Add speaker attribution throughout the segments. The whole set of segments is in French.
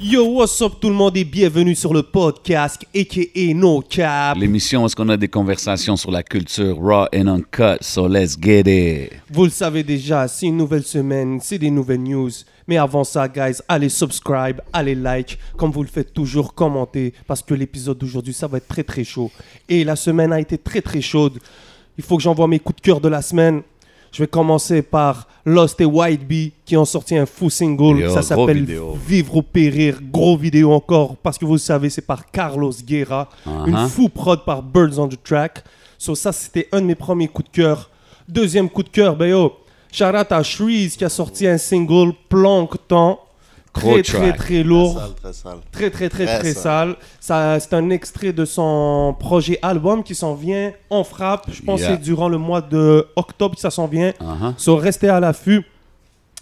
Speaker 1: Yo, what's up tout le monde et bienvenue sur le podcast aka No Cap.
Speaker 2: L'émission où est-ce qu'on a des conversations sur la culture raw and uncut, so let's get it.
Speaker 1: Vous le savez déjà, c'est une nouvelle semaine, c'est des nouvelles news. Mais avant ça, guys, allez subscribe, allez like, comme vous le faites toujours, commentez, parce que l'épisode d'aujourd'hui, ça va être très très chaud. Et la semaine a été très très chaude. Il faut que j'envoie mes coups de cœur de la semaine. Je vais commencer par Lost et White Bee qui ont sorti un fou single.
Speaker 2: Yo,
Speaker 1: ça
Speaker 2: gros
Speaker 1: s'appelle
Speaker 2: vidéo.
Speaker 1: Vivre ou périr. Gros vidéo encore parce que vous le savez, c'est par Carlos Guerra.
Speaker 2: Uh-huh.
Speaker 1: Une fou prod par Birds on the Track. So, ça, c'était un de mes premiers coups de cœur. Deuxième coup de cœur, ben yo, shout out à Shreeze qui a sorti un single Plankton.
Speaker 2: Gros
Speaker 1: Très, très,
Speaker 2: track.
Speaker 1: très lourd.
Speaker 3: Très sale, très sale.
Speaker 1: Très, très, très,
Speaker 3: Très
Speaker 1: très sale. Ça, c'est un extrait de son projet album qui s'en vient. On frappe. Je pense
Speaker 2: Yeah.
Speaker 1: que c'est durant le mois de octobre que ça s'en vient.
Speaker 2: Uh-huh.
Speaker 1: So, restez à l'affût.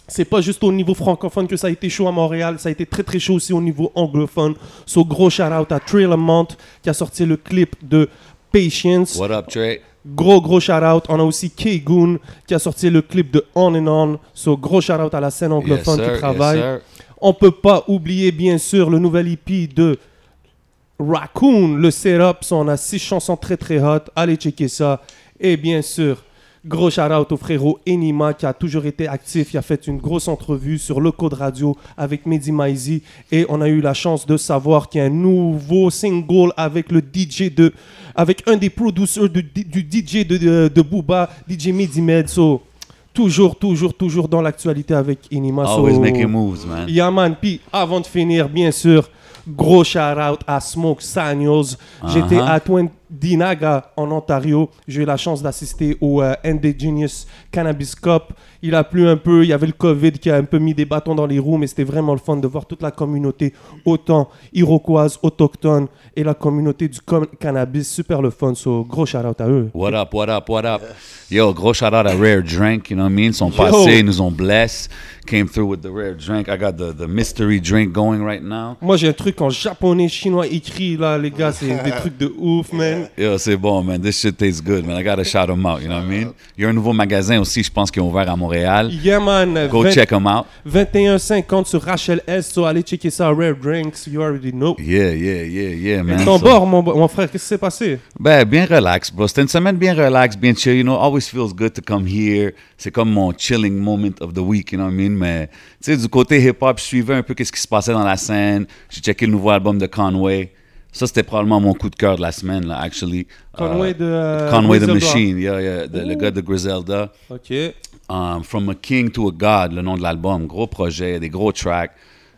Speaker 1: C'est pas juste au niveau francophone que ça a été chaud à Montréal, ça a été très très chaud aussi au niveau anglophone. So, gros shout out à Trill Amount qui a sorti le clip de Patience.
Speaker 2: What up, Trey?
Speaker 1: Gros gros shout out. On a aussi K-Goon qui a sorti le clip de On and On. So, gros shout out à la scène
Speaker 2: Yes,
Speaker 1: anglophone
Speaker 2: sir,
Speaker 1: qui
Speaker 2: yes,
Speaker 1: travaille.
Speaker 2: sir.
Speaker 1: On peut pas oublier, bien sûr, le nouvel hippie de Raccoon, le setup. Ça, on a six chansons très très hot. Allez checker ça. Et bien sûr, gros shout out au frérot Enima qui a toujours été actif. Il a fait une grosse entrevue sur le code radio avec Mehdi Maizi. Et on a eu la chance de savoir qu'il y a un nouveau single avec le DJ de. avec un des producers de- du DJ de, de, de Booba, DJ Mehdi Medso. Toujours, toujours, toujours dans l'actualité avec Enima. So-
Speaker 2: Always making moves, man.
Speaker 1: Yaman, puis avant de finir, bien sûr, gros shout-out à Smoke Sanios. J'étais
Speaker 2: Uh-huh.
Speaker 1: à Twendinaga, en Ontario. J'ai eu la chance d'assister au euh, Indigenous Cannabis Cup. Il a plu un peu, il y avait le COVID qui a un peu mis des bâtons dans les roues, mais c'était vraiment le fun de voir toute la communauté, autant iroquoise, autochtone, et la communauté du com- cannabis. Super le fun, so gros shout-out à eux.
Speaker 2: What up, what up, what up? Yo, gros shout out à Rare Drink, you know what I mean? Ils sont passés, ils nous ont blessed. Came through with the Rare Drink. I got the, the mystery drink going right now.
Speaker 1: Moi, j'ai un truc en japonais, chinois écrit, là, les gars, c'est des trucs de ouf, man.
Speaker 2: Yo, c'est bon, man. This shit tastes good, man. I gotta shout them out, you know what I mean? Il y a un nouveau magasin aussi, je pense, qui est ouvert à Montréal.
Speaker 1: Yaman,
Speaker 2: Go check them out.
Speaker 1: 21,50 sur Rachel S. So allez checker ça à Rare Drinks. You already know.
Speaker 2: Yeah, yeah, yeah, yeah, man.
Speaker 1: Ton
Speaker 2: So-
Speaker 1: bord, mon, mon frère, qu'est-ce qui s'est passé?
Speaker 2: Ben, bien relax, bro. C'était une semaine bien relax, bien chill. You know, always feels good to come here. C'est comme mon chilling moment of the week, you know what I mean? Mais, tu sais, du côté hip-hop, je suivais un peu qu'est-ce qui se passait dans la scène. J'ai checké le nouveau album de Conway. Ça, c'était probablement mon coup de cœur de la semaine, là, actually.
Speaker 1: Conway
Speaker 2: Euh,
Speaker 1: de, euh,
Speaker 2: Conway the
Speaker 1: Griselda.
Speaker 2: Machine, yeah, yeah, de- le gars de Griselda.
Speaker 1: Ok.
Speaker 2: Um, From a King to a God, le nom de l'album. Gros projet, des gros tracks.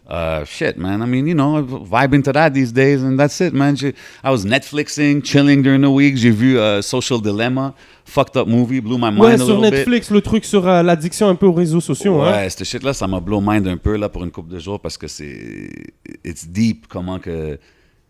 Speaker 2: Uh, shit, man. I mean, you know, vibing to that these days, and that's it, man. J'ai- I was Netflixing, chilling during the week. J'ai vu uh, Social Dilemma, fucked up movie, blew my mind
Speaker 1: Ouais,
Speaker 2: a
Speaker 1: sur
Speaker 2: little bit.
Speaker 1: Netflix, le truc sur euh, l'addiction un peu aux réseaux sociaux. hein.
Speaker 2: Ouais, cette shit-là, ça m'a blow mind un peu là, pour une couple de jours parce que c'est. It's deep, comment que.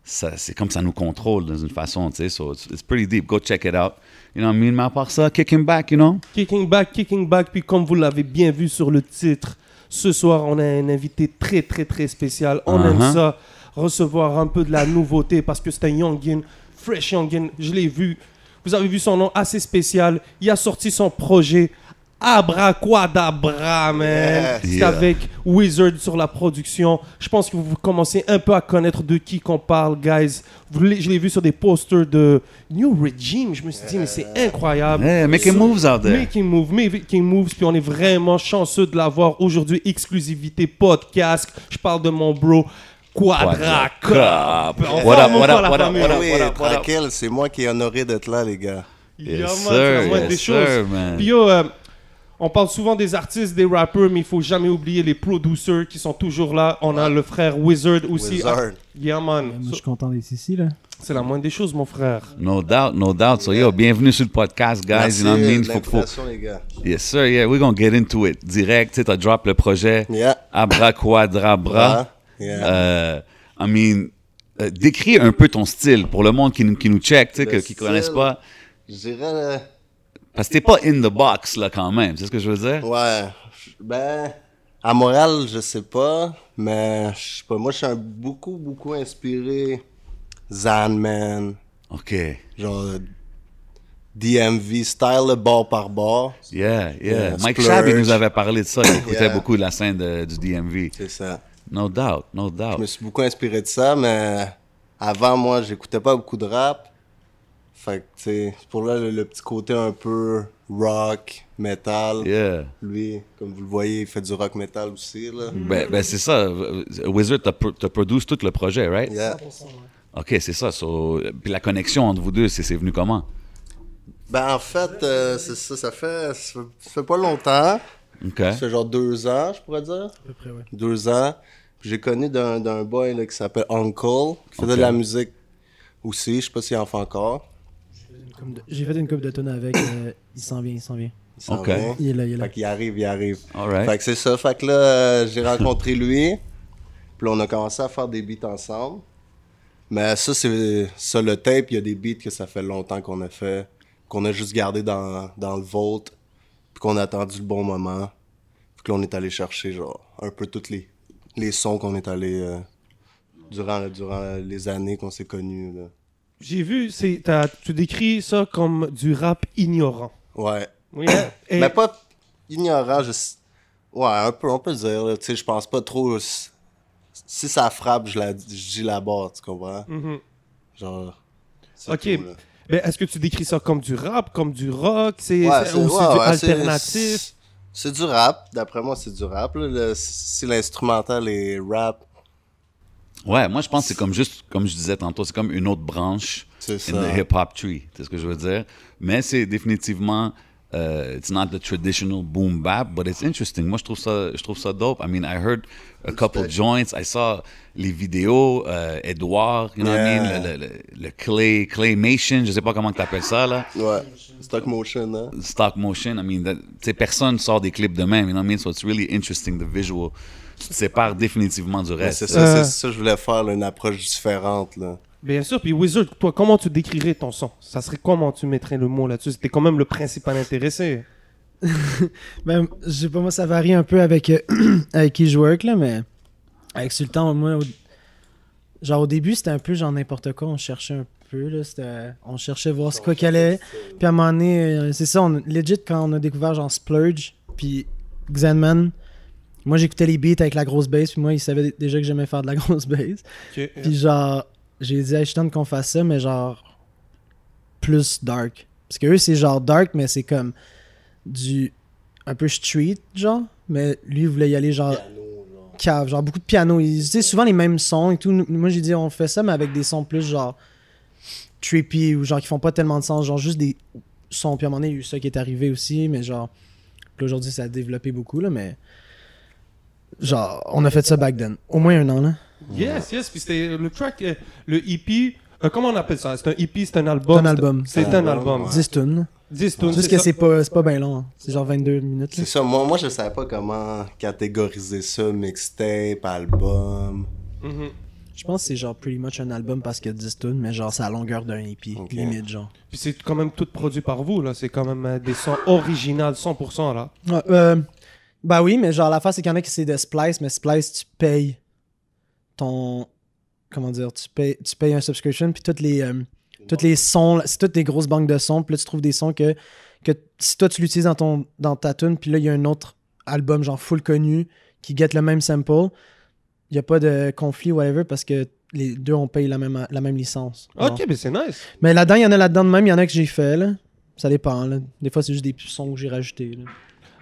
Speaker 2: ça- C'est comme ça nous contrôle d'une façon, tu sais. So it's, it's pretty deep. Go check it out. You know what I mean? Mais à part ça, kicking back, you know?
Speaker 1: Kicking back, kicking back. Puis comme vous l'avez bien vu sur le titre, ce soir, on a un invité très, très, très spécial. On aime
Speaker 2: Uh-huh.
Speaker 1: ça, recevoir un peu de la nouveauté parce que c'est un Youngin, fresh Youngin. Je l'ai vu. Vous avez vu son nom assez spécial. Il a sorti son projet Abracadabra, man. C'est
Speaker 2: Yeah.
Speaker 1: avec Wizard sur la production. Je pense que vous commencez un peu à connaître de qui qu'on parle, guys. Vous l'avez- je l'ai vu sur des posters de New Regime. Je me suis dit, mais c'est incroyable.
Speaker 2: Yeah, making moves out there.
Speaker 1: Making Move, Making Moves, puis on est vraiment chanceux de l'avoir aujourd'hui. Exclusivité podcast. Je parle de mon bro Quadra
Speaker 2: Quadra
Speaker 1: Cup.
Speaker 2: Cup.
Speaker 1: Ah, On
Speaker 2: What
Speaker 1: parle même
Speaker 2: up, what
Speaker 1: pas
Speaker 2: up,
Speaker 1: la
Speaker 2: what up,
Speaker 1: famille.
Speaker 2: what up?
Speaker 3: Oui, tranquille, c'est moi qui est honoré d'être là, les gars.
Speaker 1: Yeah,
Speaker 2: Yes,
Speaker 1: man,
Speaker 2: sir,
Speaker 1: c'est la moindre
Speaker 2: yes,
Speaker 1: des
Speaker 2: sir,
Speaker 1: choses.
Speaker 2: man.
Speaker 1: Puis yo, euh, on parle souvent des artistes, des rappers, mais il faut jamais oublier les producers qui sont toujours là. On a le frère Wizard aussi. Ah,
Speaker 3: Wizard.
Speaker 1: Yeah, man.
Speaker 4: Moi, je
Speaker 1: So-
Speaker 4: suis content d'être ici, là.
Speaker 1: C'est la moindre des choses, mon frère.
Speaker 2: No doubt, no doubt. So, yo, bienvenue sur le podcast, guys.
Speaker 3: Merci
Speaker 2: You know what I
Speaker 3: de
Speaker 2: mean? Faut- faut-
Speaker 3: l'invitation, les gars.
Speaker 2: Yes, sir. Yeah, we're going to get into it. Direct, tu sais, t'as drop le projet.
Speaker 3: Yeah.
Speaker 2: Abracadabra.
Speaker 3: Yeah. Ah, Yeah.
Speaker 2: Ah. Euh, I mean, euh, décris un peu ton style pour le monde qui nous, qui nous check, tu sais,
Speaker 3: Le
Speaker 2: que- qui
Speaker 3: style.
Speaker 2: connaissent pas.
Speaker 3: Je dirais, euh,
Speaker 2: Parce que t'es pas in the box, là, quand même. C'est ce que je veux dire?
Speaker 3: ouais, je- ben, à Montréal, je sais pas, mais je sais pas, moi, je suis un- beaucoup, beaucoup inspiré Zanman,
Speaker 2: OK.
Speaker 3: genre euh, DMV style, le bord par bord.
Speaker 2: Yeah, yeah.
Speaker 3: Yeah,
Speaker 2: Mike
Speaker 3: Splurge.
Speaker 2: Schaab, il nous avait parlé de ça. Il écoutait
Speaker 3: Yeah.
Speaker 2: beaucoup de la scène de- du DMV.
Speaker 3: C'est ça.
Speaker 2: No doubt, no doubt.
Speaker 3: Je me suis beaucoup inspiré de ça, mais avant, moi, j'écoutais pas beaucoup de rap. Fait que, tu sais, c'est pour là, le, le petit côté un peu rock, metal.
Speaker 2: Yeah.
Speaker 3: Lui, comme vous le voyez, il fait du rock metal aussi, là.
Speaker 2: Ben, ben, c'est ça. Wizard te pro- te produit tout le projet, right?
Speaker 3: Yeah.
Speaker 2: OK, c'est ça. So, puis la connexion entre vous deux, c'est c'est venu comment?
Speaker 3: Ben, en fait, euh, c'est ça, ça fait, ça fait- ça fait pas
Speaker 2: Hein?
Speaker 3: longtemps.
Speaker 2: OK.
Speaker 3: Ça fait genre deux ans, je pourrais dire.
Speaker 4: à peu près, ouais.
Speaker 3: Deux ans. Puis J'ai connu d'un d'un boy là, qui s'appelle Uncle, qui faisait de la musique aussi. Je sais pas s'il en fait encore.
Speaker 4: Comme de- J'ai fait une coupe de tonnes avec. euh, il s'en vient, il s'en vient.
Speaker 3: Il s'en
Speaker 2: Ok.
Speaker 3: vient.
Speaker 4: Il est là, il est là.
Speaker 3: Fait qu'il arrive, il arrive.
Speaker 2: All right.
Speaker 3: Fait que c'est ça. Fait que là, euh, j'ai rencontré lui. Puis là, on a commencé à faire des beats ensemble. Mais ça, c'est ça, le tape. Il y a des beats que ça fait longtemps qu'on a fait, qu'on a juste gardé dans, dans le vault. Puis qu'on a attendu le bon moment. Puis que là, on est allé chercher, genre, un peu tous les, les sons qu'on est allé euh, durant, durant les années qu'on s'est connus. là.
Speaker 1: J'ai vu, c'est, t'as- tu décris ça comme du rap ignorant.
Speaker 3: Ouais.
Speaker 1: Oui. Et-
Speaker 3: Mais pas ignorant, je... s- Ouais, un peu, on peut dire. là. Tu sais, je pense pas trop... s- Si ça frappe, je la, je dis la barre, tu comprends?
Speaker 1: Mhm.
Speaker 3: Genre... c'est
Speaker 1: Ok.
Speaker 3: tout, là.
Speaker 1: Ben, est-ce que tu décris ça comme du rap, comme du rock C'est
Speaker 3: Ouais,
Speaker 1: c'est
Speaker 3: c'est-
Speaker 1: aussi
Speaker 3: ouais,
Speaker 1: du
Speaker 3: ouais, c'est-
Speaker 1: alternatif
Speaker 3: c'est- C'est du rap. D'après moi, c'est du rap. là. Le- si l'instrumental est rap,
Speaker 2: Ouais, moi, je pense que c'est comme juste, comme je disais tantôt, c'est comme une autre branche
Speaker 3: C'est ça.
Speaker 2: in the hip-hop tree. C'est ce que je veux dire. Mais c'est définitivement, euh, it's not the traditional boom bap, but it's interesting. Moi, je trouve ça, je trouve ça dope. I mean, I heard a couple joints. I saw les vidéos, euh, Edouard, you know what I mean?
Speaker 3: Yeah.
Speaker 2: Le, le, le- le clay, claymation, je sais pas comment tu appelles ça, là.
Speaker 3: ouais. Stock motion, hein?
Speaker 2: stock motion. I mean, that- tu sais, personne sort des clips de même, you know what I mean? So it's really interesting, the visual. Tu te sépares définitivement du
Speaker 3: Ouais,
Speaker 2: reste.
Speaker 3: c'est ça,
Speaker 1: Euh.
Speaker 3: c'est ça que je voulais faire, là, une approche différente, là.
Speaker 1: Bien sûr. Puis Wizard, toi, comment tu décrirais ton son Ça serait comment tu mettrais le mot là-dessus C'était quand même le principal intéressé.
Speaker 4: Ben, je sais pas, moi, ça varie un peu avec, euh, avec qui je work, là, mais avec Sultan, moi, au- genre, au début, c'était un peu genre n'importe quoi. On cherchait un peu, là, c'était- on cherchait voir ce quoi qu'elle allait. Puis à un moment donné, euh, c'est ça, on, legit, quand on a découvert genre Splurge, puis Xanman, moi, j'écoutais les beats avec la grosse bass, puis moi, il savait d- déjà que j'aimais faire de la grosse bass. Puis genre, j'ai dit à Ashton qu'on fasse ça, mais genre, plus dark. Parce que eux, c'est genre dark, mais c'est comme du. un peu street, genre. Mais lui, il voulait y aller genre. Cave, genre beaucoup de piano. Ils utilisaient souvent les mêmes sons et tout. Nous- Moi, j'ai dit, on fait ça, mais avec des sons plus genre. trippy ou genre qui font pas tellement de sens. Genre juste des sons. Puis à un moment donné, il y a eu ça qui est arrivé aussi, mais genre. Puis aujourd'hui, ça a développé beaucoup, là, mais. Genre, on a fait ça back then. Au moins un an, là.
Speaker 1: Yes, yes. Puis c'était le track, euh, le EP. euh, comment on appelle ça C'est un EP, c'est un album.
Speaker 4: C'est un album.
Speaker 1: C'est
Speaker 3: C'est
Speaker 1: un
Speaker 3: un
Speaker 1: album.
Speaker 3: album, ouais.
Speaker 4: 10 tunes. là.
Speaker 1: Dix tunes,
Speaker 4: Juste
Speaker 1: c'est
Speaker 4: que
Speaker 1: ça.
Speaker 4: c'est pas, c'est pas bien long. hein. C'est genre 22 minutes. là.
Speaker 3: C'est ça, moi, moi, je savais pas comment catégoriser ça, mixtape, album...
Speaker 1: Mhm.
Speaker 4: Je pense que c'est genre pretty much un album parce qu'il y a 10 tunes, mais genre c'est à longueur d'un hippie.
Speaker 3: Ok.
Speaker 4: Limite, genre.
Speaker 1: Puis c'est quand même tout produit par vous là. C'est quand même euh, des sons originaux 100% là.
Speaker 4: Ouais, euh, bah oui, mais genre l'affaire c'est qu'il y en a qui c'est de Splice, mais Splice, tu payes ton. Comment dire Tu payes, tu payes un subscription, puis toutes les. euh, toutes les sons, c'est toutes des grosses banques de sons, puis là tu trouves des sons que, que si toi tu l'utilises dans, ton, dans ta tune, puis là il y a un autre album genre full connu qui get le même sample, il n'y a pas de conflit ou whatever parce que les deux on paye la même, la même licence. Genre.
Speaker 1: Ok, mais c'est nice.
Speaker 4: Mais là-dedans, il y en a là-dedans de même, il y en a que j'ai fait, là. Ça dépend, là. Des fois, c'est juste des sons que j'ai rajoutés, là.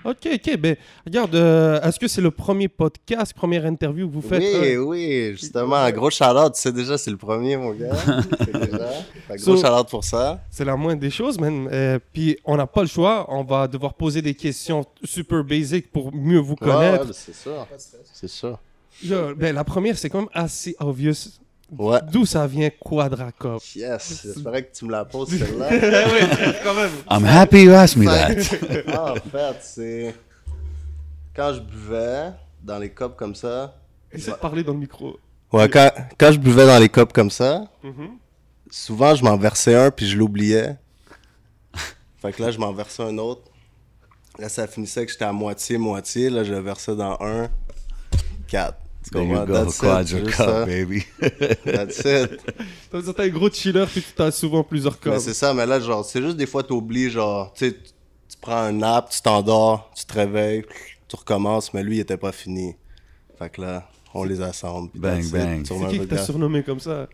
Speaker 1: Ok, ok. Ben regarde, euh, est-ce que c'est le premier podcast, première interview que vous faites
Speaker 3: Oui,
Speaker 1: euh,
Speaker 3: oui, justement. Gros shout-out, tu sais déjà, c'est le premier, mon gars. C'est déjà. Fait que
Speaker 1: So-
Speaker 3: gros shout-out pour ça.
Speaker 1: C'est la moindre des choses, man. Euh, puis on n'a pas le choix. On va devoir poser des questions super basiques pour mieux vous
Speaker 3: Ouais, ouais,
Speaker 1: connaître.
Speaker 3: ben, c'est ça. C'est ça.
Speaker 1: Yo, ben, la première, c'est quand même assez obvious.
Speaker 3: Ouais.
Speaker 1: D'où ça vient Quadracop
Speaker 3: Yes, j'espérais que tu me la poses celle-là.
Speaker 2: I'm happy you asked me that.
Speaker 3: en fait, c'est. Quand je buvais dans les copes comme ça.
Speaker 1: Essaye de parler dans le micro.
Speaker 3: Ouais, quand, quand je buvais dans les copes comme ça,
Speaker 1: Mhm.
Speaker 3: souvent je m'en versais un puis je l'oubliais. Fait que là, je m'en versais un autre. Là, ça finissait que j'étais à moitié-moitié. Là, je versais dans un, quatre. Tu
Speaker 2: There you
Speaker 3: comprends?
Speaker 2: go,
Speaker 3: That's it,
Speaker 2: Quadra
Speaker 3: juste
Speaker 2: Cup,
Speaker 3: ça.
Speaker 2: baby.
Speaker 3: That's it.
Speaker 1: Ça veut dire que t'es un gros chiller puis tu t'as souvent plusieurs
Speaker 3: Mais
Speaker 1: copes.
Speaker 3: c'est ça, mais là, genre, c'est juste des fois, t'oublies, genre, tu sais, tu- tu prends un nap, tu t'endors, tu te réveilles, tu recommences, mais lui, il était pas fini. Fait que là, on les assemble. puis
Speaker 2: Bang,
Speaker 3: that's it,
Speaker 2: bang.
Speaker 3: tourne
Speaker 1: C'est
Speaker 3: un
Speaker 1: qui qui t'a
Speaker 3: regard.
Speaker 1: surnommé comme ça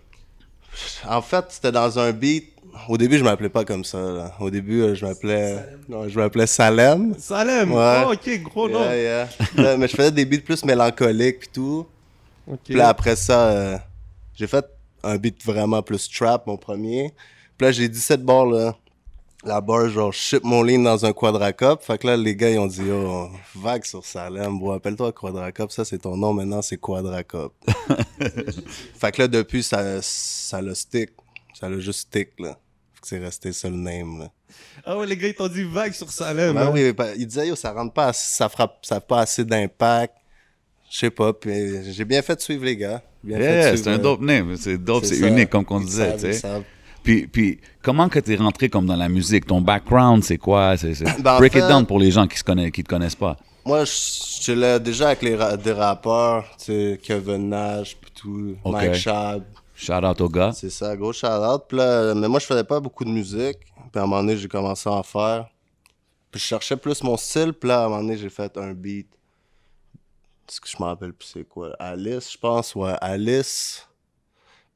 Speaker 3: En fait, c'était dans un beat. Au début, je m'appelais pas comme ça. là. Au début, euh, je m'appelais non, je m'appelais Salem.
Speaker 1: Salem
Speaker 3: Ouais.
Speaker 1: Oh, ok, gros nom.
Speaker 3: Yeah, yeah. Là, mais je faisais des beats plus mélancoliques puis tout.
Speaker 1: Ok.
Speaker 3: Puis là, après ça, euh, j'ai fait un beat vraiment plus trap, mon premier. Puis là, j'ai 17 bars, là. La barre, genre, je ship mon ligne dans un quadracop. Fait que là, les gars, ils ont dit, oh, vague sur Salem, bro, appelle-toi quadracop. Ça, c'est ton nom maintenant, c'est quadracop. fait que là, depuis, ça, ça le stick. Ça le juste stick, là. Fait que c'est resté ça le name, là.
Speaker 1: Ah ouais, les gars, ils t'ont dit vague sur Salem.
Speaker 3: Ben
Speaker 1: hein.
Speaker 3: oui, ben, il disait, yo, ça rentre pas, assez- ça frappe, ça a pas assez d'impact. Je sais pas, puis j'ai bien fait de suivre les gars. Bien fait de
Speaker 2: Yeah,
Speaker 3: suivre,
Speaker 2: c'est un
Speaker 3: euh,
Speaker 2: dope name. C'est dope, c'est
Speaker 3: ça.
Speaker 2: unique, comme on
Speaker 3: Ils
Speaker 2: disait,
Speaker 3: savent,
Speaker 2: tu
Speaker 3: ils
Speaker 2: sais.
Speaker 3: savent.
Speaker 2: Puis, puis comment que t'es rentré comme dans la musique? Ton background, c'est quoi? C'est- c'est-
Speaker 3: Ben, en
Speaker 2: Break it
Speaker 3: fait-
Speaker 2: down pour les gens qui se connaissent, qui te connaissent pas.
Speaker 3: Moi, je suis là déjà avec les ra- des rappeurs, tu sais, Kevin Nash, pis tout,
Speaker 2: Ok.
Speaker 3: Mike Shab,
Speaker 2: Shout out aux gars.
Speaker 3: c'est ça, gros shout-out. Puis là, mais moi, je faisais pas beaucoup de musique, puis à un moment donné, j'ai commencé à en faire. Puis je cherchais plus mon style, puis là, à un moment donné, j'ai fait un beat. Est-ce que je me rappelle plus c'est quoi? Alice, je pense, ouais, Alice.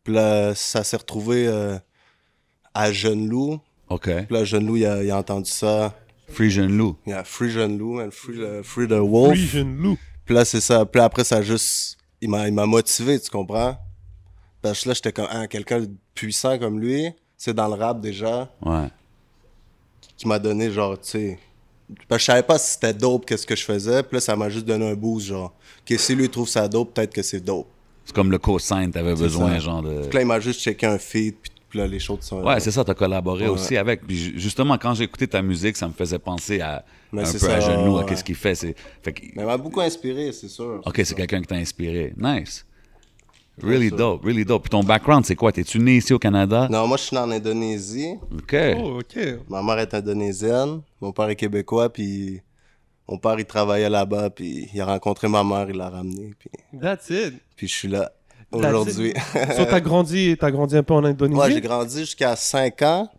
Speaker 3: Puis là, ça s'est retrouvé euh, à Jeune Loup.
Speaker 2: OK.
Speaker 3: Puis là, Jeune Loup, il a, il a entendu ça.
Speaker 2: Free Jeune Lou.
Speaker 3: Il a Free Jeune Loup, man, Free, le- free the Wolf.
Speaker 1: Oui, jeune loup.
Speaker 3: Puis là, c'est ça. Puis là, après, ça a juste. Il m'a, il m'a motivé, tu comprends? Parce que là, j'étais comme, ah, quelqu'un de puissant comme lui, c'est dans le rap déjà,
Speaker 2: Ouais.
Speaker 3: qui m'a donné, genre, tu sais. Parce que je savais pas si c'était dope, qu'est-ce que je faisais. Puis là, ça m'a juste donné un boost, genre. Que si lui trouve ça dope, peut-être que c'est dope.
Speaker 2: C'est comme le co-sign, t'avais besoin, genre de.
Speaker 3: Puis là, il m'a juste checké un feed, puis, puis là, les choses sont.
Speaker 2: Ouais, c'est ça, t'as collaboré
Speaker 3: Ouais.
Speaker 2: aussi avec. Puis ju- justement, quand j'ai écouté ta musique, ça me faisait penser à
Speaker 3: Mais
Speaker 2: un peu
Speaker 3: c'est
Speaker 2: à
Speaker 3: ça,
Speaker 2: Genoux, à
Speaker 3: ouais.
Speaker 2: qu'est-ce qu'il fait. C'est... Fait que-
Speaker 3: Mais il m'a beaucoup inspiré, c'est sûr.
Speaker 2: OK, c'est quelqu'un qui t'a inspiré. Nice. Really dope, really dope. Puis ton background, c'est quoi? T'es-tu né ici au Canada?
Speaker 3: Non, moi, je suis né en Indonésie.
Speaker 2: OK.
Speaker 1: Oh, ok.
Speaker 3: Ma mère est indonésienne, mon père est québécois, puis mon père il travaillait là-bas, puis il a rencontré ma mère, il l'a ramenée, puis,
Speaker 1: That's it.
Speaker 3: puis je suis là
Speaker 1: That's it.
Speaker 3: aujourd'hui.
Speaker 1: So, t'as grandi, t'as grandi un peu en Indonésie.
Speaker 3: Moi, j'ai grandi jusqu'à 5 ans,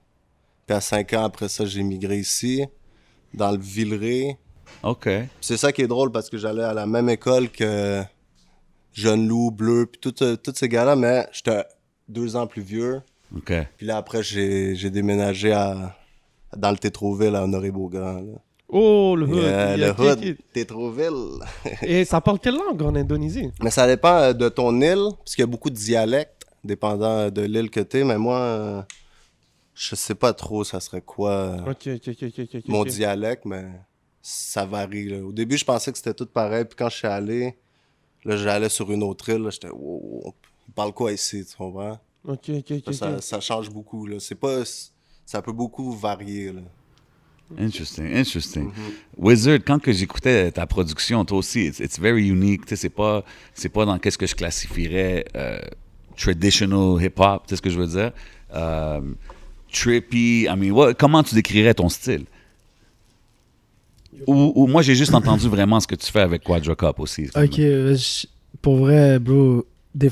Speaker 3: puis à 5 ans après ça, j'ai migré ici, dans le Villeray.
Speaker 2: OK.
Speaker 3: Puis C'est ça qui est drôle parce que j'allais à la même école que Jeune Loup, Bleu, puis tout, euh, tous ces gars-là, mais j'étais deux ans plus vieux.
Speaker 2: OK.
Speaker 3: Puis là, après, j'ai j'ai déménagé à, dans le Tétroville, à Honoré-Beaugrand. là.
Speaker 1: Oh, le hood.
Speaker 3: Yeah,
Speaker 1: Yeah,
Speaker 3: Euh, le
Speaker 1: kick
Speaker 3: hood,
Speaker 1: it.
Speaker 3: Tétroville.
Speaker 1: Et ça parle quelle langue en Indonésie
Speaker 3: Mais ça dépend euh, de ton île, parce qu'il y a beaucoup de dialectes, dépendant euh, de l'île que t'es. Mais moi, euh, je sais pas trop ça serait quoi euh,
Speaker 1: Ok, ok, ok, ok, ok.
Speaker 3: mon
Speaker 1: ok.
Speaker 3: dialecte, mais ça varie. là. Au début, je pensais que c'était tout pareil, puis quand je suis allé, là, j'allais sur une autre île, là, j'étais « Wow, wow, on parle quoi ici, tu comprends?
Speaker 1: Ok, ok, ok. ok.
Speaker 3: Ça, ça change beaucoup, là. C'est pas... Ça peut beaucoup varier, là.
Speaker 2: Interesting, interesting. Wizard, quand que j'écoutais ta production, toi aussi, it's, it's very unique. Tu sais, c'est pas, c'est pas dans qu'est-ce que je classifierais euh, traditional hip hop. Tu sais ce que je veux dire? Euh, trippy. I mean, what- comment tu décrirais ton style? Ou, ou moi, j'ai juste entendu vraiment ce que tu fais avec Quadra Cup aussi.
Speaker 4: Ok, euh, je- pour vrai, bro, des...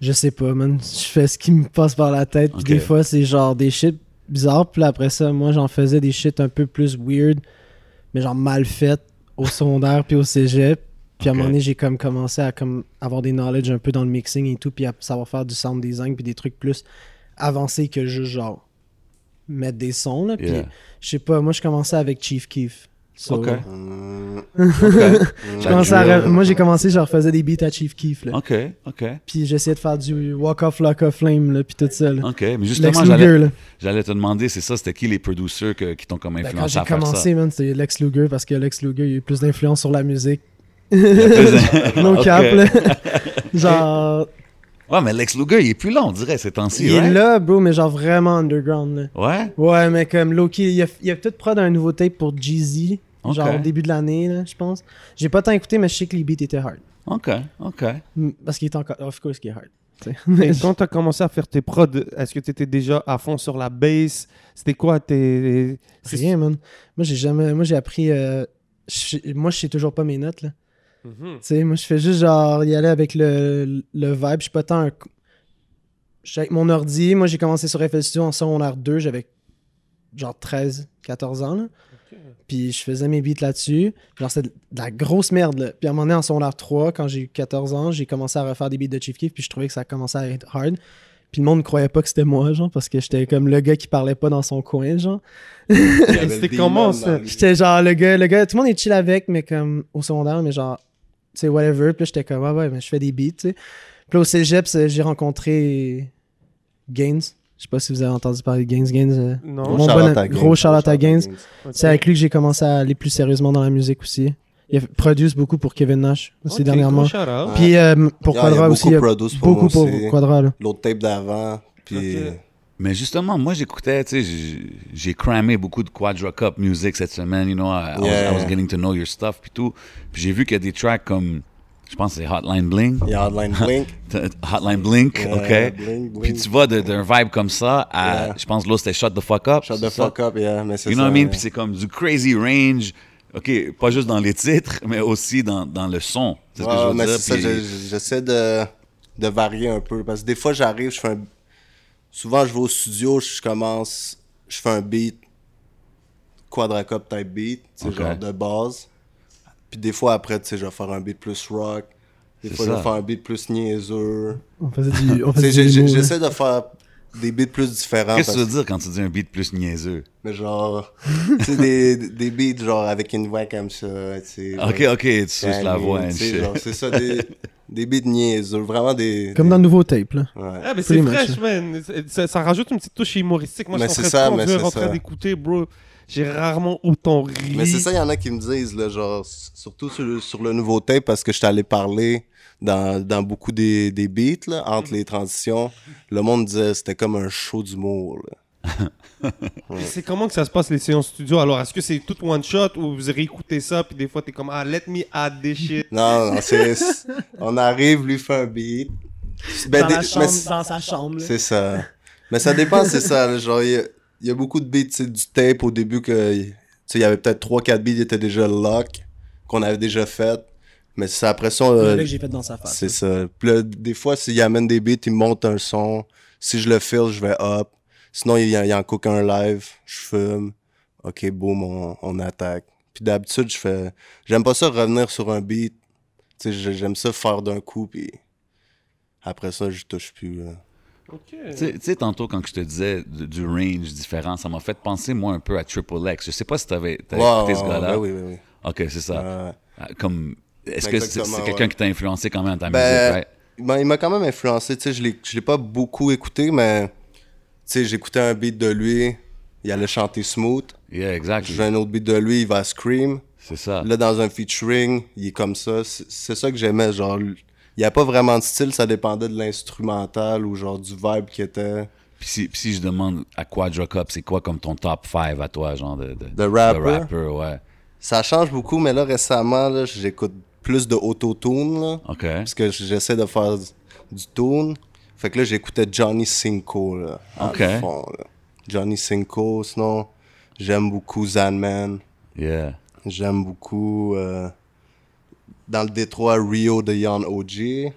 Speaker 4: je sais pas, man. Je fais ce qui me passe par la tête. puis
Speaker 2: Ok.
Speaker 4: Des fois, c'est genre des shit bizarres. Puis là, après ça, moi, j'en faisais des shit un peu plus weird, mais genre mal faites au secondaire puis au cégep. Puis à un
Speaker 2: Ok.
Speaker 4: moment donné, j'ai comme commencé à comme avoir des knowledge un peu dans le mixing et tout, puis à savoir faire du sound design puis des trucs plus avancés que juste genre mettre des sons. Là, puis
Speaker 2: Yeah.
Speaker 4: je sais pas, moi, je commençais avec Chief Keef. So,
Speaker 2: Ok.
Speaker 3: Hum,
Speaker 4: je commençais à
Speaker 2: Drill. Ah.
Speaker 4: re- Moi, j'ai commencé, je refaisais des beats à Chief Keef. Là.
Speaker 2: OK, OK,
Speaker 4: Puis j'essayais de faire du Walk Off, Lock Off, Flame, là, puis tout ça. Là.
Speaker 2: OK. Mais
Speaker 4: Lex
Speaker 2: Ah. justement,
Speaker 4: Luger,
Speaker 2: j'allais,
Speaker 4: là.
Speaker 2: j'allais te demander, c'est ça, c'était qui les producers que- qui t'ont comme
Speaker 4: Ben, quand
Speaker 2: influencé
Speaker 4: j'ai
Speaker 2: à faire ça?
Speaker 4: commencé, man, c'était Lex Luger parce que Lex Luger, il a eu plus d'influence sur la musique. No
Speaker 2: Ok.
Speaker 4: cap, là. genre,
Speaker 2: Ouais, mais Lex Luger, il est plus là, on dirait, ces temps-ci.
Speaker 4: il est
Speaker 2: right?
Speaker 4: là, bro, mais genre vraiment underground, là.
Speaker 2: Ouais?
Speaker 4: Ouais, mais comme Loki, il a, il a peut-être prod un nouveau tape pour Jeezy,
Speaker 2: Ok.
Speaker 4: genre au début de l'année, là, je pense. J'ai pas tant écouté, mais je sais que les beats étaient hard.
Speaker 2: OK, OK.
Speaker 4: Mm, Parce qu'il est encore. Of course, qu'il est hard. tu sais.
Speaker 1: Et quand t'as commencé à faire tes prods, est-ce que t'étais déjà à fond sur la bass C'était quoi tes.
Speaker 4: C'est rien, man. Moi, j'ai jamais. Moi, j'ai appris. euh, je sais- Moi, je sais toujours pas mes notes, là.
Speaker 1: Mhm.
Speaker 4: Tu sais, moi, je fais juste genre y aller avec le, le vibe. Je suis pas tant un. Je suis avec mon ordi. Moi, j'ai commencé sur FL Studio en secondaire 2. J'avais genre 13, 14 ans. là. Puis je faisais mes beats là-dessus. Genre, c'était de la grosse merde, là. Puis à un moment donné, en secondaire 3, quand j'ai eu 14 ans, j'ai commencé à refaire des beats de Chief Keef, puis je trouvais que ça commençait à être hard. Puis le monde ne croyait pas que c'était moi, genre, parce que j'étais comme le gars qui parlait pas dans son coin, genre.
Speaker 3: Il y avait
Speaker 1: C'était
Speaker 3: le demon
Speaker 1: comment,
Speaker 3: dans
Speaker 1: ça?
Speaker 3: le-
Speaker 4: J'étais genre le gars, le gars, tout le monde est chill avec, mais comme au secondaire, mais genre, tu sais, whatever. Puis là, j'étais comme, ah ouais, mais je fais des beats, tu sais. Puis là, au cégep, c'est- j'ai rencontré Gaines. Je sais pas si vous avez entendu parler de Gaines. Gaines, euh,
Speaker 1: Non.
Speaker 4: Mon
Speaker 3: Gros
Speaker 4: bon
Speaker 3: shout-out à
Speaker 4: ami- gros
Speaker 3: Gaines.
Speaker 4: shout-out à Gaines.
Speaker 1: ok.
Speaker 4: c'est avec lui que j'ai commencé à aller plus sérieusement dans la musique aussi. Il a fait- produce beaucoup pour Kevin Nash aussi
Speaker 1: Ok,
Speaker 4: dernièrement.
Speaker 1: gros shout-out.
Speaker 4: Puis euh, pour
Speaker 3: Ah, il y a
Speaker 4: Quadra aussi,
Speaker 3: beaucoup
Speaker 4: il y a
Speaker 3: produce pour
Speaker 4: beaucoup
Speaker 3: moi
Speaker 4: pour
Speaker 3: aussi.
Speaker 4: Quadra. là.
Speaker 3: L'autre tape d'avant, puis
Speaker 1: Ok.
Speaker 2: Mais justement, moi, j'écoutais, tu sais, j'ai- j'ai cramé beaucoup de Quadra Cup music cette semaine, you know, I, I was- I
Speaker 3: Yeah.
Speaker 2: was, getting to know your stuff, puis tout. Puis j'ai vu qu'il y a des tracks comme, je pense que c'est Hotline Bling,
Speaker 3: il y a Hotline Blink.
Speaker 2: T- Hotline Blink,
Speaker 3: Yeah,
Speaker 2: OK?
Speaker 3: Bling, Bling.
Speaker 2: Puis tu vas de- d'un vibe comme ça à,
Speaker 3: Yeah.
Speaker 2: je pense, l'autre c'était Shut the Fuck Up.
Speaker 3: Shut
Speaker 2: c'est
Speaker 3: the
Speaker 2: ça?
Speaker 3: fuck up, yeah, mais c'est
Speaker 2: You know
Speaker 3: ça,
Speaker 2: what I mean?
Speaker 3: ouais.
Speaker 2: Puis c'est comme du crazy range, OK, pas juste dans les titres, mais aussi dans, dans le son. C'est ce que
Speaker 3: Ouais,
Speaker 2: je veux
Speaker 3: mais
Speaker 2: dire.
Speaker 3: c'est ça,
Speaker 2: puis-
Speaker 3: je- je- j'essaie de, de varier un peu. Parce que des fois, j'arrive, je fais un. Souvent, je vais au studio, je commence, je fais un beat, quadracop type beat, c'est
Speaker 2: Ok.
Speaker 3: genre de base. Puis des fois, après, tu sais, je vais faire un beat plus rock. Des
Speaker 2: C'est
Speaker 3: fois, je
Speaker 2: ça.
Speaker 3: vais faire un beat plus niaiseux.
Speaker 4: On faisait du. On
Speaker 3: Tu sais,
Speaker 4: faisait
Speaker 3: j'ai-
Speaker 4: du
Speaker 3: j'ai-
Speaker 4: humour, là.
Speaker 3: j'essaie de faire des beats plus différents.
Speaker 2: Qu'est-ce que
Speaker 3: parce
Speaker 2: tu veux dire quand tu dis un beat plus niaiseux?
Speaker 3: Mais genre, tu sais, des, des beats genre avec une voix comme ça, tu sais.
Speaker 2: OK, OK, tu switches la voix hein, and
Speaker 3: Tu sais,
Speaker 2: shit.
Speaker 3: genre, C'est ça, des, des beats niaiseux, vraiment des...
Speaker 4: Comme dans le nouveau tape, là.
Speaker 3: des- ouais.
Speaker 1: Ah, mais c'est
Speaker 4: Pretty much,
Speaker 1: fresh, man. C'est- Ça, ça rajoute une petite touche humoristique. Moi,
Speaker 3: Mais
Speaker 1: je suis en
Speaker 3: c'est
Speaker 1: train
Speaker 3: ça,
Speaker 1: de
Speaker 3: mais
Speaker 1: conduire,
Speaker 3: c'est
Speaker 1: en train
Speaker 3: ça.
Speaker 1: d'écouter, bro. J'ai rarement autant ri.
Speaker 3: Mais c'est ça, il y en a qui me disent, là, genre, s- surtout sur, le- sur le nouveau tape, parce que je t'allais parler dans, dans beaucoup des, des beats, là, entre les transitions, le monde disait c'était comme un show d'humour, là.
Speaker 1: Puis C'est comment que ça se passe les séances studio Alors, est-ce que c'est tout one shot ou vous réécoutez ça puis des fois t'es comme ah let me add des shit.
Speaker 3: Non, non, c'est... c'est- on arrive, lui fait un beat. Ben,
Speaker 4: dans,
Speaker 3: des-
Speaker 4: la
Speaker 3: mais
Speaker 4: chambre,
Speaker 3: c'est-
Speaker 4: dans sa chambre. là.
Speaker 3: C'est euh, ça. Mais ça dépend, c'est ça. là, Genre, il y a- il y, a beaucoup de beats, tu sais, du tape au début que. tu sais, Il y avait peut-être 3-4 beats qui étaient déjà lock, qu'on avait déjà fait. Mais c'est après ça.
Speaker 4: C'est
Speaker 3: euh,
Speaker 4: là que j'ai fait dans sa face.
Speaker 3: c'est ça. Puis là, des fois, s'il amène des beats, il monte un son. Si je le file, je vais up. Sinon, il y, en- il en cook un live, je fume. Ok, boum, on, on attaque. Puis d'habitude, je fais. J'aime pas ça revenir sur un beat. Tu sais, j'ai- j'aime ça faire d'un coup, puis après ça, je touche plus. là.
Speaker 1: Ok.
Speaker 2: Tu sais- tu sais, tantôt, quand je te disais du, du range différent, ça m'a fait penser, moi, un peu à Triple X. Je sais pas si t'avais t'avais
Speaker 3: Ouais,
Speaker 2: écouté
Speaker 3: ouais,
Speaker 2: ce
Speaker 3: ouais, Euh,
Speaker 2: gars-là.
Speaker 3: ben oui, oui, oui.
Speaker 2: OK, c'est ça.
Speaker 3: Ouais.
Speaker 2: Ah, Comme, est-ce que c'est- c'est
Speaker 3: Exactement,
Speaker 2: quelqu'un
Speaker 3: ouais.
Speaker 2: qui t'a influencé quand même dans ta
Speaker 3: Ben,
Speaker 2: musique, right?
Speaker 3: il m'a- il m'a quand même influencé. Tu sais, je l'ai- je l'ai pas beaucoup écouté, mais tu sais, j'écoutais un beat de lui, il allait chanter smooth.
Speaker 2: Yeah, exact.
Speaker 3: Je fais un autre beat de lui, il va scream.
Speaker 2: C'est ça.
Speaker 3: Là, dans un featuring, il est comme ça. C'est c'est ça que j'aimais. Genre, il n'y a pas vraiment de style, ça dépendait de l'instrumental ou genre du vibe qui était.
Speaker 2: Puis si, puis si je demande à Quadra Cup, c'est quoi comme ton top 5 à toi, genre de, de,
Speaker 3: De rapper?
Speaker 2: de rapper, ouais.
Speaker 3: Ça change beaucoup, mais là, récemment, là, j'écoute plus de autotune. là.
Speaker 2: OK.
Speaker 3: Parce que j'essaie de faire du tune. Fait que là, j'écoutais Johnny Cinco, là. à
Speaker 2: Ok.
Speaker 3: le fond, là. Johnny Cinco, sinon, j'aime beaucoup Zanman.
Speaker 2: Yeah.
Speaker 3: J'aime beaucoup, euh, dans le Détroit, Rio de Yon OG.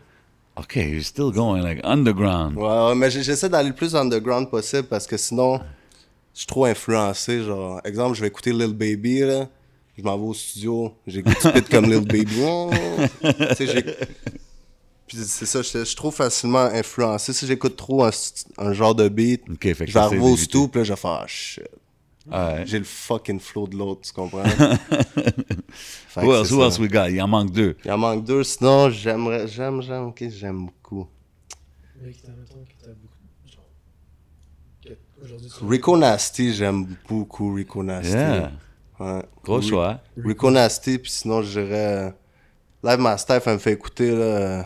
Speaker 2: OK, you're still going, like, underground.
Speaker 3: Ouais, ouais, mais j- j'essaie d'aller le plus underground possible parce que sinon, je suis trop influencé. Genre, exemple, je vais écouter Lil Baby, là. Je m'en vais au studio, j'écoute du pit comme Lil Baby. Oh. Tu sais, j'ai- Puis c'est ça, je je suis trop facilement influencé. Si j'écoute trop un, st- un genre de beat,
Speaker 2: OK, fait que
Speaker 3: je vais
Speaker 2: t'essaies
Speaker 3: arriver au
Speaker 2: d'éviter.
Speaker 3: studio, puis là, je vais faire Ah, shit.
Speaker 2: Ouais.
Speaker 3: J'ai le fucking flow de l'autre, tu comprends? Fait que
Speaker 2: Who else,
Speaker 3: c'est
Speaker 2: who
Speaker 3: ça.
Speaker 2: else we got? Il en manque deux.
Speaker 3: Il en manque deux, sinon, j'aimerais, j'aime, j'aime, ok, j'aime beaucoup. Rico Nasty, j'aime beaucoup Rico Nasty.
Speaker 2: Yeah.
Speaker 3: Ouais.
Speaker 2: Gros
Speaker 3: Ri-
Speaker 2: choix.
Speaker 3: Rico Nasty, puis sinon, je dirais. euh, Live Master, elle me fait écouter, là. euh,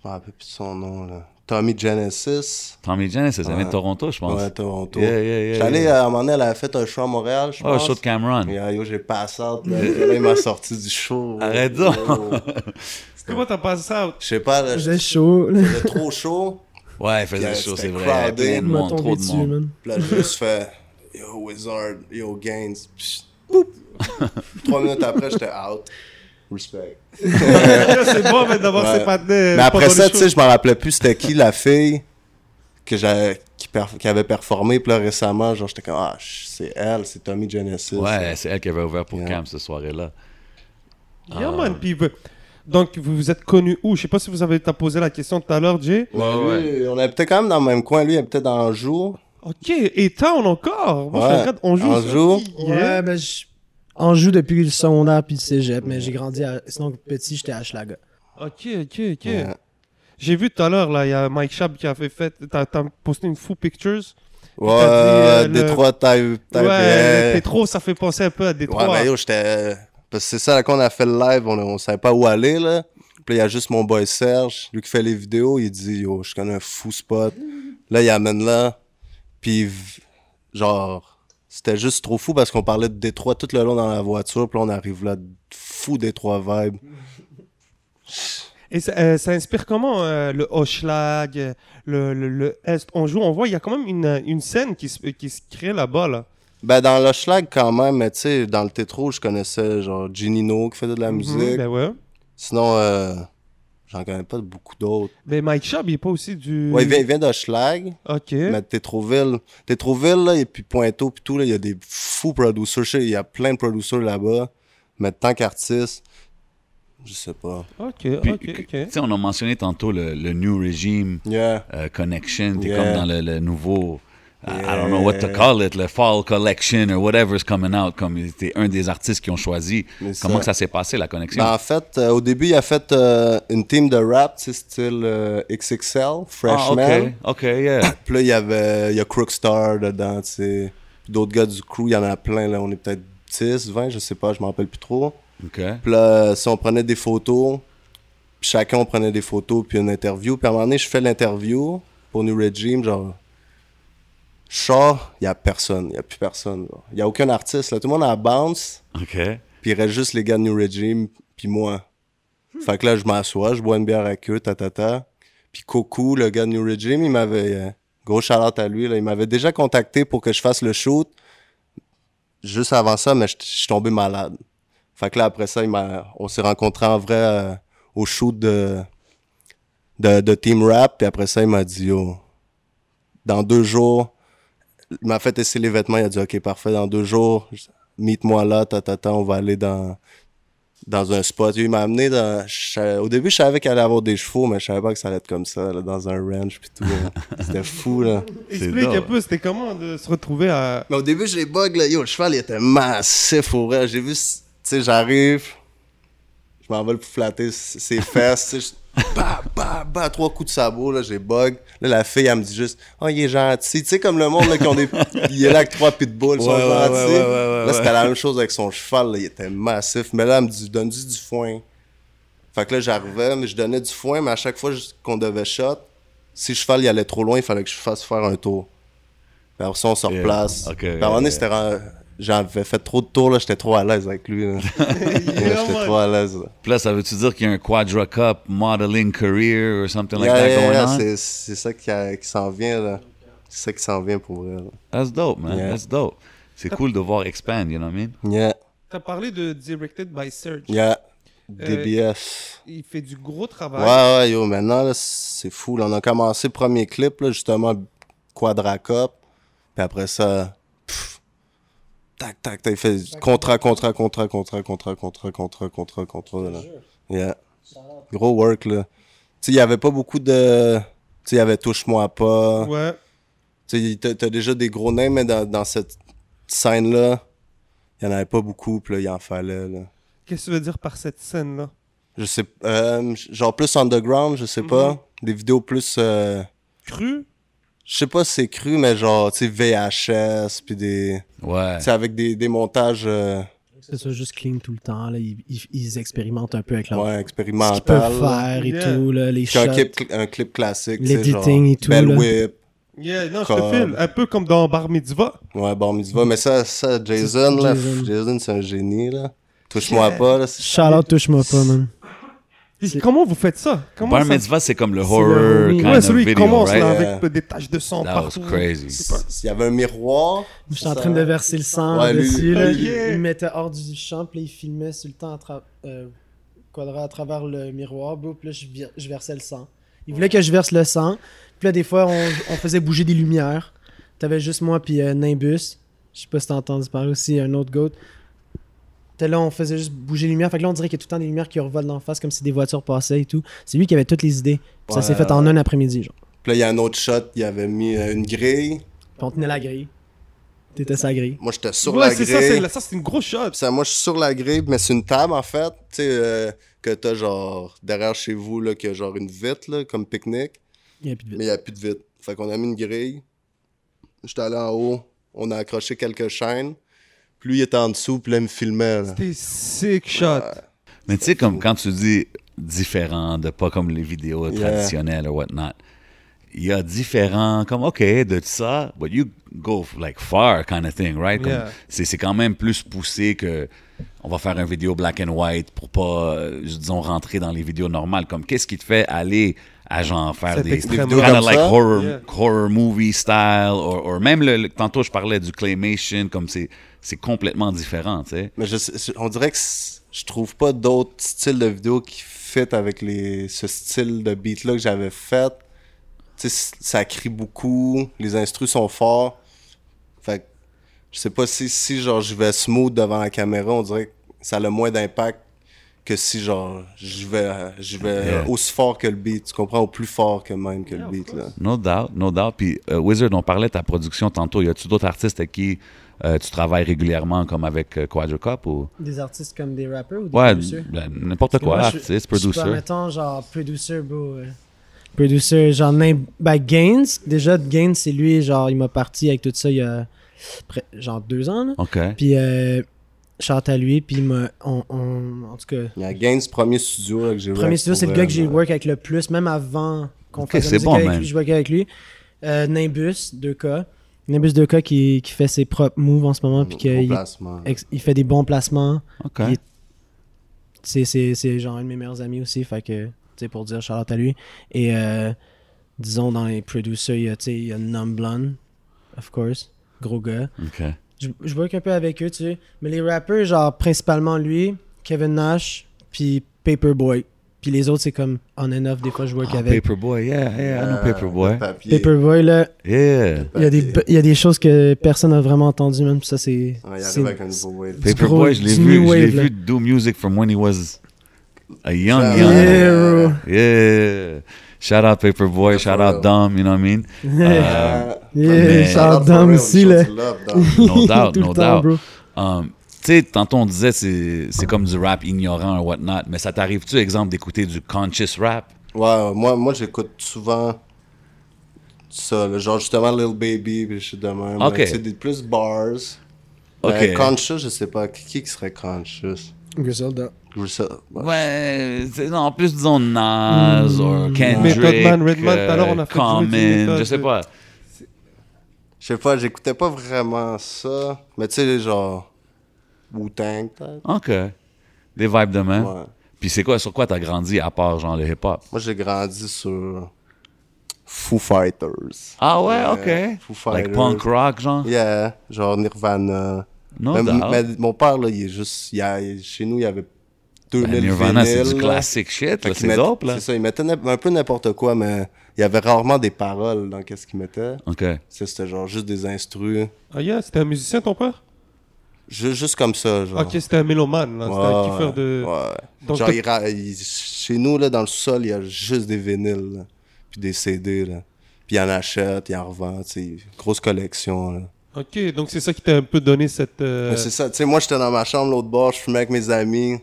Speaker 3: Je me rappelle plus de son nom, là. Tommy Genesis.
Speaker 2: Tommy Janis, ça vient de
Speaker 3: Ouais.
Speaker 2: Toronto, je pense.
Speaker 3: Ouais, Toronto.
Speaker 2: Yeah, yeah, yeah,
Speaker 3: J'allais,
Speaker 2: yeah.
Speaker 3: euh, à un moment donné, elle avait fait un show à Montréal, je
Speaker 2: oh,
Speaker 3: pense.
Speaker 2: show de Cameron.
Speaker 3: Et, euh, yo, j'ai passé out, là. Là, il m'a sorti du show.
Speaker 2: Arrête donc.
Speaker 3: Yo.
Speaker 1: Comment t'as passé ça
Speaker 3: Je sais pas, là.
Speaker 4: J'ai chaud. là.
Speaker 3: C'était trop chaud.
Speaker 2: Ouais, il faisait
Speaker 3: Yeah,
Speaker 2: chaud, c'est
Speaker 3: c'était
Speaker 2: vrai.
Speaker 3: crowded.
Speaker 2: Plein de
Speaker 4: Il m'a
Speaker 2: monde, trop
Speaker 4: tombé
Speaker 2: de
Speaker 4: dessus,
Speaker 2: monde.
Speaker 4: man.
Speaker 3: Puis là, j'ai juste fait Yo Wizard, yo Gaines. Psh, boop. Trois minutes après, j'étais out. Respect.
Speaker 1: C'est bon Euh, mais d'avoir euh,
Speaker 3: Ouais.
Speaker 1: ces patins.
Speaker 3: Mais après ça, tu sais, je me rappelais plus c'était qui la fille que j'avais qui, perf- qui avait performé. Puis là, récemment, genre, j'étais comme, ah, ch- c'est elle, c'est Tommy Genesis.
Speaker 2: Ouais, c'est elle qui avait ouvert pour
Speaker 3: Yeah.
Speaker 2: Cam cette soirée-là.
Speaker 1: Yeah, man. Puis, euh, donc, vous vous êtes connu où Je sais pas si vous avez t'as posé la question tout à l'heure, Jay.
Speaker 3: Ouais,
Speaker 2: Ouais,
Speaker 3: lui, On habitait quand même dans le même coin. Lui, il habitait dans Anjou.
Speaker 1: Ok, et Town encore. Moi, je
Speaker 3: Ouais.
Speaker 1: regarde, on joue.
Speaker 3: Anjou.
Speaker 1: Yeah.
Speaker 4: Ouais, ben, je- on joue depuis le secondaire puis le cégep, mais j'ai grandi à... Sinon, petit, j'étais à Schlaga.
Speaker 1: Ok, ok, ok.
Speaker 3: Ouais.
Speaker 1: J'ai vu tout à l'heure, là, il y a Mike Shab qui avait fait. T'as t'as posté une fou pictures.
Speaker 3: Ouais,
Speaker 1: t'as dit, euh,
Speaker 3: euh, Détroit, Taï- Taipei.
Speaker 1: ouais, le Petro, ça fait penser un peu à Détroit.
Speaker 3: Ouais, mais yo, j'étais. Parce que c'est ça, là, quand on a fait le live, on, on savait pas où aller, là. Puis là, il y a juste mon boy Serge, lui qui fait les vidéos, il dit, yo, je connais un fou spot. Là, il amène là. Puis, v- genre, c'était juste trop fou parce qu'on parlait de Détroit tout le long dans la voiture. Puis là, on arrive là, fou Détroit vibe.
Speaker 1: Et ça, euh, ça inspire comment euh, le Hochlag, euh, le, le, le Est On joue, on voit, il y a quand même une, euh, une scène qui se, qui se crée là-bas. Là.
Speaker 3: Ben, dans le schlag quand même, mais tu sais, dans le Tétro, je connaissais, genre, Ginino qui faisait de la
Speaker 1: Mhm,
Speaker 3: musique.
Speaker 1: ben ouais.
Speaker 3: Sinon, euh, j'en connais pas beaucoup d'autres.
Speaker 1: Mais Ben, Mike Shab, il est pas aussi du.
Speaker 3: Ouais, il vient, il vient de Schlag.
Speaker 1: Ok.
Speaker 3: Mais Tétroville, Tétroville, là, et puis Pointeau, puis tout, là, il y a des fous producers. Je sais, Il y a plein de producers là-bas. Mais tant qu'artiste, je sais pas.
Speaker 1: Ok,
Speaker 2: Puis,
Speaker 1: ok,
Speaker 2: que-
Speaker 1: ok.
Speaker 2: Tu sais, on a mentionné tantôt le, le New Regime
Speaker 3: Yeah.
Speaker 2: euh, Connection. T'es
Speaker 3: Yeah.
Speaker 2: comme dans le, le nouveau. I- I don't know what to
Speaker 3: Yeah.
Speaker 2: call it, le Fall Collection or whatever's coming out. Comme t'es un des artistes qui ont choisi.
Speaker 3: Mais
Speaker 2: Comment
Speaker 3: ça-
Speaker 2: que ça s'est passé, la connexion?
Speaker 3: Ben, en fait, euh, au début, il a fait euh, une team de rap, tu sais, style euh, XXL,
Speaker 2: Ah,
Speaker 3: Freshman.
Speaker 2: ok, ok, yeah.
Speaker 3: Puis là, il y avait, il y a Crookstar dedans, tu sais. Puis d'autres gars du crew, il y en a plein, là. On est peut-être 10, 20, je sais pas, je m'en rappelle plus trop.
Speaker 2: Ok.
Speaker 3: Puis là, si on prenait des photos, puis chacun on prenait des photos, puis une interview. Puis à un moment donné, je fais l'interview pour New Regime, genre. Je sors, il n'y a personne, il n'y a plus personne. Il n'y a aucun artiste, là. Tout le monde a bounce,
Speaker 2: Ok.
Speaker 3: puis il reste juste les gars de New Regime, puis moi. Fait que là, je m'assois, je bois une bière avec eux, tatata. Puis Coco, le gars de New Regime, il m'avait. euh, gros shout à lui, là. Il m'avait déjà contacté pour que je fasse le shoot. Juste avant ça, mais je je suis tombé malade. Fait que là, après ça, il m'a- on s'est rencontrés en vrai euh, au shoot de, de, de Team Rap. Puis après ça, il m'a dit, yo, dans deux jours, il m'a fait tester les vêtements. Il a dit, OK, parfait, dans deux jours, meet-moi là, tatata, on va aller dans, dans un spot. Il m'a amené dans. je savais- au début, je savais qu'elle allait avoir des chevaux, mais je savais pas que ça allait être comme ça, là, dans un ranch. Puis tout. là. C'était fou, là.
Speaker 1: Explique
Speaker 2: drôle.
Speaker 1: un peu, c'était comment de se retrouver à.
Speaker 3: Mais au début, j'ai bug, là. Yo, le cheval, il était massif au vrai. J'ai vu, tu sais, j'arrive, je m'en vais le flatter s- ses fesses, tu sais, je- bah, bah, bah, trois coups de sabot, là, j'ai bug. Là, la fille, elle me dit juste, oh, il est gentil. Tu sais, comme le monde, là, qui ont des. Il est là avec trois pitbulls, ils sont
Speaker 2: Ouais, ouais,
Speaker 3: gentils.
Speaker 2: ouais, ouais, ouais, ouais,
Speaker 3: là, c'était
Speaker 2: ouais.
Speaker 3: la même chose avec son cheval, là, il était massif. Mais là, elle me dit, donne-lui du foin. Fait que là, j'arrivais, mais je donnais du foin, mais à chaque fois je- qu'on devait shot, si le cheval il allait trop loin, il fallait que je fasse faire un tour. Puis après ça, on se
Speaker 2: Yeah.
Speaker 3: replace.
Speaker 2: Ok,
Speaker 3: Puis à un
Speaker 2: yeah,
Speaker 3: moment donné,
Speaker 2: yeah.
Speaker 3: c'était rend- j'avais fait trop de tours, là, j'étais trop à l'aise avec lui. là. Ouais, j'étais trop à l'aise. là.
Speaker 2: Puis là, ça veut-tu dire qu'il y a un Quadra Cup modeling career or something like
Speaker 3: Yeah,
Speaker 2: that
Speaker 3: yeah,
Speaker 2: going
Speaker 3: yeah,
Speaker 2: on?
Speaker 3: c'est, c'est ça qui, a- qui s'en vient, là. C'est ça qui s'en vient pour vrai, là.
Speaker 2: That's dope, man.
Speaker 3: Yeah.
Speaker 2: That's dope. C'est cool de voir expand, you know what I mean?
Speaker 3: Yeah,
Speaker 1: T'as parlé de Directed by Serge.
Speaker 3: yeah. DBF.
Speaker 1: Il fait du gros
Speaker 3: Ouais,
Speaker 1: travail.
Speaker 3: ouais, yo, maintenant, là, c'est fou. là. On a commencé premier clip, là, justement, Quadra Cup. Puis après ça, pff, tac, tac, tac, il fait contrat, contrat, contrat, contrat, contrat, contrat, contrat, contrat, contrat. Là. Yeah. Gros work, là. Tu sais, il y avait pas beaucoup de... Tu sais, il y avait Touche-moi pas.
Speaker 1: Ouais.
Speaker 3: Tu sais, t'as- t'as déjà des gros names, mais dans, dans cette scène-là, il y en avait pas beaucoup, puis là, il en fallait, là.
Speaker 1: Qu'est-ce que tu veux dire par cette scène-là
Speaker 3: Je sais... euh, genre plus underground, je sais pas. Des vidéos plus... euh,
Speaker 1: Cru
Speaker 3: Je sais pas si c'est cru, mais genre, tu sais, VHS, puis des...
Speaker 2: Ouais.
Speaker 3: Tu sais, avec des, des montages euh,
Speaker 4: C'est ça, juste clean tout le temps. Là. Ils, ils- ils expérimentent un peu avec leur...
Speaker 3: ouais,
Speaker 4: ce qu'ils peuvent
Speaker 3: expérimentaux. là.
Speaker 4: faire et
Speaker 1: Yeah.
Speaker 4: tout, là, les
Speaker 3: Puis
Speaker 4: shots.
Speaker 3: Un clip, cl- un clip classique, tu sais, genre...
Speaker 4: L'editing et tout,
Speaker 3: Belle
Speaker 4: là.
Speaker 3: Whip.
Speaker 1: Yeah, non, je
Speaker 3: Comme-
Speaker 1: te file. Un peu comme dans Bar Mitzvah.
Speaker 3: Ouais, bon, mitzvah. Mais ça, ça Jason, là,
Speaker 4: Jason.
Speaker 3: pff, Jason, c'est un génie, là. Touche-moi pas, là. c'est-
Speaker 4: Shout-out, touche-moi pas, man.
Speaker 1: Et Comment vous faites ça Comment
Speaker 2: Bar
Speaker 1: ça
Speaker 2: Mitzvah, c'est comme le
Speaker 4: C'est
Speaker 2: horror
Speaker 4: le-
Speaker 2: kind
Speaker 1: Ouais,
Speaker 2: of
Speaker 1: celui qui
Speaker 2: video,
Speaker 1: commence
Speaker 2: right?
Speaker 1: là,
Speaker 3: Yeah.
Speaker 1: avec des taches de sang
Speaker 2: That was
Speaker 1: partout.
Speaker 2: crazy.
Speaker 3: Il y avait un miroir.
Speaker 4: Je suis en train de verser le sang
Speaker 3: Ouais, lui-
Speaker 4: dessus.
Speaker 1: Ah,
Speaker 4: Là.
Speaker 1: yeah.
Speaker 4: Il me mettait hors du champ, puis là, il filmait sur le temps à, tra- euh, quadra à travers le miroir. bro, Puis là, je, vir- je versais le sang. Il voulait que je verse le sang. Puis là, des fois, on, on faisait bouger des lumières. T'avais juste moi puis euh, Nimbus. Je sais pas si t'as entendu parler aussi, un autre goat. T'es là, on faisait juste bouger les lumières. Fait que là, on dirait qu'il y a tout le temps des lumières qui revolent d'en face comme si des voitures passaient et tout. C'est lui qui avait toutes les idées. Puis ça
Speaker 3: Ouais,
Speaker 4: s'est fait en
Speaker 3: ouais.
Speaker 4: un après-midi, genre.
Speaker 3: Puis là, il y a un autre shot, il avait mis euh, une grille.
Speaker 4: Puis on tenait la grille. T'étais sa grille.
Speaker 3: Moi, j'étais sur
Speaker 1: ouais,
Speaker 3: la
Speaker 1: c'est
Speaker 3: grille.
Speaker 1: ça, c'est la- ça, c'est une grosse shot.
Speaker 3: Ça, moi, je suis sur la grille, mais c'est une table, en fait, tu sais, euh, que t'as, genre, derrière chez vous, là, que genre une vitre, là, comme pique-nique,
Speaker 4: Il y a plus de
Speaker 3: mais il n'y a plus de vitre. Fait qu'on a mis une grille. J'étais allé en haut, on a accroché quelques chaînes. Puis lui, il était en dessous, puis là, il me filmait, là.
Speaker 1: C'était sick shot.
Speaker 2: Mais tu sais, comme quand tu dis différent, de pas comme les vidéos
Speaker 3: Yeah.
Speaker 2: traditionnelles ou whatnot, il y a différent, comme, OK, de ça, but you go like far kind of thing, right? Comme,
Speaker 1: Yeah.
Speaker 2: c'est, c'est quand même plus poussé que on va faire une vidéo black and white pour pas, euh, disons, rentrer dans les vidéos normales. Comme, qu'est-ce qui te fait aller à genre faire
Speaker 1: Cet
Speaker 2: des,
Speaker 1: extrême.
Speaker 2: des kinda
Speaker 3: Comme
Speaker 2: like
Speaker 3: ça?
Speaker 2: horror,
Speaker 1: Yeah.
Speaker 2: horror movie style, or, or même le, le- tantôt je parlais du claymation, comme c'est, c'est complètement différent, tu sais.
Speaker 3: Mais je sais- je- on dirait que c- je trouve pas d'autres styles de vidéos qui fit avec les, ce style de beat-là que j'avais fait. Tu sais, c- ça crie beaucoup, les instrus sont forts. Fait que je sais pas si, si genre je vais smooth devant la caméra, on dirait que ça a le moins d'impact que si genre je vais je vais
Speaker 2: Yeah.
Speaker 3: aussi fort que le beat, tu comprends, ou plus fort que même que le beat là.
Speaker 2: No doubt, no doubt. Puis euh, Wizard, on parlait de ta production tantôt. Y a-tu d'autres artistes avec qui euh, tu travailles régulièrement, comme avec euh, Quadricop ou
Speaker 4: Des artistes comme des rappers ou des
Speaker 2: ouais,
Speaker 4: producers?
Speaker 2: ben, n'importe quoi,
Speaker 4: Moi, je-
Speaker 2: artiste,
Speaker 4: je suis pas,
Speaker 2: producer.
Speaker 4: mettons, genre, producer, bro. euh, Producer, genre, Nim- ben, Gaines. Déjà, Gaines, c'est lui, genre, il m'a parti avec tout ça il y a près- genre deux ans, là.
Speaker 2: Ok.
Speaker 4: Puis, euh, chante à lui, puis il m'a- on, on- en tout cas,
Speaker 3: Il y a Gaines premier studio là, que j'ai
Speaker 4: premier
Speaker 3: work
Speaker 4: studio, c'est le
Speaker 3: pour,
Speaker 4: gars
Speaker 3: euh,
Speaker 4: que j'ai work avec le plus, même avant qu'on
Speaker 2: Ok,
Speaker 4: fasse la
Speaker 2: c'est
Speaker 4: musique
Speaker 2: bon,
Speaker 4: avec
Speaker 2: man.
Speaker 4: lui, je workais avec lui. Euh, Nimbus, 2K. Nimbus 2K qui, qui fait ses propres moves en ce moment, hein, puis
Speaker 3: au
Speaker 4: qu'il
Speaker 3: placement.
Speaker 4: ex- il fait des bons placements.
Speaker 2: ok.
Speaker 4: il est- c'est, c'est, c'est genre un de mes meilleurs amis aussi, fait que, tu sais, pour dire Charlotte à lui. Et, euh, disons, dans les producers, il y a, tu sais, il y a Numb Blonde, of course, gros gars.
Speaker 2: ok.
Speaker 4: Je, je work un peu avec eux, tu sais, mais les rappeurs, genre, principalement lui, Kevin Nash, puis Paperboy. Puis les autres, c'est comme on and off, des fois, je work
Speaker 2: Ah,
Speaker 4: avec.
Speaker 2: Paperboy, yeah, yeah, I know
Speaker 3: Euh,
Speaker 2: Paperboy.
Speaker 3: papier.
Speaker 4: Paperboy, là,
Speaker 2: Yeah.
Speaker 4: il y, a des,
Speaker 3: Papier.
Speaker 4: il y a des choses que personne n'a vraiment entendues, même, ça, c'est...
Speaker 3: Ouais, il
Speaker 4: c'est-
Speaker 3: arrive avec un nouveau wave.
Speaker 4: Du gros-
Speaker 2: Paperboy, je l'ai
Speaker 4: du
Speaker 2: vu,
Speaker 4: new
Speaker 2: je l'ai
Speaker 4: wave, là.
Speaker 2: vu do music from when he was a young,
Speaker 3: Yeah.
Speaker 2: young. Yeah.
Speaker 4: Yeah,
Speaker 3: Euh,
Speaker 4: bro.
Speaker 2: Shout out Paperboy,
Speaker 3: Yeah,
Speaker 2: shout
Speaker 3: for
Speaker 2: out
Speaker 3: real.
Speaker 2: Dom, you know what I mean? Euh,
Speaker 4: Yeah,
Speaker 2: Mais-
Speaker 4: shout out Dom ici, là.
Speaker 2: No doubt,
Speaker 4: Tout le
Speaker 2: no
Speaker 4: temps,
Speaker 2: doubt.
Speaker 4: bro.
Speaker 2: Um, tu sais, tantôt on disait c'est c'est comme du rap ignorant ou whatnot, mais ça t'arrive-tu, exemple, d'écouter du conscious rap?
Speaker 3: Ouais, euh, moi, moi j'écoute souvent ça, là, genre justement Lil Baby, puis je suis de même.
Speaker 2: Ok.
Speaker 3: là, tu sais, des plus bars.
Speaker 2: Ok.
Speaker 3: Mais conscious, je sais pas, qui, qui serait conscious?
Speaker 4: Griselda.
Speaker 3: Griselda. Ouais.
Speaker 2: Ouais, c'est- non, en plus disons Nas ou Kendrick,
Speaker 1: Method Man, Redman,
Speaker 2: euh,
Speaker 1: tout à l'heure, on a fait jouer
Speaker 2: Common,
Speaker 1: du méthode,
Speaker 2: je sais
Speaker 1: de-
Speaker 2: pas.
Speaker 3: Je sais pas, j'écoutais pas vraiment ça. Mais tu sais, genre Wu-Tang, peut-être.
Speaker 2: Ok, des vibes de même.
Speaker 3: Ouais.
Speaker 2: Puis c'est quoi, sur quoi t'as grandi à part genre le hip-hop?
Speaker 3: Moi, j'ai grandi sur Foo Fighters.
Speaker 2: Ah ouais,
Speaker 3: Euh,
Speaker 2: ok.
Speaker 3: Foo
Speaker 2: Like
Speaker 3: Fighters.
Speaker 2: punk rock genre?
Speaker 3: Yeah, genre Nirvana.
Speaker 2: No
Speaker 3: Mais-
Speaker 2: doubt.
Speaker 3: mais mon père, là, il est juste. il a- chez nous, il y avait
Speaker 2: Ben,
Speaker 3: 2000
Speaker 2: Nirvana, c'est du
Speaker 3: vinyles, là.
Speaker 2: classic shit,
Speaker 3: Fait
Speaker 2: là,
Speaker 3: qu'il
Speaker 2: c'est
Speaker 3: met-
Speaker 2: dope là.
Speaker 3: C'est ça, il mettait n'im- un peu n'importe quoi, mais il y avait rarement des paroles dans qu'est-ce qu'il mettait.
Speaker 2: Ok.
Speaker 3: Ça, C'était genre juste des instrus.
Speaker 1: Ah yeah, c'était un musicien ton père
Speaker 3: Ju- juste comme ça, genre.
Speaker 1: Ok, c'était un mélomane, là. c'était un
Speaker 3: Ouais,
Speaker 1: kiffeur de.
Speaker 3: ouais.
Speaker 1: Donc,
Speaker 3: genre,
Speaker 1: t'as-
Speaker 3: il ra- il- chez nous, là, dans le sol, il y a juste des vinyles, là, puis des CD, là. Puis il en achète, il en revend, tu sais, grosse collection, là.
Speaker 1: Ok, donc c'est ça qui t'a un peu donné cette. euh,
Speaker 3: Mais c'est ça, tu sais, moi, j'étais dans ma chambre, l'autre bord, je fumais avec mes amis.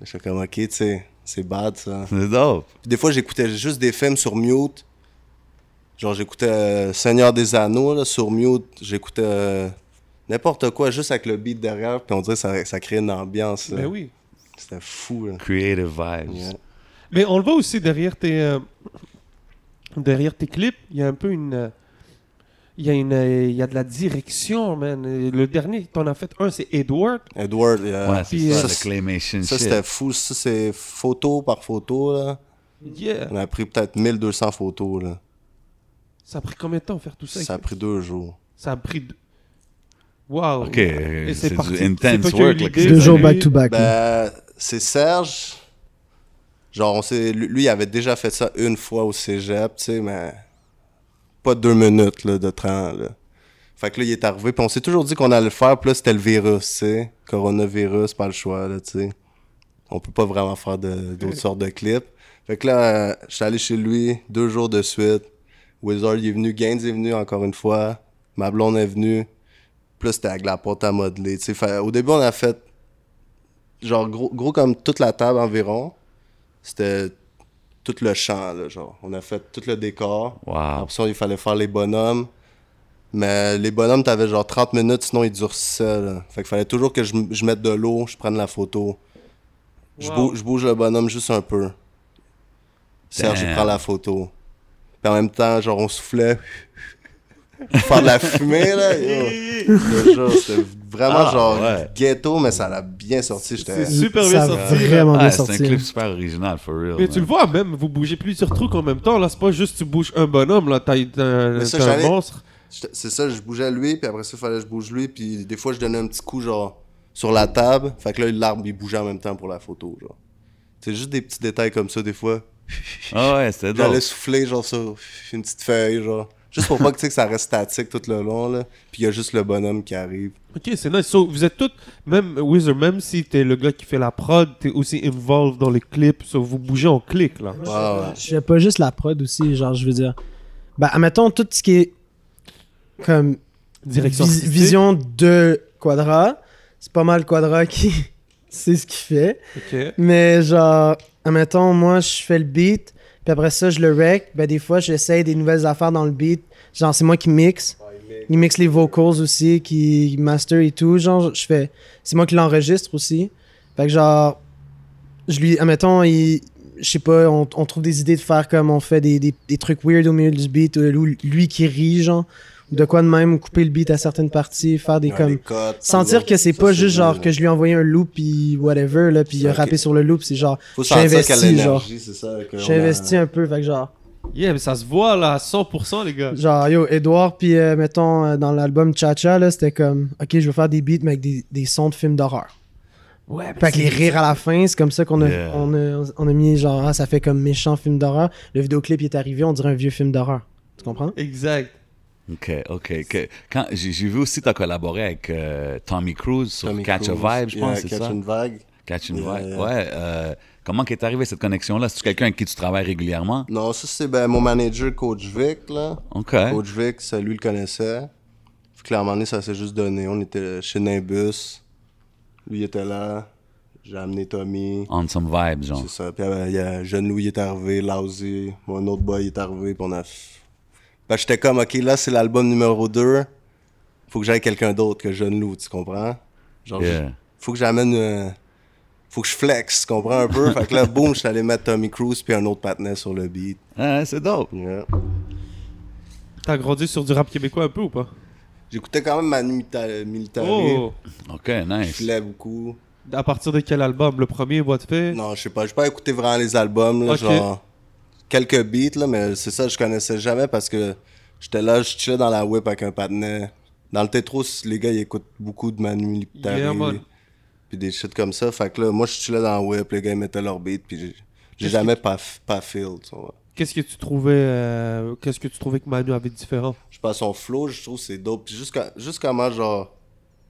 Speaker 3: J'étais comme, ok, tu sais, c'est bad, ça.
Speaker 2: C'est dope.
Speaker 3: Puis des fois, j'écoutais juste des films sur mute. Genre, j'écoutais euh, Seigneur des Anneaux là, sur mute. J'écoutais euh, n'importe quoi, juste avec le beat derrière. Puis on dirait que ça, ça crée une ambiance. là.
Speaker 1: Ben oui.
Speaker 3: C'était fou. Là.
Speaker 2: Creative vibes.
Speaker 3: Yeah.
Speaker 1: Mais on le voit aussi derrière tes, euh, derrière tes clips, il y a un peu une. euh, Il y, a une, euh, il y a de la direction, man. Et Le dernier que t'en as fait, un, c'est Edward.
Speaker 3: Edward, euh,
Speaker 2: Ouais, c'est
Speaker 1: Puis,
Speaker 2: ça,
Speaker 3: euh,
Speaker 2: le claymation
Speaker 3: ça,
Speaker 2: shit.
Speaker 3: c'était fou. Ça, c'est photo par photo. Là.
Speaker 1: Yeah.
Speaker 3: On a pris peut-être 1200 photos. Là.
Speaker 1: Ça a pris combien de temps faire tout ça
Speaker 3: Ça a pris deux jours.
Speaker 1: Ça a pris. deux- Wow.
Speaker 2: Ok, euh,
Speaker 1: Et
Speaker 2: c'est
Speaker 1: parti.
Speaker 2: du
Speaker 1: toi
Speaker 2: intense
Speaker 1: qui as eu
Speaker 2: work, là,
Speaker 1: l'idée,
Speaker 2: que
Speaker 4: Deux
Speaker 1: t'as
Speaker 4: jours
Speaker 1: eu-
Speaker 4: back-to-back. là.
Speaker 3: Ben, c'est Serge. Genre, on s'est- lui, lui, il avait déjà fait ça une fois au cégep, tu sais, mais pas deux minutes là, de temps. Là. Fait que là, il est arrivé, puis on s'est toujours dit qu'on allait le faire, puis là, c'était le virus, tu sais. Coronavirus, pas le choix, là, tu sais. On peut pas vraiment faire de- d'autres sortes de clips. Fait que là, euh, je suis allé chez lui deux jours de suite. Wizard, il est venu, Gaines est venu encore une fois. Ma blonde est venue. Puis là, c'était avec la porte à modeler, tu sais. Fait- Au début, on a fait, genre, gros, gros comme toute la table environ. C'était tout le champ, là, genre. On a fait tout le décor.
Speaker 2: Wow.
Speaker 3: Après ça, il fallait faire les bonhommes. Mais les bonhommes, t'avais genre 30 minutes, sinon ils durcissaient. Là. Fait qu'il fallait toujours que je, m- je mette de l'eau, je prenne la photo. Je,
Speaker 1: Wow.
Speaker 3: bouge, je bouge le bonhomme juste un peu. Serge, il
Speaker 2: Damn.
Speaker 3: prend la photo. Puis en même temps, genre, on soufflait. faire de la fumée, là. yo. Je te jure, C'était vraiment
Speaker 2: Ah,
Speaker 3: genre
Speaker 2: ouais.
Speaker 3: ghetto, mais ça l'a bien sorti. J'étais.
Speaker 1: C'est super bien
Speaker 4: ça a
Speaker 1: sorti.
Speaker 4: vraiment bien
Speaker 2: Ah, c'est un
Speaker 4: sorti. hein.
Speaker 2: clip super original, for real.
Speaker 1: Mais tu le
Speaker 2: man.
Speaker 1: vois même, vous bougez plusieurs trucs en même temps. Là, c'est pas juste tu bouges un bonhomme, là, t'as t'as un,
Speaker 3: Mais ça,
Speaker 1: t'as un
Speaker 3: j'allais-
Speaker 1: monstre.
Speaker 3: J'étais- C'est ça, je bougeais lui, puis après ça, il fallait que je bouge lui, puis des fois, je donnais un petit coup, genre, sur la table. Fait que là, l'arbre, il bougeait en même temps pour la photo, genre. C'est juste des petits détails comme ça, des fois.
Speaker 2: Ah ouais, c'était drôle.
Speaker 3: J'allais souffler, genre, sur une petite feuille, genre. Juste pour pas que, tu sais, que ça reste statique tout le long, là. Puis il y a juste le bonhomme qui arrive.
Speaker 1: Ok, c'est nice. So, vous êtes tous, même Wizard, même si t'es le gars qui fait la prod, t'es aussi involved dans les clips. So, vous bougez en clic, là.
Speaker 3: Wow.
Speaker 4: Je fais pas juste la prod aussi, genre, je veux dire. Bah, admettons, tout ce qui est comme
Speaker 1: Direction.
Speaker 4: vis-
Speaker 1: artistique.
Speaker 4: vision de Quadra, c'est pas mal Quadra qui sait ce qu'il fait.
Speaker 1: Ok.
Speaker 4: Mais genre, admettons, moi, je fais le beat, puis après ça, je le rec. Ben, des fois, j'essaye des nouvelles affaires dans le beat. Genre, c'est moi qui mixe. Ah, Il mixe les vocals aussi, qui master et tout. Genre, je fais. C'est moi qui l'enregistre aussi. Fait que genre, je lui. Admettons, il. Je sais pas, on, on trouve des idées de faire comme on fait des, des, des trucs weird au milieu du beat, euh, lui, lui qui rit, genre, ou de quoi de même, couper le beat à certaines parties, faire des
Speaker 3: Ouais,
Speaker 4: comme.
Speaker 3: les cotes,
Speaker 4: Sentir
Speaker 3: tout.
Speaker 4: que c'est
Speaker 3: Ça,
Speaker 4: pas juste
Speaker 3: bien,
Speaker 4: genre que je lui ai envoyé un loop puis whatever là puis il a
Speaker 3: Ok.
Speaker 4: rappé sur le loop c'est genre
Speaker 3: Faut
Speaker 4: je
Speaker 3: sentir
Speaker 4: suis
Speaker 3: qu'elle a
Speaker 4: investi, genre.
Speaker 3: l'énergie, c'est ça. que
Speaker 4: je
Speaker 3: on
Speaker 4: suis
Speaker 3: a-
Speaker 4: investi un peu fait que genre
Speaker 1: Yeah, mais ça se voit, là, à 100%, les gars.
Speaker 4: genre yo Edouard puis euh, mettons euh, dans l'album Cha Cha là c'était comme ok je veux faire des beats mais avec des, des sons de films d'horreur
Speaker 1: Ouais,
Speaker 4: fait que les rires à la fin c'est comme ça qu'on a,
Speaker 2: Yeah.
Speaker 4: on a on a mis genre ah, ça fait comme méchant film d'horreur le vidéoclip il est arrivé on dirait un vieux film d'horreur tu comprends
Speaker 1: Exact.
Speaker 2: Ok, ok, ok. Quand j'ai j'ai vu aussi t'as collaboré avec euh, Tommy Cruise sur
Speaker 3: Tommy
Speaker 2: Catch
Speaker 3: Cruise.
Speaker 2: a Vibe, je
Speaker 3: Yeah,
Speaker 2: pense, c'est
Speaker 3: Catch
Speaker 2: ça.
Speaker 3: une vague.
Speaker 2: Catch and
Speaker 3: Yeah,
Speaker 2: Vibe.
Speaker 3: yeah.
Speaker 2: Ouais. euh, comment qu'est arrivée cette connexion-là C'est quelqu'un avec qui tu travailles régulièrement
Speaker 3: Non, ça, c'est ben, mon manager, Coach Vic, là.
Speaker 2: Ok.
Speaker 3: Coach Vic, ça, lui, le connaissait. Puis clairement, là, ça s'est juste donné. On était chez Nimbus. Lui, il était là. J'ai amené Tommy.
Speaker 2: On some vibes, genre.
Speaker 3: C'est ça. Puis euh, il y a Jeune Louis il est arrivé, Lousy, mon autre boy il est arrivé, puis on a... Ben, j'étais comme, OK, là, c'est l'album numéro 2. Faut que j'aille quelqu'un d'autre que Jeune Loup, tu comprends? Genre,
Speaker 2: Yeah.
Speaker 3: faut que j'amène... euh, Faut que je flex, tu comprends un peu? fait que là, boum, je suis allé mettre Tommy Cruise puis un autre patinet sur le beat.
Speaker 2: Ah, c'est dope.
Speaker 3: Yeah.
Speaker 1: T'as grandi sur du rap québécois un peu ou pas
Speaker 3: J'écoutais quand même Manu Milita- Militari.
Speaker 1: Oh
Speaker 2: Ok,
Speaker 3: Je
Speaker 2: nice.
Speaker 3: filais beaucoup.
Speaker 1: À partir de quel album Le premier, Boîte de fait
Speaker 3: Non, je sais pas, j'ai pas écouté vraiment les albums, là,
Speaker 1: Ok.
Speaker 3: genre quelques beats, là, mais c'est ça, je connaissais jamais parce que j'étais là, je chillais dans la whip avec un patinet. Dans le Tetros, les gars, ils écoutent beaucoup de Manu Militari,
Speaker 1: Yeah, man.
Speaker 3: puis des shit comme ça. Fait que là, moi, je chillais dans la whip, les gars, ils mettaient leur beat, puis j'ai- j'ai jamais pas, pas feel, tu vois.
Speaker 1: Qu'est-ce que tu trouvais euh, Qu'est-ce que tu trouvais que Manu avait de différent
Speaker 3: Je sais pas, son flow, je trouve c'est dope. Puis juste, quand- juste comment, genre,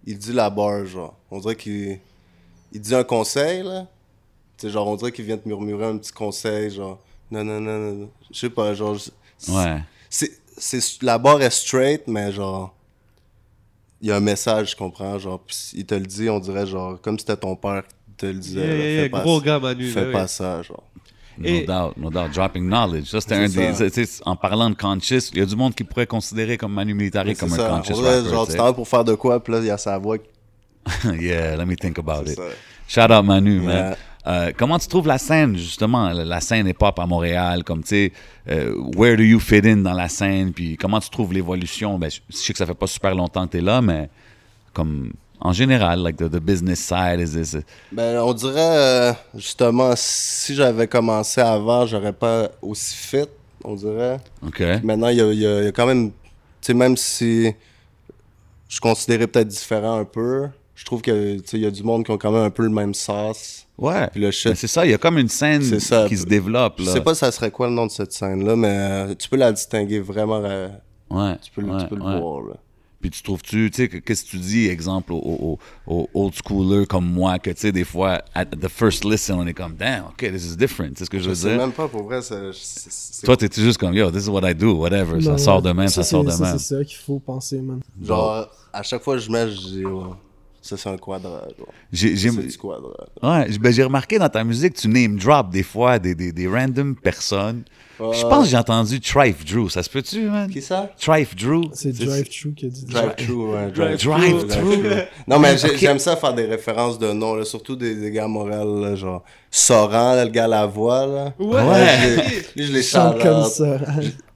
Speaker 3: il dit la barre, genre. On dirait qu'il il dit un conseil, là. Tu sais, genre, on dirait qu'il vient te murmurer un petit conseil, genre, non, non, non, non, non. Je sais pas, genre, c'est-
Speaker 2: Ouais.
Speaker 3: c'est, c'est- la barre est straight, mais genre, il y a un message, je comprends, genre, puis il te le dit, on dirait, genre, comme si c'était ton père qui te le disait.
Speaker 1: Yeah,
Speaker 3: là,
Speaker 1: yeah,
Speaker 3: fais
Speaker 1: yeah,
Speaker 3: pas
Speaker 1: gros
Speaker 3: ça.
Speaker 1: gars, Manu.
Speaker 3: Fais
Speaker 1: là,
Speaker 3: pas
Speaker 1: ouais.
Speaker 3: ça, genre.
Speaker 2: No
Speaker 1: Et-
Speaker 2: doubt, no doubt. Dropping knowledge. Ça, c'était
Speaker 3: C'est
Speaker 2: un des.
Speaker 3: ça.
Speaker 2: tu sais, en parlant de conscious, il y a du monde qui pourrait considérer comme Manu Militari comme
Speaker 3: C'est
Speaker 2: un
Speaker 3: ça,
Speaker 2: conscious
Speaker 3: on dirait,
Speaker 2: rapper.
Speaker 3: genre,
Speaker 2: tu
Speaker 3: tu
Speaker 2: sais.
Speaker 3: t'en vas pour faire de quoi, puis là, il y a sa voix qui
Speaker 2: yeah, let me think about
Speaker 3: C'est
Speaker 2: it.
Speaker 3: ça.
Speaker 2: Shout out Manu, man.
Speaker 3: Yeah.
Speaker 2: Euh, comment tu trouves la scène, justement, la- la scène hip-hop à Montréal? Comme, tu sais, euh, where do you fit in dans la scène? Puis comment tu trouves l'évolution? Ben, je je sais que ça fait pas super longtemps que t'es là, mais comme, en général, like the, the business side, is this...
Speaker 3: Ben, on dirait, euh, justement, si j'avais commencé avant, j'aurais pas aussi fit, on dirait.
Speaker 2: OK.
Speaker 3: Maintenant, il y a, il y a- il y a quand même, tu sais, même si je considérais peut-être différent un peu, je trouve que, tu sais, il y a du monde qui ont quand même un peu le même sens.
Speaker 2: Ouais.
Speaker 3: Puis le shit.
Speaker 2: Ben, c'est ça, il y a comme une scène
Speaker 3: C'est ça.
Speaker 2: qui se développe,
Speaker 3: Je
Speaker 2: là.
Speaker 3: sais pas ça serait quoi le nom de cette scène-là, mais euh, tu peux la distinguer vraiment ra-
Speaker 2: Ouais,
Speaker 3: Tu peux, le-
Speaker 2: ouais,
Speaker 3: tu peux
Speaker 2: ouais.
Speaker 3: le voir, là.
Speaker 2: Puis tu trouves-tu, tu sais, que- qu'est-ce que tu dis, exemple, aux au, au- au old schoolers comme moi, que tu sais, des fois, at the first listen, on est comme, damn, OK, this is different. C'est ce que je veux
Speaker 3: C'est
Speaker 2: dire.
Speaker 3: même pas pour vrai. c'est- c'est- c'est-
Speaker 2: Toi, t'es juste comme, yo, this is what I do, whatever. ça sort de même, ça,
Speaker 4: c'est-
Speaker 2: sort de
Speaker 4: ça,
Speaker 2: même.
Speaker 4: C'est ça qu'il faut penser, man.
Speaker 3: Genre, à chaque fois que je mets, je dis, oh, ça c'est un quadrat. genre.
Speaker 2: J'ai- j'ai-
Speaker 3: C'est du quadrat.
Speaker 2: Ouais, j- ben, j'ai remarqué dans ta musique, tu name drop des fois des, des, des random personnes. Je pense que j'ai entendu Trife Drew, ça se peut-tu, man?
Speaker 3: Ah. Qui ça?
Speaker 2: Trife Drew.
Speaker 4: C'est drive-thru qui a dit.
Speaker 3: Drive-thru, ouais.
Speaker 2: Drive-thru.
Speaker 3: Non, mais j'ai- j'aime ça faire des références de noms, là, surtout des, des gars morels, là, genre Soran, là, le gars à la voix. Là.
Speaker 2: Ouais.
Speaker 3: Lui, je les
Speaker 4: Chante
Speaker 3: chante.
Speaker 4: comme ça.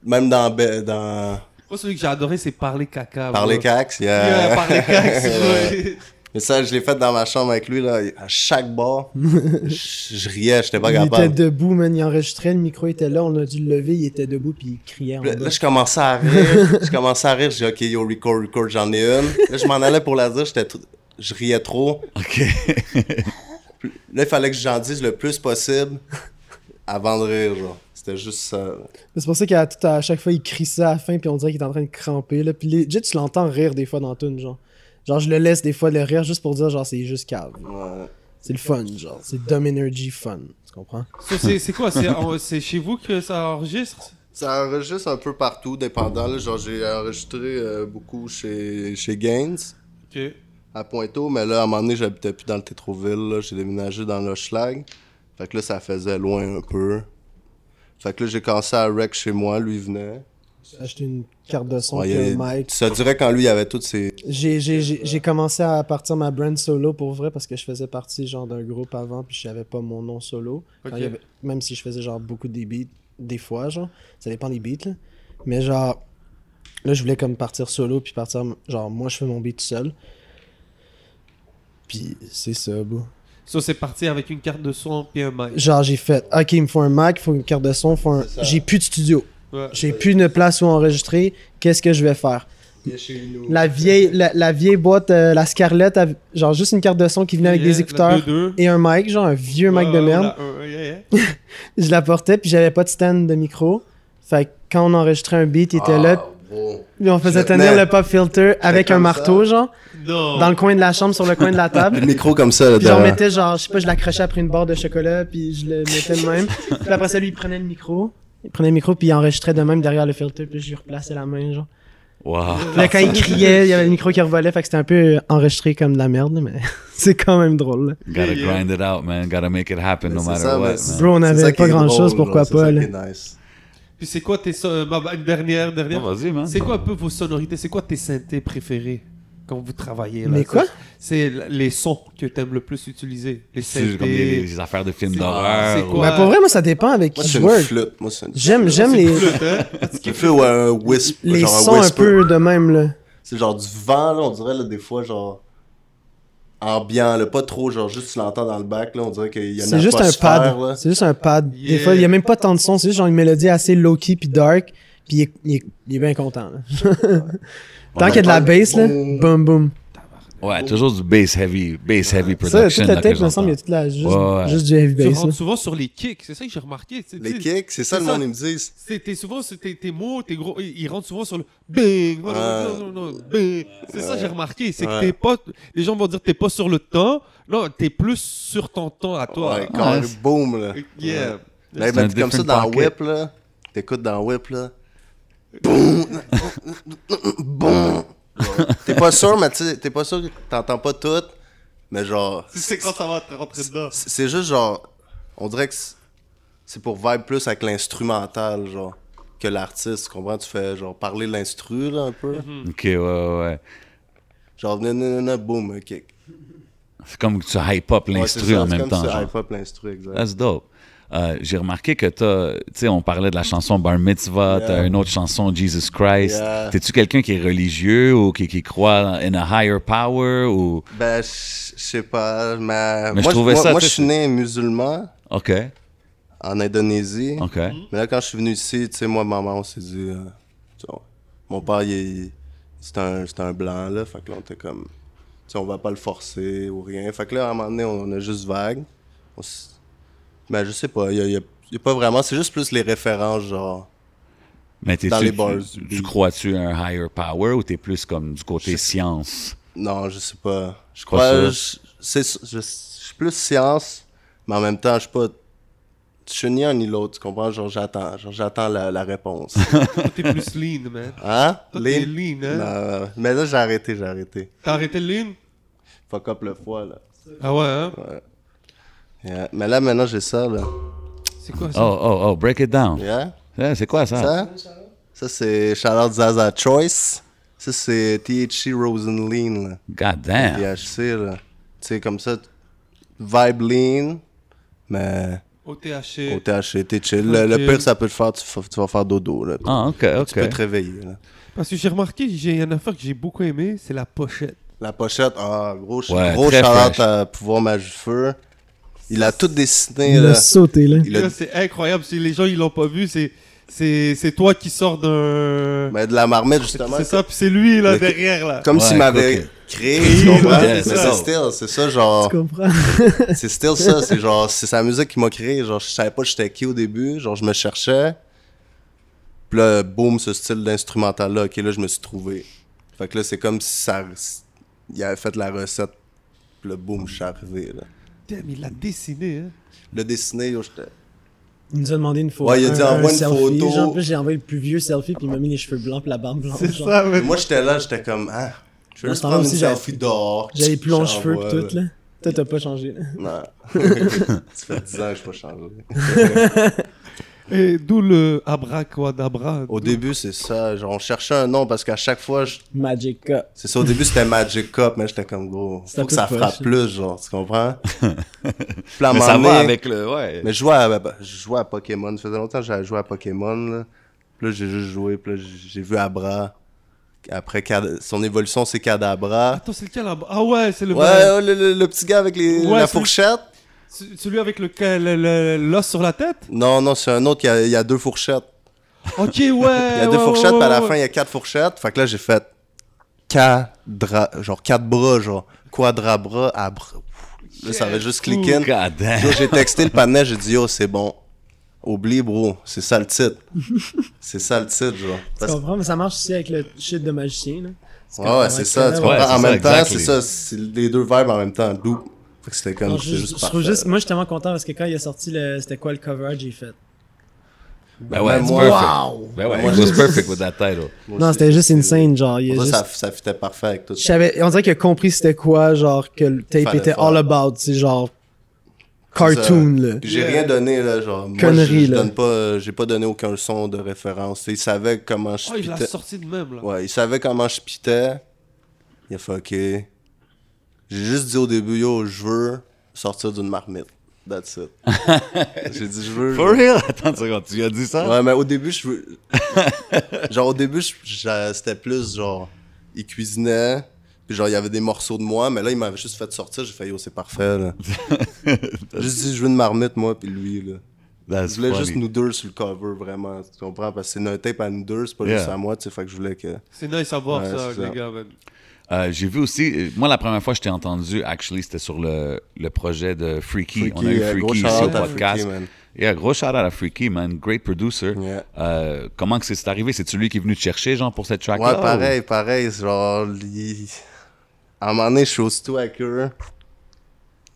Speaker 3: Même dans, Be- dans
Speaker 1: Moi, celui que j'ai adoré, c'est Parler Caca.
Speaker 3: Parler
Speaker 1: bro.
Speaker 3: Cax, il y a-
Speaker 1: Yeah, Parler Caca, c'est vrai.
Speaker 3: Mais ça, je l'ai fait dans ma chambre avec lui, là, à chaque bar. je, je riais, j'étais pas
Speaker 4: Il était
Speaker 3: capable.
Speaker 4: debout, man. Il enregistrait, le micro était là, on a dû le lever, il était debout, puis il criait en
Speaker 3: Là,
Speaker 4: bas.
Speaker 3: là, je commençais à rire. je commençais à rire. J'ai dit, OK, yo, record, record, j'en ai une. Là, je m'en allais pour la dire. J'étais tr- Je riais trop.
Speaker 2: OK.
Speaker 3: Là, il fallait que j'en dise le plus possible avant de rire, genre. C'était juste ça. là.
Speaker 4: C'est pour ça qu'à tout- à chaque fois, il crie ça à la fin, puis on dirait qu'il est en train de cramper. Là. Puis legit, tu l'entends rire des fois dans Tune, genre. Genre, je le laisse des fois le rire juste pour dire, genre, c'est juste cave.
Speaker 3: Ouais.
Speaker 4: C'est le fun, genre. C'est dumb energy fun. Tu comprends?
Speaker 1: So, c'est- C'est quoi c'est- en- C'est chez vous que ça enregistre
Speaker 3: Ça enregistre un peu partout, dépendant. là. Genre, j'ai enregistré euh, beaucoup chez, chez Gaines,
Speaker 1: Ok.
Speaker 3: à Pointeau, mais là, à un moment donné, j'habitais plus dans le Tétroville. là. J'ai déménagé dans l'Hochelag. Fait que là, ça faisait loin un peu. Fait que là, j'ai cassé à Rec chez moi. Lui, il venait.
Speaker 4: J'ai acheté une carte de son,
Speaker 3: Ouais,
Speaker 4: puis
Speaker 3: il y
Speaker 4: un
Speaker 3: a-
Speaker 4: mic.
Speaker 3: Ça dirait quand lui, il avait toutes ses,
Speaker 4: J'ai- J'ai j'ai- j'ai commencé à partir ma brand solo pour vrai parce que je faisais partie genre d'un groupe avant puis je n'avais pas mon nom solo. Quand
Speaker 1: Ok.
Speaker 4: il y avait- même si je faisais genre beaucoup des beats, des fois genre, ça dépend des beats là. Mais genre, là je voulais comme partir solo puis partir, genre moi je fais mon beat seul. Puis c'est ça, bro.
Speaker 1: So, c'est parti avec une carte de son puis un mic.
Speaker 4: Genre j'ai fait, ok il me faut un Mac, il faut une carte de son, faut un... j'ai plus de studio.
Speaker 1: Ouais.
Speaker 4: J'ai plus de place où enregistrer. Qu'est-ce que je vais faire? La vieille, la, la vieille boîte, euh, la Scarlett, av- genre juste une carte de son qui venait avec
Speaker 1: Yeah,
Speaker 4: des écouteurs
Speaker 1: la 2-2.
Speaker 4: et un mic, genre un vieux mic de
Speaker 1: Ouais,
Speaker 4: merde.
Speaker 1: la- euh, yeah, yeah.
Speaker 4: Je la portais puis j'avais pas de stand de micro. Fait que quand on enregistrait un beat, il était là.
Speaker 3: Ah.
Speaker 4: puis on faisait
Speaker 3: Je
Speaker 4: tenir
Speaker 3: tenais-
Speaker 4: le pop filter avec un
Speaker 3: comme ça.
Speaker 4: marteau, genre,
Speaker 1: Non.
Speaker 4: dans le coin de la chambre, sur le coin de la table.
Speaker 3: Le micro comme ça, là,
Speaker 4: Puis j'en
Speaker 3: dedans.
Speaker 4: mettais genre, je sais pas, je l'accrochais après une barre de chocolat, puis je le mettais de même. puis après ça, lui, il prenait le micro. Il prenait le micro, puis il enregistrait de même derrière le filter, puis je lui replaçais la main, genre.
Speaker 2: Wow.
Speaker 4: Puis Là, quand il criait, il y avait le micro qui revolait, fait que c'était un peu euh, enregistré comme de la merde, mais c'est quand même drôle. là.
Speaker 2: Gotta
Speaker 1: Yeah.
Speaker 2: grind it out, man. Gotta make it happen no
Speaker 3: C'est
Speaker 2: matter
Speaker 3: ça, mais
Speaker 2: what,
Speaker 3: c'est-
Speaker 2: man.
Speaker 4: Bro, on
Speaker 3: C'est
Speaker 4: avait
Speaker 3: ça qui
Speaker 4: pas
Speaker 3: est
Speaker 4: grand chose,
Speaker 3: drôle,
Speaker 4: pourquoi
Speaker 3: genre,
Speaker 4: pas. là.
Speaker 3: C'est ça qui est nice.
Speaker 1: Puis c'est quoi tes. so- euh, ma- ma- une dernière, dernière.
Speaker 2: Oh, vas-y, man.
Speaker 1: C'est quoi un peu vos sonorités C'est quoi tes synthés préférés quand vous travaillez là
Speaker 4: Mais quoi?
Speaker 1: C'est l- les sons que t'aimes le plus utiliser. Les
Speaker 2: C'est comme les,
Speaker 1: synthés.
Speaker 2: les affaires de films
Speaker 1: C'est-
Speaker 2: d'horreur.
Speaker 1: c'est
Speaker 2: ou-
Speaker 1: quoi?
Speaker 4: Ben, pour vrai, moi, ça dépend avec
Speaker 3: Moi,
Speaker 4: qui
Speaker 3: c'est
Speaker 4: je
Speaker 3: une
Speaker 4: work.
Speaker 3: flûte. Moi, c'est une
Speaker 4: J'aime,
Speaker 3: flûte.
Speaker 4: j'aime les,
Speaker 1: Flûte, hein?
Speaker 3: Une flûte ou un whisper.
Speaker 4: les
Speaker 3: genre
Speaker 4: sons
Speaker 3: un,
Speaker 4: un
Speaker 3: whisper.
Speaker 4: peu de même, là.
Speaker 3: C'est genre du vent, là, on dirait, là, des fois, genre. Ambiant, là, pas trop, genre, juste tu l'entends dans le bac, là, on dirait qu'il y a une
Speaker 4: C'est juste un
Speaker 3: atmosphère,
Speaker 4: pad.
Speaker 3: là.
Speaker 4: C'est juste un pad. Des
Speaker 1: Yeah.
Speaker 4: fois, il y a même pas tant de sons, c'est juste genre une mélodie assez low-key puis dark, puis il est, il est- il est bien content, là. Tant qu'il y a de la bass, là, boum, boum.
Speaker 2: Ouais, toujours du bass heavy, bass heavy
Speaker 4: Ça,
Speaker 2: production.
Speaker 4: toute
Speaker 2: là, que
Speaker 4: la tape, il me semble, il y a
Speaker 2: j'entends.
Speaker 4: toute la, juste,
Speaker 2: Ouais, ouais.
Speaker 4: juste du heavy
Speaker 1: Tu
Speaker 4: bass, là.
Speaker 1: rentres souvent sur les kicks, c'est ça que j'ai remarqué. tu sais,
Speaker 3: Les
Speaker 1: tu-
Speaker 3: kicks, c'est ça,
Speaker 1: C'est
Speaker 3: le
Speaker 1: ça.
Speaker 3: monde, ils me disent.
Speaker 1: C'est t'es souvent c'est tes, tes mots, tes gros, ils, ils rentrent souvent sur le bing. voilà,
Speaker 3: Ouais.
Speaker 1: non, non, non, bing. C'est ça j'ai remarqué, c'est que
Speaker 3: Ouais.
Speaker 1: t'es pas, les gens vont dire t'es pas sur le temps, non t'es plus sur ton temps à toi.
Speaker 3: Ouais, quand
Speaker 2: Ouais,
Speaker 3: le
Speaker 2: c'est-
Speaker 3: boom, là.
Speaker 1: Yeah.
Speaker 3: Là,
Speaker 2: C'est
Speaker 3: ils
Speaker 2: un
Speaker 3: mettent comme ça
Speaker 2: different
Speaker 3: dans
Speaker 2: pocket.
Speaker 3: Whip, là. T'écoutes dans Whip, là. Boum! Boum! Genre, T'es pas sûr, mais tu sais, t'es pas sûr que t'entends pas tout, mais genre.
Speaker 1: Tu sais quand ça va te rentrer dedans.
Speaker 3: C'est c'est juste genre. On dirait que c'est- c'est pour vibe plus avec l'instrumental, genre, que l'artiste. Tu comprends? Tu fais genre parler de l'instru, là, un peu.
Speaker 1: Mm-hmm.
Speaker 2: Ok, ouais, ouais, ouais.
Speaker 3: Genre, non, non, non, non, boum, un kick.
Speaker 2: C'est comme que tu hype up
Speaker 3: Ouais, c'est
Speaker 2: l'instru
Speaker 3: ça,
Speaker 2: en
Speaker 3: c'est
Speaker 2: même
Speaker 3: comme
Speaker 2: temps.
Speaker 3: ça,
Speaker 2: genre. Ah.
Speaker 3: hype up l'instru, exact.
Speaker 2: That's dope. Euh, J'ai remarqué que t'as, tu sais, on parlait de la chanson Bar Mitzvah, t'as
Speaker 3: Yeah.
Speaker 2: une autre chanson Jesus Christ.
Speaker 3: Yeah.
Speaker 2: T'es-tu quelqu'un qui est religieux ou qui, qui croit in a higher power ou.
Speaker 3: Ben, je je sais pas, mais.
Speaker 2: Mais je
Speaker 3: moi,
Speaker 2: trouvais
Speaker 3: moi-
Speaker 2: ça,
Speaker 3: moi,
Speaker 2: tu
Speaker 3: je
Speaker 2: sais,
Speaker 3: suis né musulman
Speaker 2: Ok,
Speaker 3: en Indonésie.
Speaker 2: ok.
Speaker 3: Mais là, quand je suis venu ici, tu sais, moi, maman, on s'est dit. euh, tu sais, on- mon père, il, il- c'est un, c'est un blanc, là. Fait que là, on était comme. Tu sais, on va pas le forcer ou rien. Fait que là, à un moment donné, on, on a juste vague. On ben, s- Mais je sais pas, il y a, il y a- il y a pas vraiment. C'est juste plus les références, genre.
Speaker 2: Mais t'es-
Speaker 3: Dans
Speaker 2: tu,
Speaker 3: les
Speaker 2: tu-
Speaker 3: bars.
Speaker 2: Tu, crois-tu à un higher power ou t'es plus comme du côté science?
Speaker 3: Non, je sais pas. Je
Speaker 2: Pas
Speaker 3: crois. Je, c'est, je, je suis plus science, mais en même temps, je suis pas. Je suis ni un ni l'autre, tu comprends? Genre, j'attends, genre, j'attends la, la réponse.
Speaker 1: Toi, t'es plus lean, man.
Speaker 3: Hein?
Speaker 1: Toi,
Speaker 3: Les-
Speaker 1: t'es lean, hein.
Speaker 3: Non, mais là, j'ai arrêté, j'ai arrêté.
Speaker 1: T'as arrêté le lean
Speaker 3: Fuck up le foie, là.
Speaker 1: Ah ouais, hein
Speaker 3: Yeah. Mais là, maintenant, j'ai ça, là.
Speaker 1: C'est quoi ça
Speaker 2: Oh, oh, oh, break it down.
Speaker 3: Yeah?
Speaker 2: Eh, C'est quoi ça?
Speaker 3: Ça? Ça, c'est Charlotte Zaza Choice. Ça, c'est THC Rosen Lean, là.
Speaker 2: God damn.
Speaker 3: THC, là. Tu sais, comme ça, vibe lean, mais
Speaker 1: OTHC.
Speaker 3: au THC, t'es chill. Le, le
Speaker 1: Ok.
Speaker 3: pire, ça peut te faire, tu, fa- tu vas faire dodo, là.
Speaker 2: Ah, ok,
Speaker 3: Tu peux
Speaker 2: ok.
Speaker 3: te réveiller, là.
Speaker 1: Parce que j'ai remarqué, j'ai une affaire que j'ai beaucoup aimé, c'est la pochette.
Speaker 3: La pochette, ah, gros,
Speaker 2: Ouais,
Speaker 3: gros
Speaker 2: très
Speaker 3: Charlotte
Speaker 2: fresh.
Speaker 3: à Pouvoir Magie Feu. Il a tout dessiné,
Speaker 4: Il
Speaker 3: là.
Speaker 4: a sauté, là.
Speaker 3: Il a-
Speaker 1: Là, C'est incroyable, si les gens ils l'ont pas vu, c'est c'est c'est toi qui sors d'un.
Speaker 3: mais de la marmite, justement.
Speaker 1: C'est ça, puis c'est lui là
Speaker 3: Le-
Speaker 1: derrière là.
Speaker 3: Comme
Speaker 2: Ouais,
Speaker 3: s'il m'avait
Speaker 2: coquet.
Speaker 3: créé,
Speaker 1: Créé,
Speaker 3: tu comprends?
Speaker 1: ouais,
Speaker 3: Mais
Speaker 1: c'est
Speaker 3: c'est
Speaker 1: ça.
Speaker 3: still, c'est ça, genre.
Speaker 4: Tu comprends?
Speaker 3: C'est still ça, c'est genre, c'est sa musique qui m'a créé. Genre, je savais pas j'étais qui au début, genre, je me cherchais. Puis là, boum, ce style d'instrumental-là, ok, là, je me suis trouvé. Fait que là, c'est comme si ça. Il avait fait la recette, puis là, boum, je suis arrivé, là.
Speaker 1: Damn, il l'a dessiné. Hein.
Speaker 3: Le dessiné, yo, j'étais.
Speaker 5: Il nous a demandé une photo.
Speaker 3: Ouais, il a dit, envoie une
Speaker 5: selfie,
Speaker 3: photo.
Speaker 5: Genre, en plus, j'ai envoyé le plus vieux selfie, puis il m'a mis les cheveux blancs, puis la barbe
Speaker 2: Ah,
Speaker 5: blanche.
Speaker 1: C'est
Speaker 5: genre.
Speaker 1: ça, mais.
Speaker 3: Moi, j'étais là, j'étais comme, ah, je veux
Speaker 5: Moi,
Speaker 3: juste
Speaker 5: ce temps-là
Speaker 3: prendre une
Speaker 5: aussi, j'avais-
Speaker 3: selfie dehors.
Speaker 5: J'avais plus longs
Speaker 3: J'en
Speaker 5: cheveux,
Speaker 3: vois,
Speaker 5: puis tout, là. Toi, t'as pas changé, là.
Speaker 3: Non. ça fait 10 ans que je peux changer.
Speaker 1: Et d'où le abracadabra.
Speaker 3: Au
Speaker 1: d'où-
Speaker 3: début, c'est ça. Genre, on cherchait un nom parce qu'à chaque fois, je-
Speaker 5: Magic Cup.
Speaker 3: c'est ça. Au début, c'était Magic Cup, mais j'étais comme gros.
Speaker 5: C'est un
Speaker 3: Faut que
Speaker 5: peu
Speaker 3: ça
Speaker 5: poche.
Speaker 3: frappe plus, genre, tu comprends? Puis à un
Speaker 2: Mais ça
Speaker 3: moment
Speaker 2: va
Speaker 3: donné-
Speaker 2: avec le. Ouais.
Speaker 3: Mais je jouais, à... bah, je jouais à Pokémon. Ça faisait longtemps que j'avais joué à Pokémon. Là, Puis là j'ai juste joué. Puis là, j'ai vu Abra. Après, Cad- son évolution, c'est Cadabra.
Speaker 1: Attends, c'est lequel Abra- Ah ouais, c'est le.
Speaker 3: Ouais, ouais, le, le- le petit gars avec les...
Speaker 1: Ouais,
Speaker 3: la
Speaker 1: c'est-
Speaker 3: fourchette.
Speaker 1: C- Celui avec lequel le- le- l'os sur la tête
Speaker 3: Non, non, c'est un autre. Il y a, il y a deux fourchettes.
Speaker 1: Ok, ouais. Il y
Speaker 3: Il y a deux fourchettes, puis à la fin, il y a quatre fourchettes. Fait que là, j'ai fait cadra, genre quatre bras, genre quadrabras à bras. Là, ça avait juste cliqué. in.
Speaker 2: God damn.
Speaker 3: Yo, J'ai texté le panel, j'ai dit, yo, c'est bon. Oublie, bro, c'est ça le titre. c'est ça le titre, genre.
Speaker 5: Tu
Speaker 3: Parce-
Speaker 5: comprends? Mais ça marche aussi avec le shit de magicien, là.
Speaker 3: Ouais, ouais, c'est ça, tu comprends. Ah,
Speaker 2: Ouais, c'est
Speaker 3: en
Speaker 2: ça,
Speaker 3: même temps,
Speaker 2: exactly.
Speaker 3: c'est ça, c'est les deux verbes en même temps, d'où. Fait que c'était comme,
Speaker 5: Non,
Speaker 3: c'était
Speaker 5: je,
Speaker 3: juste
Speaker 5: je trouve
Speaker 3: parfait.
Speaker 5: juste, moi, je suis tellement content parce que quand il a sorti le. C'était quoi le cover j'ai fait?
Speaker 2: Ben ouais,
Speaker 3: Ben,
Speaker 2: it's
Speaker 3: moi-
Speaker 2: perfect. Ben ouais,
Speaker 3: Moi,
Speaker 2: it
Speaker 3: je-
Speaker 2: was perfect with that title.
Speaker 3: Moi
Speaker 5: Non,
Speaker 3: aussi.
Speaker 5: c'était juste insane, genre. Il a
Speaker 3: Pour
Speaker 5: juste...
Speaker 3: Ça, ça, ça fitait parfait avec tout
Speaker 5: Je
Speaker 3: ça.
Speaker 5: savais, on dirait qu'il a compris c'était quoi, genre, que le tape
Speaker 3: Fallait
Speaker 5: était
Speaker 3: faire.
Speaker 5: all about, c'est genre. Cartoon,
Speaker 3: Ça-
Speaker 5: là.
Speaker 3: Puis J'ai rien donné, là, genre. Moi,
Speaker 5: Connerie,
Speaker 3: je- je
Speaker 5: là.
Speaker 3: donne pas, euh, j'ai pas donné aucun son de référence. Ils savaient comment je
Speaker 1: Oh, il l'a
Speaker 3: pitais.
Speaker 1: sorti de même là.
Speaker 3: Ouais, ils savaient comment je pitais. Il a fait OK. J'ai juste dit au début, yo, je veux sortir d'une marmite. That's it. j'ai dit, je veux.
Speaker 2: For real? Attends une seconde, tu as dit ça?
Speaker 3: Ouais, mais au début, je veux. genre, au début, je- j'a- c'était plus genre. Il cuisinait. Puis genre, il y avait des morceaux de moi. Mais là, il m'avait juste fait sortir. J'ai fait, yo, c'est parfait, là. j'ai juste dit, je veux une marmite, moi, puis lui, là.
Speaker 2: That's
Speaker 3: Je voulais
Speaker 2: funny.
Speaker 3: juste nous deux sur le cover, vraiment. Tu comprends? Parce que c'est notre tape à nous deux, c'est pas
Speaker 2: Yeah.
Speaker 3: juste à moi, tu sais. Fait que je voulais que.
Speaker 1: C'est nice à voir
Speaker 3: Ouais,
Speaker 1: ça,
Speaker 3: c'est
Speaker 1: les
Speaker 3: ça.
Speaker 1: gars. man.
Speaker 2: Euh, j'ai vu aussi, euh, moi la première fois que je t'ai entendu, actually, c'était sur le, le projet de Freaky. On a eu
Speaker 3: euh, gros
Speaker 2: Freaky ici
Speaker 3: shout-out
Speaker 2: au
Speaker 3: à
Speaker 2: podcast.
Speaker 3: Freaky, man.
Speaker 2: yeah, gros shout out à Freaky, man. Great producer.
Speaker 3: Yeah.
Speaker 2: Euh, comment que c'est c'est arrivé? C'est-tu lui qui est venu te chercher, genre, pour cette track-là?
Speaker 3: Ouais,
Speaker 2: ou-
Speaker 3: pareil, pareil. c'est Genre, il- à un moment donné, je suis au studio avec eux.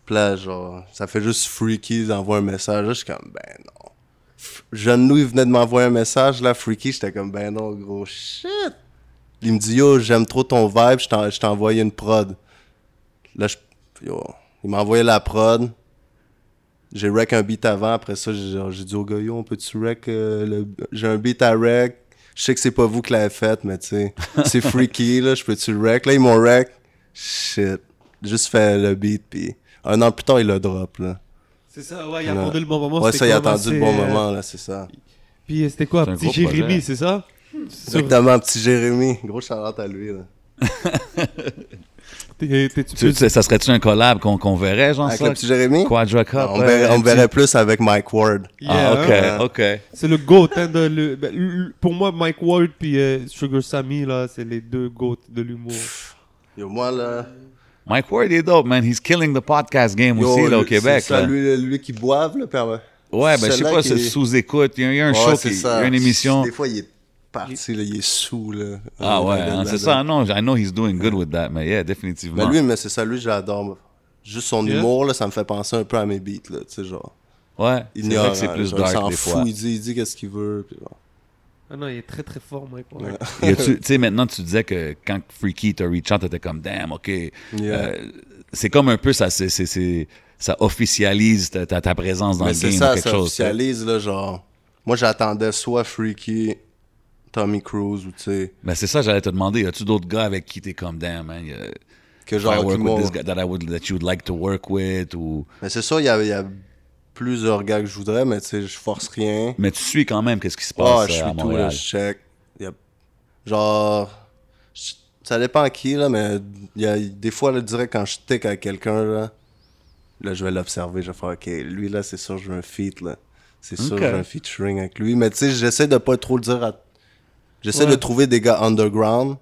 Speaker 3: Puis là, genre, ça fait juste freaky, ils envoient un message. Là, je suis comme, ben non. F- Jeune Louis venait de m'envoyer un message. Là, freaky, j'étais comme, ben non, gros shit. Il me dit, yo, j'aime trop ton vibe, je t'en- je t'ai envoyé une prod. Là, je, yo, il m'a envoyé la prod. J'ai rec un beat avant, après ça, j'ai j'ai dit au gars, yo, on peut-tu rec euh, le- J'ai un beat à rec. Je sais que c'est pas vous qui l'avez fait, mais tu sais, c'est freaky, là, je peux-tu le rec? Là, ils m'ont rec. Shit. Juste fait le beat, puis un an plus tard, il le drop, là.
Speaker 1: C'est ça, ouais, il
Speaker 3: Ouais.
Speaker 1: a attendu le bon
Speaker 2: Oh,
Speaker 1: moment.
Speaker 3: ouais,
Speaker 1: c'était
Speaker 3: ça, il a attendu
Speaker 1: commencé,
Speaker 3: le bon
Speaker 1: euh,
Speaker 3: moment, là, c'est ça.
Speaker 1: Puis euh, c'était quoi,
Speaker 2: C'est un
Speaker 1: petit
Speaker 2: gros projet.
Speaker 1: Jérémy, c'est ça Sur-
Speaker 3: Exactement, petit Jérémy. Gros charlotte à lui, là.
Speaker 1: T'es- t'es- tu
Speaker 2: Tu-
Speaker 1: peux-
Speaker 2: tu- ça serait-tu un collab qu'on qu'on verrait, genre,
Speaker 3: Avec
Speaker 2: ça?
Speaker 3: le petit Jérémy?
Speaker 2: Quadra Cup?
Speaker 3: on
Speaker 2: euh,
Speaker 3: verrait, on
Speaker 2: un
Speaker 3: verrait plus avec Mike Ward.
Speaker 2: petit-
Speaker 1: Yeah,
Speaker 2: Ah, ok,
Speaker 1: hein.
Speaker 3: hein.
Speaker 2: ok.
Speaker 1: C'est le GOAT. hein, de le- ben, l- l- pour moi, Mike Ward puis euh, Sugar Sammy, là, c'est les deux GOAT de l'humour.
Speaker 3: Yo, moi, là.
Speaker 2: Mike Ward est dope, man. He's killing the podcast game
Speaker 3: yo,
Speaker 2: aussi, là, au
Speaker 3: lui-
Speaker 2: Québec.
Speaker 3: C'est ça,
Speaker 2: là.
Speaker 3: lui, lui qui boive, là, puis
Speaker 2: Ouais, ben, je sais
Speaker 3: Celui-là
Speaker 2: pas,
Speaker 3: qui-
Speaker 2: c'est sous-écoute. Il y a- il y a un
Speaker 3: Ouais,
Speaker 2: show,
Speaker 3: c'est
Speaker 2: qui- il y
Speaker 3: ça.
Speaker 2: a une émission.
Speaker 3: Des fois, il est parti, là, il est sous, là.
Speaker 2: Ah
Speaker 3: Euh,
Speaker 2: ouais,
Speaker 3: là-dedans,
Speaker 2: hein, c'est
Speaker 3: là-dedans.
Speaker 2: ça. Non, I know he's doing good with that, mais yeah, définitivement.
Speaker 3: Mais Ben, lui, mais c'est ça, lui, j'adore. Juste son
Speaker 1: Yeah.
Speaker 3: humour, là, ça me fait penser un peu à mes beats, là, tu sais, genre.
Speaker 2: ouais,
Speaker 3: Il
Speaker 2: c'est vrai que c'est plus dark
Speaker 3: s'en
Speaker 2: des
Speaker 3: fout,
Speaker 2: fois.
Speaker 3: il dit, il dit qu'est-ce qu'il veut, puis bon.
Speaker 1: Ah non, il est très très fort, Mike. Ward.
Speaker 3: Ouais.
Speaker 2: Y a-tu- Tu sais, maintenant, tu disais que quand Freaky t'a reach out, t'étais comme, damn, OK.
Speaker 3: Yeah.
Speaker 2: Euh, c'est comme un peu ça, c'est, c'est, c'est- ça officialise ta, ta, ta présence dans
Speaker 3: Mais
Speaker 2: le
Speaker 3: Ben,
Speaker 2: game
Speaker 3: c'est
Speaker 2: ou
Speaker 3: ça,
Speaker 2: quelque
Speaker 3: ça
Speaker 2: chose. tu sais.
Speaker 3: officialise, là, genre. Moi, j'attendais soit Freaky, Tommy Cruise, ou tu sais,
Speaker 2: Mais Ben, c'est ça, j'allais te demander, y a-tu d'autres gars avec qui t'es comme, damn, man, y a-
Speaker 3: que
Speaker 2: I
Speaker 3: genre, qui
Speaker 2: work
Speaker 3: m'ont-
Speaker 2: with this guy that I would, that you would like to work with, ou.
Speaker 3: Mais c'est ça, il y a, il y a plusieurs gars que je voudrais, mais tu sais, je force rien.
Speaker 2: Mais tu suis quand même qu'est-ce qui se
Speaker 3: Ah,
Speaker 2: passe
Speaker 3: je
Speaker 2: euh, à
Speaker 3: suis tout,
Speaker 2: Montréal.
Speaker 3: là, je check. Y a- Genre, je- ça dépend qui, là, mais y a, des fois, là, direct, quand je tick à quelqu'un, là, là, je vais l'observer, je vais faire, OK, lui, là, c'est sûr, je veux un feat, là. C'est sûr,
Speaker 2: Ok.
Speaker 3: j'ai un featuring avec lui. Mais tu sais, j'essaie de pas trop le dire à... J'essaie
Speaker 1: Ouais.
Speaker 3: de trouver des gars underground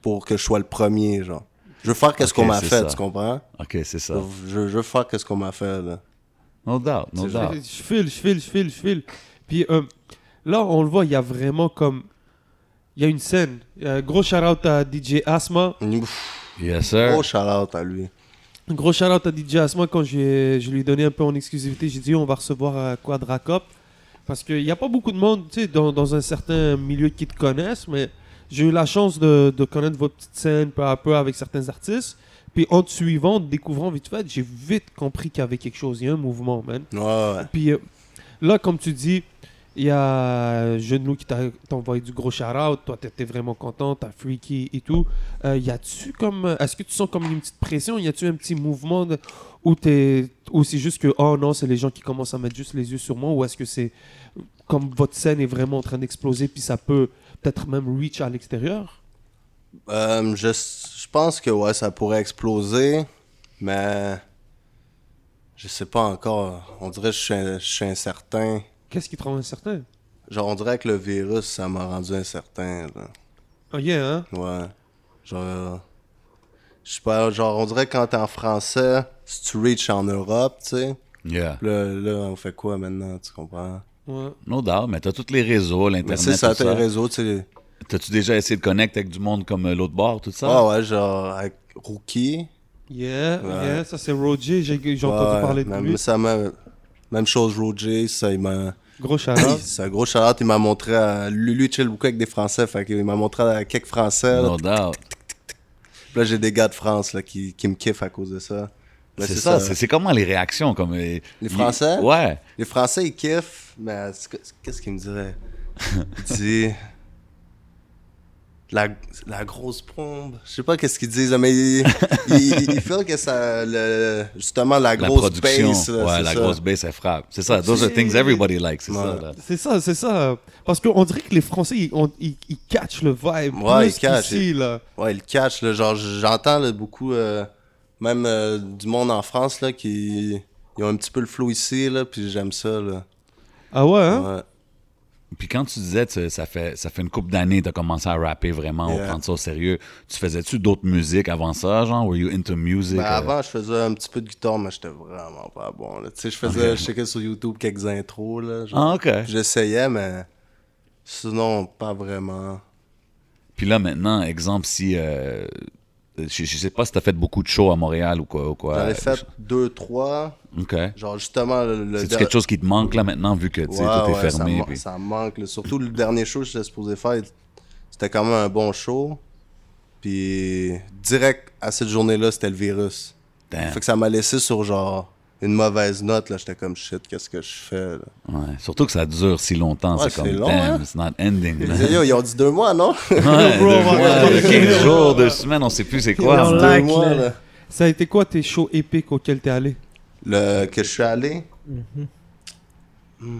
Speaker 3: pour que je sois le premier, genre. Je veux faire qu'est-ce
Speaker 2: Ok,
Speaker 3: qu'on m'a
Speaker 2: c'est
Speaker 3: fait,
Speaker 2: ça.
Speaker 3: tu comprends?
Speaker 2: ok, c'est ça.
Speaker 3: Je, je veux faire qu'est-ce qu'on m'a fait, là.
Speaker 2: No doubt, no
Speaker 3: C'est
Speaker 2: doubt.
Speaker 1: Je file, je file, je file, je file. Puis euh, là, on le voit, il y a vraiment comme. Il y a une scène. Un gros shout-out à DJ Asma.
Speaker 2: Euh,
Speaker 3: Ouf,
Speaker 2: Yes, sir.
Speaker 3: Gros shout-out à lui.
Speaker 1: Un gros shout-out à DJ Asma. Quand je, lui ai- je lui ai donné un peu en exclusivité, j'ai dit on va recevoir euh, Quadracop. Parce qu'il n'y a pas beaucoup de monde tu sais, dans, dans un certain milieu qui te connaissent, mais j'ai eu la chance de, de connaître votre petite scène peu à peu avec certains artistes. Puis en te suivant, en te découvrant vite fait, j'ai vite compris qu'il y avait quelque chose. Il y a un mouvement, man.
Speaker 3: Ouais, ouais.
Speaker 1: Puis euh, là, comme tu dis, il y a Genou qui t'a t'a envoyé du gros shout-out. Toi, t'étais vraiment content, t'as freaky et tout. Euh, y a-tu comme. Est-ce que tu sens comme une petite pression Y a-tu un petit mouvement de- où t'es. Ou c'est juste que, oh non, c'est les gens qui commencent à mettre juste les yeux sur moi Ou est-ce que c'est. Comme votre scène est vraiment en train d'exploser, puis ça peut peut-être même reach à l'extérieur
Speaker 3: Euh, je, je pense que ouais, ça pourrait exploser, mais je sais pas encore. On dirait que je suis, je suis incertain.
Speaker 1: Qu'est-ce qui te rend incertain
Speaker 3: Genre, on dirait que le virus, ça m'a rendu incertain. là.
Speaker 1: Oh yeah, hein
Speaker 3: Ouais. Genre, je sais pas, genre, on dirait que quand t'es en français, si tu reach en Europe, tu sais,
Speaker 2: Yeah.
Speaker 3: là, là, on fait quoi maintenant, tu comprends?
Speaker 1: Ouais.
Speaker 2: No doubt, mais t'as tous les réseaux,
Speaker 3: Mais
Speaker 2: l'internet,
Speaker 3: c'est ça,
Speaker 2: tout
Speaker 3: t'as
Speaker 2: ça.
Speaker 3: les réseaux, tu sais.
Speaker 2: T'as-tu déjà essayé de connecter avec du monde comme euh, l'autre bord, tout ça?
Speaker 3: Ah ouais, genre, avec Rookie.
Speaker 1: Yeah,
Speaker 3: Ouais.
Speaker 1: yeah, ça c'est Roger, j'ai j'ai entendu
Speaker 3: Ouais,
Speaker 1: parler de
Speaker 3: même,
Speaker 1: lui.
Speaker 3: ça m'a- même chose, Roger, ça, il m'a.
Speaker 1: Gros shout
Speaker 3: Il- C'est un gros shout Il m'a montré à Lulu chill beaucoup avec des Français. Fait qu'il m'a montré à quelques Français. Là,
Speaker 2: No doubt.
Speaker 3: Puis là j'ai des gars de France là, qui, qui me kiffent à cause de ça. Mais
Speaker 2: C'est ça, c'est- c'est comment les réactions? Comme, euh,
Speaker 3: Les
Speaker 2: y-
Speaker 3: Français?
Speaker 2: Ouais.
Speaker 3: Les Français, ils kiffent. Mais c'est que- qu'est-ce qu'ils me diraient? Ils disent... La, la grosse pompe. Je sais pas qu'est-ce qu'ils disent, mais ils, ils, ils feel que ça. le- justement,
Speaker 2: La
Speaker 3: la grosse
Speaker 2: production.
Speaker 3: bass. là,
Speaker 2: ouais,
Speaker 3: c'est
Speaker 2: la
Speaker 3: ça.
Speaker 2: grosse base, elle frappe. C'est ça, those are things everybody likes. C'est ça,
Speaker 3: Ouais.
Speaker 2: là.
Speaker 1: C'est ça, c'est ça. Parce qu'on dirait que les Français, ils, on- ils, ils catchent le vibe.
Speaker 3: Ouais,
Speaker 1: plus
Speaker 3: ils catchent.
Speaker 1: qu'ici, là.
Speaker 3: Ouais, le catch, là, genre j'entends là, beaucoup, euh, même euh, du monde en France là, qui ils ont un petit peu le flow ici, là, puis j'aime ça. Là.
Speaker 1: Ah ouais, hein?
Speaker 3: Ouais.
Speaker 2: Puis quand tu disais, tu- ça fait, ça fait une couple d'années, t'as commencé à rapper vraiment,
Speaker 3: Yeah.
Speaker 2: on prend ça au sérieux. Tu faisais-tu d'autres musiques avant ça, genre? Were you into music?
Speaker 3: Ben,
Speaker 2: euh?
Speaker 3: avant, je faisais un petit peu de guitare, mais j'étais vraiment pas bon. là. Tu sais, je faisais, je checkais sur YouTube quelques intros, là, genre.
Speaker 2: Ah, OK.
Speaker 3: j'essayais, mais sinon, pas vraiment.
Speaker 2: Puis là, maintenant, exemple, si... euh, je, je sais pas si t'as fait beaucoup de shows à Montréal ou quoi. Ou quoi.
Speaker 3: J'en ai fait deux, trois,
Speaker 2: OK.
Speaker 3: genre justement le, le
Speaker 2: C'est-tu
Speaker 3: der-
Speaker 2: quelque chose qui te manque, là, maintenant, vu que, tu sais,
Speaker 3: Ouais,
Speaker 2: tout est
Speaker 3: ouais, ça
Speaker 2: fermé?
Speaker 3: me-
Speaker 2: puis-
Speaker 3: Ça, me manque. là. Surtout le dernier show que j'étais supposé faire, c'était quand même un bon show. Puis direct à cette journée-là, c'était le virus.
Speaker 2: Damn.
Speaker 3: Fait que ça m'a laissé sur genre une mauvaise note. là J'étais comme shit, qu'est-ce que je fais? là?
Speaker 2: Ouais, Surtout que ça dure si longtemps.
Speaker 3: Ouais,
Speaker 2: c'est comme,
Speaker 3: c'est long,
Speaker 2: damn,
Speaker 3: hein?
Speaker 2: it's not ending.
Speaker 3: Ils
Speaker 2: man.
Speaker 3: disaient, Yo, ils ont dit deux mois, non?
Speaker 2: Ouais,
Speaker 1: Bro,
Speaker 2: deux
Speaker 1: on va
Speaker 2: mois,
Speaker 1: regarder.
Speaker 2: de 15 jours, deux semaines, on sait plus c'est
Speaker 4: Yo,
Speaker 2: quoi.
Speaker 4: là.
Speaker 3: deux
Speaker 4: Like,
Speaker 3: mois,
Speaker 4: le-
Speaker 3: hein? là.
Speaker 1: Ça a été quoi tes shows épiques auxquels t'es allé?
Speaker 3: Le, que je suis allé? Hmm,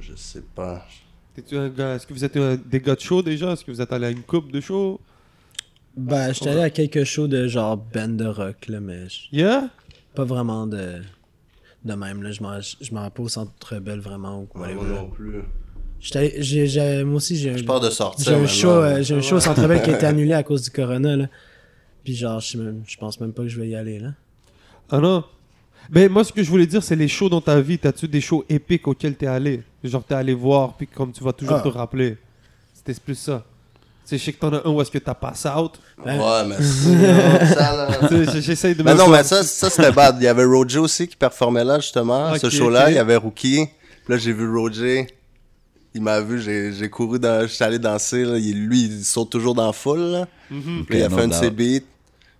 Speaker 3: je sais pas.
Speaker 1: T'es-tu un gars- Est-ce que vous êtes euh, des gars de show déjà? Est-ce que vous êtes allé à une coupe de show?
Speaker 5: Ben, j'étais allé à quelques shows de genre band de rock, là, mais je-
Speaker 1: Yeah?
Speaker 5: pas vraiment de. De même, là, je m'en- je m'en vais pas au centre Bell vraiment ou quoi.
Speaker 3: moi non plus.
Speaker 5: J'étais allé- j'ai- j'ai- moi aussi, j'ai
Speaker 3: Je
Speaker 5: un,
Speaker 3: pars de sortir.
Speaker 5: j'ai un
Speaker 3: maintenant,
Speaker 5: show,
Speaker 3: là.
Speaker 5: euh, j'ai un show au centre Bell qui a été annulé à cause du corona, là. Puis genre, je sais même- je pense même pas que je vais y aller, là.
Speaker 1: Ah non? Ben, moi, ce que je voulais dire, c'est les shows dans ta vie. T'as-tu des shows épiques auxquels t'es allé? Genre, t'es allé voir, puis comme tu vas toujours
Speaker 5: Ah.
Speaker 1: te rappeler. C'était plus ça. Tu sais, je sais que t'en as un où est-ce que t'as pass out.
Speaker 3: Ouais, mais ça, ça, là.
Speaker 1: Tu sais, J'essaye de
Speaker 3: Mais
Speaker 1: me
Speaker 3: Ben non, mais ça, ça c'était bad. Il y avait Roger aussi qui performait là, justement,
Speaker 1: Ok,
Speaker 3: ce show-là.
Speaker 1: ok.
Speaker 3: Il y avait Rookie. Puis là, j'ai vu Roger. Il m'a vu, j'ai j'ai couru, dans, je suis allé danser. là. Il- lui, il saute toujours dans la foule. là. Puis il a
Speaker 2: no
Speaker 3: fait une de
Speaker 2: doubt.
Speaker 3: ses beats.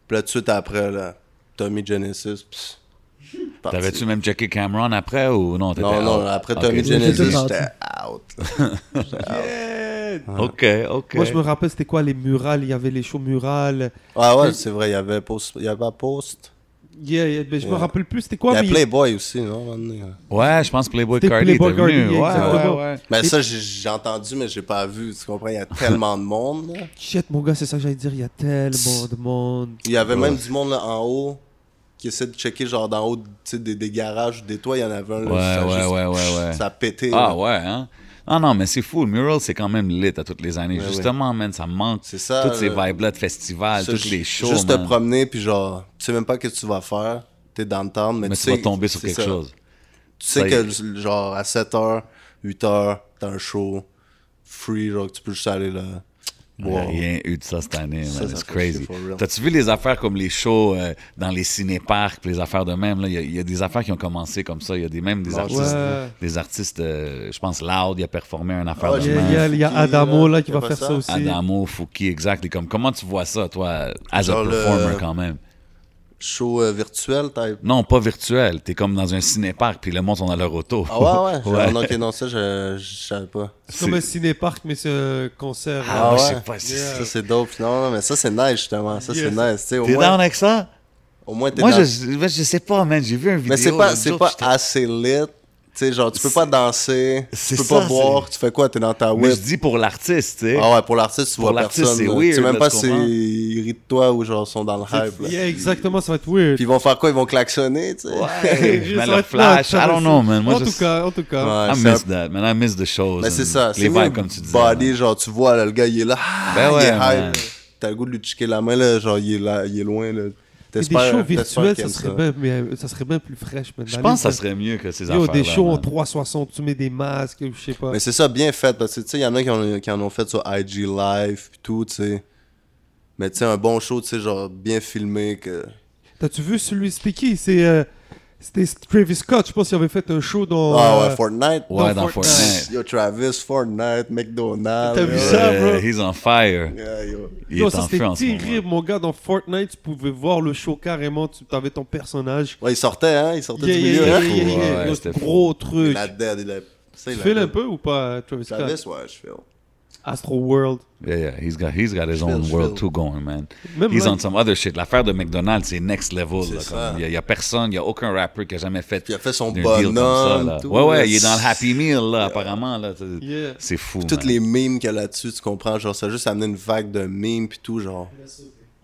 Speaker 3: Puis là, tout de suite après, là, Tommy Genesis. pss, parti.
Speaker 2: T'avais-tu même checké Cameron après ou non? t'étais
Speaker 3: Non, non,
Speaker 2: out?
Speaker 3: après
Speaker 2: Ok.
Speaker 3: Tommy
Speaker 4: J'étais
Speaker 3: Genesis,
Speaker 4: tout
Speaker 3: j'étais out.
Speaker 2: Ok, ok.
Speaker 1: Moi, je me rappelle, c'était quoi les murales Il y avait les shows murales.
Speaker 3: Ah ouais, c'est vrai, il y avait Post. Il y avait Post.
Speaker 1: Yeah, yeah, ben, je me
Speaker 3: Ouais.
Speaker 1: rappelle plus, c'était
Speaker 3: Il
Speaker 1: quoi
Speaker 3: y a
Speaker 1: mais-
Speaker 3: Playboy aussi, non? à un moment donné, là.
Speaker 2: Ouais, je pense Playboy
Speaker 1: C'était
Speaker 2: Cardi était
Speaker 1: Playboy Cardi,
Speaker 2: venu. Ouais,
Speaker 1: exactement.
Speaker 2: ouais, ouais.
Speaker 3: Mais ça, j'ai- j'ai entendu, mais j'ai pas vu. Tu comprends? Il y a tellement de monde. là.
Speaker 1: Shit, mon gars, c'est ça que j'allais dire. Il y a tellement de monde.
Speaker 3: Il y avait même du monde là, en haut qui essaie de checker, genre d'en haut, tu sais, des, des garages ou des toits. Il y en avait un là.
Speaker 2: Ouais,
Speaker 3: ça a
Speaker 2: ouais, ouais, ouais, ouais.
Speaker 3: Ça a pété.
Speaker 2: Ah
Speaker 3: là.
Speaker 2: ouais, hein? Non, non, mais c'est fou. Le mural, c'est quand même lit à toutes les années.
Speaker 3: ouais.
Speaker 2: Justement, man, ça manque.
Speaker 3: C'est ça,
Speaker 2: Toutes ces
Speaker 3: là.
Speaker 2: vibes-là de festivals,
Speaker 3: Ça,
Speaker 2: toutes
Speaker 3: ju-
Speaker 2: les shows.
Speaker 3: Juste te
Speaker 2: man.
Speaker 3: promener, puis genre, tu sais même pas ce que tu vas faire. T'es dans le temps, mais,
Speaker 2: Mais
Speaker 3: tu
Speaker 2: tu
Speaker 3: sais.
Speaker 2: vas tomber sur
Speaker 3: c'est
Speaker 2: quelque
Speaker 3: ça.
Speaker 2: chose.
Speaker 3: Tu sais
Speaker 2: Ça y
Speaker 3: que, le- genre, à 7h, 8h, t'as un show free, genre, que tu peux juste aller là.
Speaker 2: Il n'y a
Speaker 3: boire.
Speaker 2: rien eu de ça cette année,
Speaker 3: Ça,
Speaker 2: man.
Speaker 3: ça
Speaker 2: It's
Speaker 3: fait
Speaker 2: crazy.
Speaker 3: chier, for real.
Speaker 2: T'as-tu vu les affaires comme les shows euh, dans les ciné-parcs, puis les affaires de même? là? Il y, a- il y a des affaires qui ont commencé comme Ah, ça. Il y a des, même des
Speaker 3: Ouais.
Speaker 2: artistes,
Speaker 1: Ouais.
Speaker 2: des artistes euh, je pense, Loud, il a performé un affaire
Speaker 3: Ah,
Speaker 2: de
Speaker 1: Il y
Speaker 2: même.
Speaker 1: a, il y a- il y a
Speaker 3: Fouki,
Speaker 1: Adamo là qui
Speaker 3: y a
Speaker 1: va
Speaker 3: pas
Speaker 1: faire
Speaker 3: ça.
Speaker 1: ça aussi.
Speaker 2: Adamo, Fouki, exact. Et comme, comment tu vois ça, toi, as a
Speaker 3: Genre le-
Speaker 2: performer quand même?
Speaker 3: Show euh, virtuel, type.
Speaker 2: Non, pas virtuel. T'es comme dans un ciné-parc, puis le monde, on a leur auto.
Speaker 3: Ah ouais, ouais.
Speaker 2: Ouais.
Speaker 3: Genre, Non, ok, non, ça, je, je savais pas.
Speaker 1: C'est comme un ciné-parc, mais c'est un concert.
Speaker 2: Ah,
Speaker 1: euh,
Speaker 2: ouais, je sais pas si-
Speaker 3: Ça, c'est dope. Non, non, mais ça, c'est nice, justement. Ça,
Speaker 1: Yeah.
Speaker 3: c'est nice. Tu sais, au
Speaker 2: T'es
Speaker 3: moins,
Speaker 2: down avec ça?
Speaker 3: au moins, t'es
Speaker 2: Moi, je,
Speaker 3: dans-
Speaker 2: je je sais pas, man. J'ai vu un vidéo.
Speaker 3: Mais c'est pas,
Speaker 2: l'autre
Speaker 3: c'est
Speaker 2: jour,
Speaker 3: pas
Speaker 2: j'étais-
Speaker 3: assez lit. Tu sais, genre, tu peux pas danser,
Speaker 2: C'est
Speaker 3: tu peux
Speaker 2: ça,
Speaker 3: pas boire, tu fais quoi? T'es dans ta
Speaker 2: Mais
Speaker 3: whip.
Speaker 2: je dis pour l'artiste, tu sais.
Speaker 3: Ah ouais, pour l'artiste, tu
Speaker 2: Pour
Speaker 3: vois
Speaker 2: l'artiste,
Speaker 3: personne.
Speaker 2: c'est
Speaker 3: là.
Speaker 2: weird,
Speaker 3: Tu sais même
Speaker 2: là,
Speaker 3: pas
Speaker 2: tu
Speaker 3: s'ils
Speaker 2: comprends?
Speaker 3: rient de toi ou genre sont dans le hype. là.
Speaker 1: Yeah, exactement, ça va être weird.
Speaker 3: Puis ils vont faire quoi? Ils vont klaxonner, tu sais.
Speaker 2: Hey, je
Speaker 1: Ça va
Speaker 2: mets le
Speaker 1: être plate,
Speaker 2: flash. I
Speaker 1: ça
Speaker 2: don't
Speaker 1: aussi.
Speaker 2: know, man. Moi,
Speaker 1: en
Speaker 2: je-
Speaker 1: tout cas, en tout cas.
Speaker 3: Ouais,
Speaker 2: I
Speaker 3: c'est un-
Speaker 2: miss that, man. I miss the shows.
Speaker 3: Mais
Speaker 2: and
Speaker 3: c'est ça.
Speaker 2: Les
Speaker 3: C'est mieux
Speaker 2: vibes, comme tu dis.
Speaker 3: Body, genre, tu vois, là, le gars, il est là.
Speaker 2: Ben
Speaker 3: ah,
Speaker 2: ouais,
Speaker 3: il est
Speaker 2: man.
Speaker 3: hype. T'as le goût de lui checker la main, là. Genre, il est là, il est loin, là.
Speaker 1: Mais
Speaker 3: T'espères-
Speaker 1: des shows
Speaker 3: t'espères
Speaker 1: virtuels,
Speaker 3: qu'il
Speaker 1: ça
Speaker 3: aime
Speaker 1: serait, bien, mais, euh, ça serait bien plus fraîche. man.
Speaker 2: Je
Speaker 1: D'aller
Speaker 2: pense que ça
Speaker 1: faire-
Speaker 2: serait mieux que ces
Speaker 1: Yo,
Speaker 2: affaires.
Speaker 1: des shows en 360, tu mets des masques ou je sais pas.
Speaker 3: Mais c'est ça, bien fait, parce que, tu sais, il y en a qui, en- qui en ont fait sur IG Live, pis tout, tu sais. Mais, tu sais, un bon show, tu sais, genre, bien filmé, que...
Speaker 1: T'as-tu vu celui, c'était qui C'est, euh, C'était Travis Scott, je pense qu'il avait fait un show dans.
Speaker 3: Ah ouais,
Speaker 1: euh,
Speaker 3: Fortnite.
Speaker 2: Ouais, dans
Speaker 1: dans
Speaker 2: Fortnite.
Speaker 1: Fortnite.
Speaker 3: Yo, Travis, Fortnite, McDonald's.
Speaker 1: T'as vu
Speaker 3: yo.
Speaker 1: ça, bro?
Speaker 2: Yeah, He's on fire.
Speaker 3: Yeah, yo.
Speaker 2: Il
Speaker 1: Yo,
Speaker 2: est
Speaker 1: ça
Speaker 2: en feu
Speaker 1: c'était
Speaker 2: en ce moment.
Speaker 1: terrible, mon gars. Dans Fortnite, tu pouvais voir le show carrément. Tu avais ton personnage.
Speaker 3: Ouais, il sortait, hein? Il sortait
Speaker 1: Yeah,
Speaker 3: du
Speaker 1: yeah,
Speaker 3: milieu,
Speaker 1: yeah,
Speaker 3: hein?
Speaker 1: yeah,
Speaker 2: Fou,
Speaker 1: yeah,
Speaker 2: ouais,
Speaker 1: yo,
Speaker 2: c'était fou.
Speaker 1: Gros truc.
Speaker 3: Il a dead, il a...
Speaker 1: Tu
Speaker 3: il a
Speaker 1: fais
Speaker 3: dead.
Speaker 1: un peu ou pas, Travis Scott
Speaker 3: Travis, ouais, je fais.
Speaker 1: Astro World.
Speaker 2: Yeah, yeah. He's got, he's got his own
Speaker 3: Phil,
Speaker 2: world
Speaker 3: Phil.
Speaker 2: too going, man.
Speaker 1: Même
Speaker 2: He's
Speaker 1: là-
Speaker 2: on some other shit. L'affaire de McDonald's, c'est next level.
Speaker 3: C'est
Speaker 2: là,
Speaker 3: ça.
Speaker 2: comme. Il y a- il y a, personne, il y a aucun rapper qui a jamais fait.
Speaker 3: Puis il a fait son
Speaker 2: d'un deal comme ça,
Speaker 3: bonhomme,
Speaker 2: là.
Speaker 3: tout,
Speaker 2: ouais,
Speaker 3: là.
Speaker 2: ouais, il est dans le Happy Meal, là, apparemment. Là. C'est-
Speaker 1: Yeah.
Speaker 2: C'est fou.
Speaker 3: Toutes
Speaker 2: man.
Speaker 3: les memes qu'il y a là-dessus, tu comprends? Genre, ça a juste amené une vague de memes, pis tout, genre...
Speaker 2: Ouais,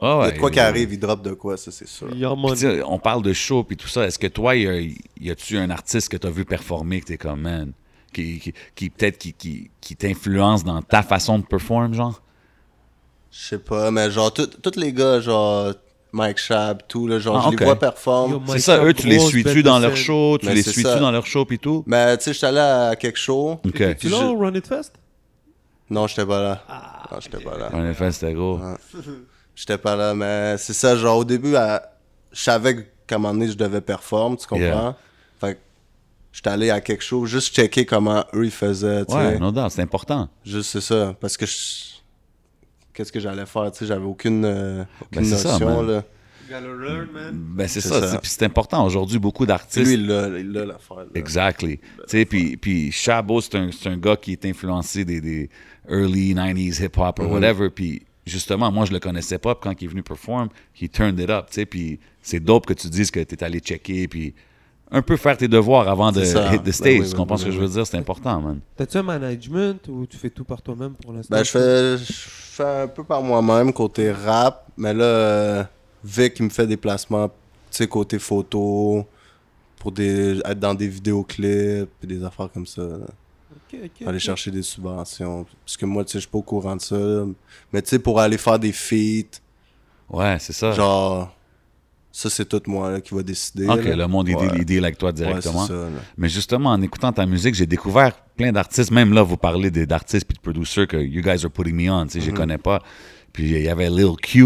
Speaker 3: Il y a
Speaker 2: ouais,
Speaker 3: de quoi
Speaker 2: il-
Speaker 3: qui arrive, il drop de quoi, ça, c'est sûr.
Speaker 1: Yo,
Speaker 2: Puis,
Speaker 1: man.
Speaker 2: tu sais, on parle de show puis tout ça. Est-ce que toi, y, a- y a-tu un artiste que t'as vu performer que t'es comme, man, qui, qui, qui peut-être qui, qui, qui t'influence dans ta façon de performer, genre?
Speaker 3: Je sais pas, mais genre, tout- tous les gars, genre, Mike Shab, tout, là, genre,
Speaker 2: Ah,
Speaker 3: je
Speaker 2: ok.
Speaker 3: les vois performer.
Speaker 1: Yo, Mike
Speaker 2: c'est ça,
Speaker 1: Shab,
Speaker 2: eux, tu les
Speaker 1: grosse bête de
Speaker 2: suis-tu dans leur
Speaker 1: scène.
Speaker 2: show? Tu
Speaker 3: Mais
Speaker 2: les
Speaker 3: c'est
Speaker 2: suis-tu
Speaker 3: ça.
Speaker 2: dans leur show puis tout?
Speaker 3: Mais tu sais, j'étais allé à quelque chose.
Speaker 2: OK.
Speaker 1: Tu l'as
Speaker 3: Je-
Speaker 1: au Run It Fest
Speaker 3: Non, j'étais pas là.
Speaker 2: Ah,
Speaker 3: non, j'étais pas là.
Speaker 2: En effet, c'était gros.
Speaker 3: J'étais pas là, mais c'est ça, genre, au début, à- je savais qu'à un moment donné, je devais performer, tu comprends?
Speaker 2: Yeah.
Speaker 3: Fait que j'étais allé à quelque chose, juste checker comment eux, ils faisaient, tu
Speaker 2: Ouais,
Speaker 3: sais.
Speaker 2: no doubt, c'est important.
Speaker 3: Juste, c'est ça, parce que je- Qu'est-ce que j'allais faire, tu sais, j'avais aucune,
Speaker 2: Ben,
Speaker 3: euh, aucune
Speaker 2: c'est ça,
Speaker 3: notion,
Speaker 2: man.
Speaker 3: là.
Speaker 2: Ben, c'est
Speaker 3: C'est
Speaker 2: ça.
Speaker 3: ça.
Speaker 2: c'est- Puis c'est important. Aujourd'hui, beaucoup d'artistes...
Speaker 3: Lui, il l'a, il l'a, l'affaire, là.
Speaker 2: Exactly. Tu sais, puis, puis Chabot, c'est un, c'est un gars qui est influencé des, des early 90s hip-hop
Speaker 3: Mm-hmm.
Speaker 2: ou whatever. Puis justement, moi, je le connaissais pas. Puis quand il est venu perform, he turned it up. Tu sais, puis c'est dope que tu dises que tu es allé checker. Puis un peu faire tes devoirs avant de
Speaker 3: C'est ça.
Speaker 2: hit the
Speaker 3: Ben
Speaker 2: stage.
Speaker 3: oui,
Speaker 2: tu
Speaker 3: ben
Speaker 2: comprends
Speaker 3: oui,
Speaker 2: ce que
Speaker 3: ben
Speaker 2: je veux dire? C'est important, man.
Speaker 1: T'as-tu un management ou tu fais tout par toi-même pour l'instant
Speaker 3: Ben, je fais, je fais un peu par moi-même côté rap, mais là, euh, Vic, il me fait des placements, tu sais, côté photo, pour des, être dans des vidéoclips, puis des affaires comme ça. là.
Speaker 1: Ok, ok,
Speaker 3: Aller
Speaker 1: ok.
Speaker 3: chercher des subventions. Parce que moi, tu sais, je suis pas au courant de ça. là. Mais tu sais, pour aller faire des feats,
Speaker 2: Ouais, c'est ça.
Speaker 3: genre, Ça, c'est tout moi là, qui va décider.
Speaker 2: Ok,
Speaker 3: là.
Speaker 2: le monde, il
Speaker 3: Ouais.
Speaker 2: deal- il deal avec toi
Speaker 3: Ouais,
Speaker 2: directement.
Speaker 3: c'est ça, là.
Speaker 2: Mais justement, en écoutant ta musique, j'ai découvert plein d'artistes. Même là, vous parlez des- d'artistes puis de producers que you guys are putting me on. Tu sais,
Speaker 3: Mm-hmm.
Speaker 2: je les connais pas. Puis il y avait Lil Q.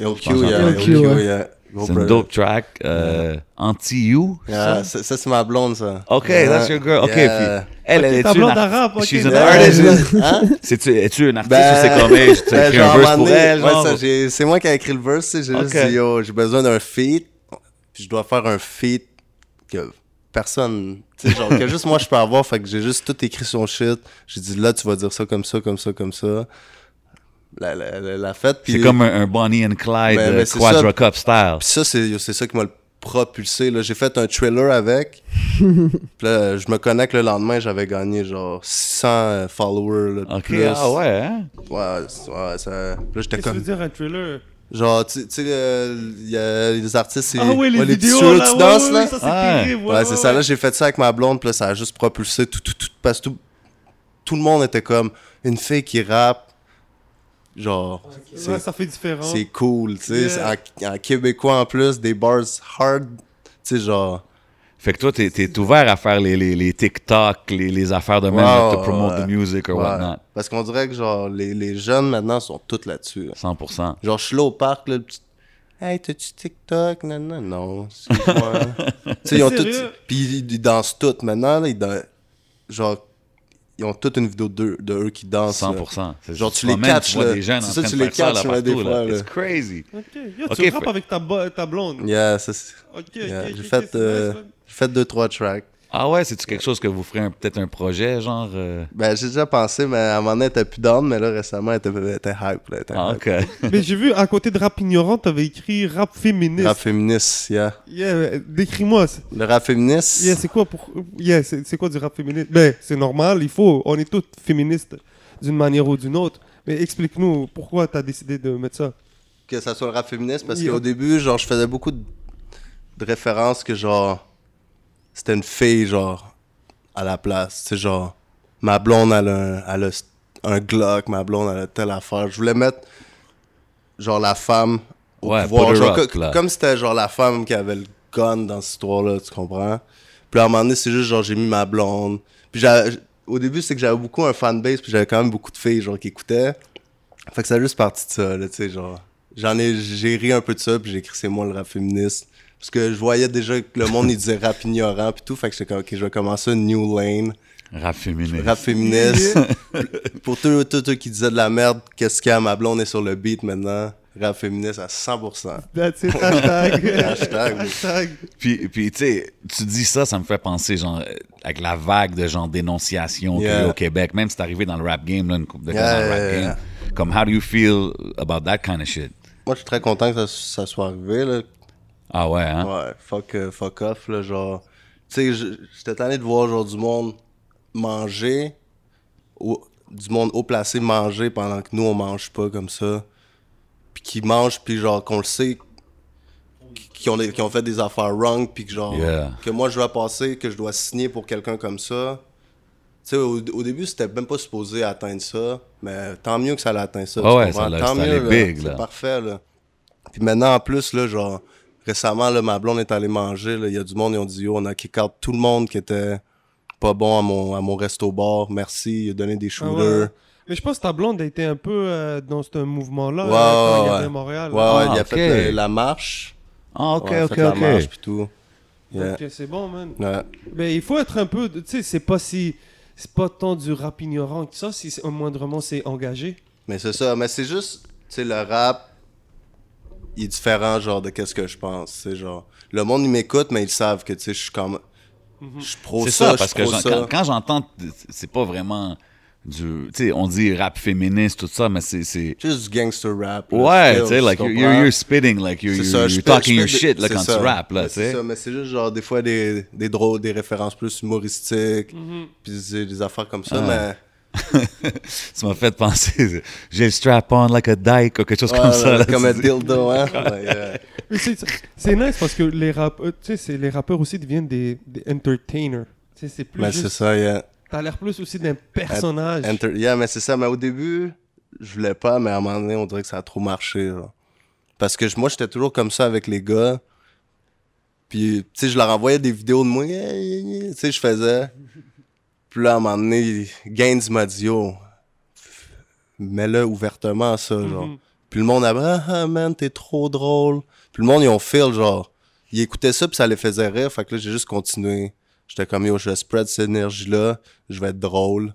Speaker 3: LQ,
Speaker 2: pense
Speaker 3: yeah,
Speaker 2: en-
Speaker 3: LQ,
Speaker 4: LQ, ouais.
Speaker 3: yeah. Gros
Speaker 2: C'est une
Speaker 3: Oh, brother.
Speaker 2: dope track. Euh, Anti-You.
Speaker 3: Yeah, ça, ça, c'est ma blonde, ça.
Speaker 2: OK,
Speaker 3: Yeah.
Speaker 2: that's your girl. OK,
Speaker 3: Yeah.
Speaker 2: puis elle, elle
Speaker 1: ta
Speaker 2: est-tu une
Speaker 1: blonde
Speaker 2: ar-
Speaker 1: arabe, OK,
Speaker 2: She's an
Speaker 1: d'accord.
Speaker 2: artist.
Speaker 3: Hein?
Speaker 2: C'est-tu- Es-tu une artiste
Speaker 3: Ben,
Speaker 2: ou c'est comme, hey, je t'ai
Speaker 3: ben,
Speaker 2: écrit
Speaker 3: genre,
Speaker 2: un
Speaker 3: à
Speaker 2: verse
Speaker 3: un
Speaker 2: pour
Speaker 3: moment donné,
Speaker 2: elle?
Speaker 3: ouais,
Speaker 2: genre?
Speaker 3: ça, j'ai- c'est moi qui ai écrit le verse, tu sais, j'ai
Speaker 2: Ok.
Speaker 3: juste dit, yo, j'ai besoin d'un feat, puis je dois faire un feat que personne, tu sais, genre, que juste moi je peux avoir, fait que j'ai juste tout écrit son shit, j'ai dit, là, tu vas dire ça comme ça, comme ça, comme ça, la, la, la, la fête, puis
Speaker 2: C'est comme un, un Bonnie and Clyde
Speaker 3: Ben,
Speaker 2: euh,
Speaker 3: ben, c'est ça.
Speaker 2: Quadra Cup style.
Speaker 3: puis ça, c'est c'est ça qui m'a le propulsé. là. J'ai fait un thriller avec. Puis là, je me connecte le lendemain, j'avais gagné genre 600 followers. là, de
Speaker 2: OK,
Speaker 3: plus.
Speaker 2: ah ouais, hein?
Speaker 3: Ouais, c'est- ouais, ça... Puis là,
Speaker 1: Qu'est-ce que
Speaker 3: j'étais
Speaker 1: tu
Speaker 3: comme...
Speaker 1: veux dire un thriller
Speaker 3: Genre, tu tu sais, euh, il y a les artistes, c'est-
Speaker 1: Ah ouais, les,
Speaker 3: petits
Speaker 1: vidéos
Speaker 3: cheveux
Speaker 1: là,
Speaker 3: que tu
Speaker 1: ouais,
Speaker 3: danses,
Speaker 1: ouais,
Speaker 3: là.
Speaker 1: ouais, ça c'est
Speaker 2: Ouais.
Speaker 1: terrible.
Speaker 3: ouais, c'est ça. Là, j'ai fait ça avec ma blonde, puis là, ça a juste propulsé tout, tout, tout, parce que tout, tout le monde était comme une fille qui rappe. Genre, c'est
Speaker 1: Ouais, ça fait différent.
Speaker 3: c'est cool, tu sais.
Speaker 1: Yeah.
Speaker 3: c'est En, en québécois en plus, des bars hard, tu sais, genre.
Speaker 2: Fait que toi, t'es, t'es ouvert à faire les, les, les TikTok, les, les affaires de même,
Speaker 3: Ouais,
Speaker 2: to
Speaker 3: ouais,
Speaker 2: promote
Speaker 3: ouais.
Speaker 2: the music or
Speaker 3: ouais.
Speaker 2: whatnot.
Speaker 3: Parce qu'on dirait que, genre, les, les jeunes maintenant sont tous là-dessus. là.
Speaker 2: 100%.
Speaker 3: Genre, je suis là au parc, là, le petit. Hey, t'as-tu TikTok? Non, non, non. excuse-moi. tu sais, ils ont tous.
Speaker 1: Sérieux?
Speaker 3: Puis ils, ils dansent toutes maintenant, là. Ils dan- Genre, ils ont toute une vidéo d'eux, de eux qui dansent. là.
Speaker 2: 100%. C'est-
Speaker 3: Genre, tu
Speaker 2: vois
Speaker 3: les
Speaker 2: même,
Speaker 3: catches,
Speaker 2: Tu vois
Speaker 3: là.
Speaker 2: des jeunes
Speaker 3: C'est
Speaker 2: en
Speaker 3: ça,
Speaker 2: train
Speaker 3: tu
Speaker 2: de
Speaker 3: les
Speaker 2: faire ça,
Speaker 3: catches,
Speaker 2: là,
Speaker 3: là, des
Speaker 2: partout, là.
Speaker 3: fois, là.
Speaker 2: It's crazy.
Speaker 1: Ok, yo,
Speaker 2: Ok,
Speaker 1: tu rappes
Speaker 2: fait-
Speaker 1: avec ta, bo- ta blonde.
Speaker 3: Yeah, ça, c'est-
Speaker 1: Ok, ok,
Speaker 3: yeah.
Speaker 1: ok, ok,
Speaker 3: J'ai fait,
Speaker 1: c'est
Speaker 3: euh,
Speaker 1: nice, man.
Speaker 3: j'ai fait deux, trois tracks.
Speaker 2: Ah ouais, c'est-tu quelque chose que vous ferez un- peut-être un projet, genre... euh,
Speaker 3: Ben, j'ai déjà pensé, mais à un moment donné, elle était plus down, mais là, récemment, elle était, elle était hype. Là, elle était
Speaker 2: Ah,
Speaker 3: hype.
Speaker 2: OK.
Speaker 1: Mais j'ai vu à côté de rap ignorant, t'avais écrit rap féministe.
Speaker 3: Rap féministe, yeah.
Speaker 1: Yeah, décris-moi. c'est-
Speaker 3: Le rap féministe,
Speaker 1: Yeah, c'est quoi pour yeah, c'est c'est quoi du rap féministe Ben, c'est normal, il faut on est toutes féministes d'une manière ou d'une autre. Mais explique-nous pourquoi t'as décidé de mettre ça.
Speaker 3: que ça soit le rap féministe, parce
Speaker 1: Yeah.
Speaker 3: qu'au début, genre, je faisais beaucoup de, de références que, genre, c'était une fille, genre, à la place. C'est genre, ma blonde, elle a, un, elle a st- un Glock, ma blonde, elle a telle affaire. Je voulais mettre, genre, la femme au
Speaker 2: Ouais, put
Speaker 3: pouvoir.
Speaker 2: her
Speaker 3: Genre,
Speaker 2: up,
Speaker 3: co-
Speaker 2: là.
Speaker 3: comme c'était, genre, la femme qui avait le gun dans cette histoire-là, tu comprends? Puis à un moment donné, c'est juste, genre, j'ai mis ma blonde. Puis j'avais- au début, c'est que j'avais beaucoup un fanbase, puis j'avais quand même beaucoup de filles, genre, qui écoutaient. Fait que ça a juste parti de ça, là, tu sais, genre. J'en ai, j'ai ri un peu de ça, puis j'ai écrit c'est moi le rap féministe. Parce que je voyais déjà que le monde, il disait rap ignorant, puis tout. Fait que j'étais comme, ok, je vais commencer une new lane,
Speaker 2: Rap féministe.
Speaker 3: rap féministe. Pour tous tous- tous qui disaient de la merde, qu'est-ce qu'il y a, ma blonde est sur le beat maintenant. Rap féministe à 100%.
Speaker 1: That's it, hashtag.
Speaker 3: Hashtag.
Speaker 1: Hashtag. Ah
Speaker 2: Puis, puis tu sais, tu dis ça, ça me fait penser, genre, euh, avec la vague de, genre, dénonciation qu'il y a
Speaker 3: Yeah.
Speaker 2: au Québec. Même si c'est arrivé dans le rap game, là, une couple de gars
Speaker 3: Yeah,
Speaker 2: dans le rap
Speaker 3: yeah,
Speaker 2: game.
Speaker 3: yeah.
Speaker 2: Comme, how do you feel about that kind of shit?
Speaker 3: Moi, je suis très content que ça, ça soit arrivé, là.
Speaker 2: Ah ouais, hein?
Speaker 3: Ouais, fuck, euh, fuck off, là, genre... Tu sais, je- j'étais tanné de voir, genre, du monde manger, au- du monde haut placé manger pendant que nous, on mange pas comme ça. Puis qui mange, puis genre, qu'on le sait, qui ont, qui ont fait des affaires wrong, puis que genre...
Speaker 2: Yeah.
Speaker 3: Que moi, je dois passer, que je dois signer pour quelqu'un comme ça. Tu sais, au, au début, c'était même pas supposé atteindre ça, mais tant mieux que ça l'a atteint ça.
Speaker 2: Ah
Speaker 3: tu
Speaker 2: ouais,
Speaker 3: comprends?
Speaker 2: ça l'a-
Speaker 3: tant
Speaker 2: ça allait big, là.
Speaker 3: C'est parfait, là. Puis maintenant, en plus, là, genre, récemment, là, ma blonde est allée manger. là, Il y a du monde, ils ont dit, yo, on a kick out tout le monde qui était pas bon à mon, à mon resto-bar. Merci, il a donné des
Speaker 1: Ah ouais.
Speaker 3: shooters.
Speaker 1: Mais je pense que ta blonde a été un peu euh, dans ce mouvement-là
Speaker 3: Ouais,
Speaker 1: euh, quand
Speaker 3: ouais,
Speaker 1: il y
Speaker 3: ouais.
Speaker 1: avait Montréal.
Speaker 3: Ouais,
Speaker 1: là.
Speaker 3: ouais,
Speaker 2: Ah,
Speaker 3: il a
Speaker 2: ok.
Speaker 3: fait le- la marche.
Speaker 2: Ah, ok,
Speaker 3: Ouais, il a
Speaker 2: ok,
Speaker 3: fait la marche,
Speaker 2: ok.
Speaker 3: puis tout. Yeah.
Speaker 1: Ok, c'est bon, man.
Speaker 3: Ouais.
Speaker 1: Mais il faut être un peu. Tu sais, c'est pas si. C'est pas tant du rap ignorant que ça, si c'est- au moindrement c'est engagé.
Speaker 3: Mais c'est ça, mais c'est juste, tu sais, le rap, il est différent, genre, de qu'est-ce que je pense, c'est genre... Le monde, il m'écoute, mais ils savent que, tu sais, je suis comme...
Speaker 2: Mhm.
Speaker 3: Je suis pro
Speaker 2: C'est
Speaker 3: ça,
Speaker 2: ça, parce
Speaker 3: je
Speaker 2: que
Speaker 3: suis pro
Speaker 2: j'en-
Speaker 3: ça.
Speaker 2: quand, quand j'entends, c'est pas vraiment du. Tu sais, on dit rap féministe, tout ça, mais c'est. c'est-
Speaker 3: Juste du gangster rap. là,
Speaker 2: Ouais,
Speaker 3: still,
Speaker 2: tu sais, like,
Speaker 3: comprends?
Speaker 2: you're, you're- you're spitting, like, you're,
Speaker 3: C'est
Speaker 2: you're-
Speaker 3: ça,
Speaker 2: you're
Speaker 3: je fais-
Speaker 2: talking
Speaker 3: je
Speaker 2: your
Speaker 3: fais
Speaker 2: shit,
Speaker 3: des-
Speaker 2: là,
Speaker 3: c'est
Speaker 2: quand
Speaker 3: ça.
Speaker 2: tu rap, là,
Speaker 3: Mais
Speaker 2: tu
Speaker 3: C'est
Speaker 2: sais.
Speaker 3: ça, mais c'est juste genre des fois des, des drôles, des références plus humoristiques,
Speaker 1: Mhm.
Speaker 3: puis des, des affaires comme
Speaker 2: Ah.
Speaker 3: ça, mais...
Speaker 2: Ça m'a fait penser, j'ai le strap on like a dyke ou quelque chose
Speaker 3: Ouais,
Speaker 2: comme ça.
Speaker 3: ouais,
Speaker 2: là,
Speaker 3: comme
Speaker 2: tu
Speaker 3: un
Speaker 2: dis.
Speaker 3: dildo, hein? Ouais, euh,
Speaker 1: Mais c'est- C'est nice parce que les, rap, euh, tu sais, c'est- les rappeurs aussi deviennent des, des entertainers. Tu sais, C'est plus.
Speaker 3: Mais
Speaker 1: juste-
Speaker 3: Ben, c'est ça, yeah.
Speaker 1: T'as l'air plus aussi d'un personnage.
Speaker 3: Enter- Yeah, mais c'est ça. Mais au début, je voulais pas, mais à un moment donné, on dirait que ça a trop marché. genre. Parce que je- moi, j'étais toujours comme ça avec les gars. Puis, tu sais, je leur envoyais des vidéos de moi. Yeah, yeah, yeah. Tu sais, je faisais. Puis là, à un moment donné, Gaines m'a dit, yo, mets-le ouvertement, ça, genre. Puis le monde a ah, ah, man, t'es trop drôle. Puis le monde, ils ont feel, genre. Ils écoutaient ça, puis ça les faisait rire. Fait que là, j'ai juste continué. J'étais comme, yo, je spread cette énergie-là. Je vais être drôle.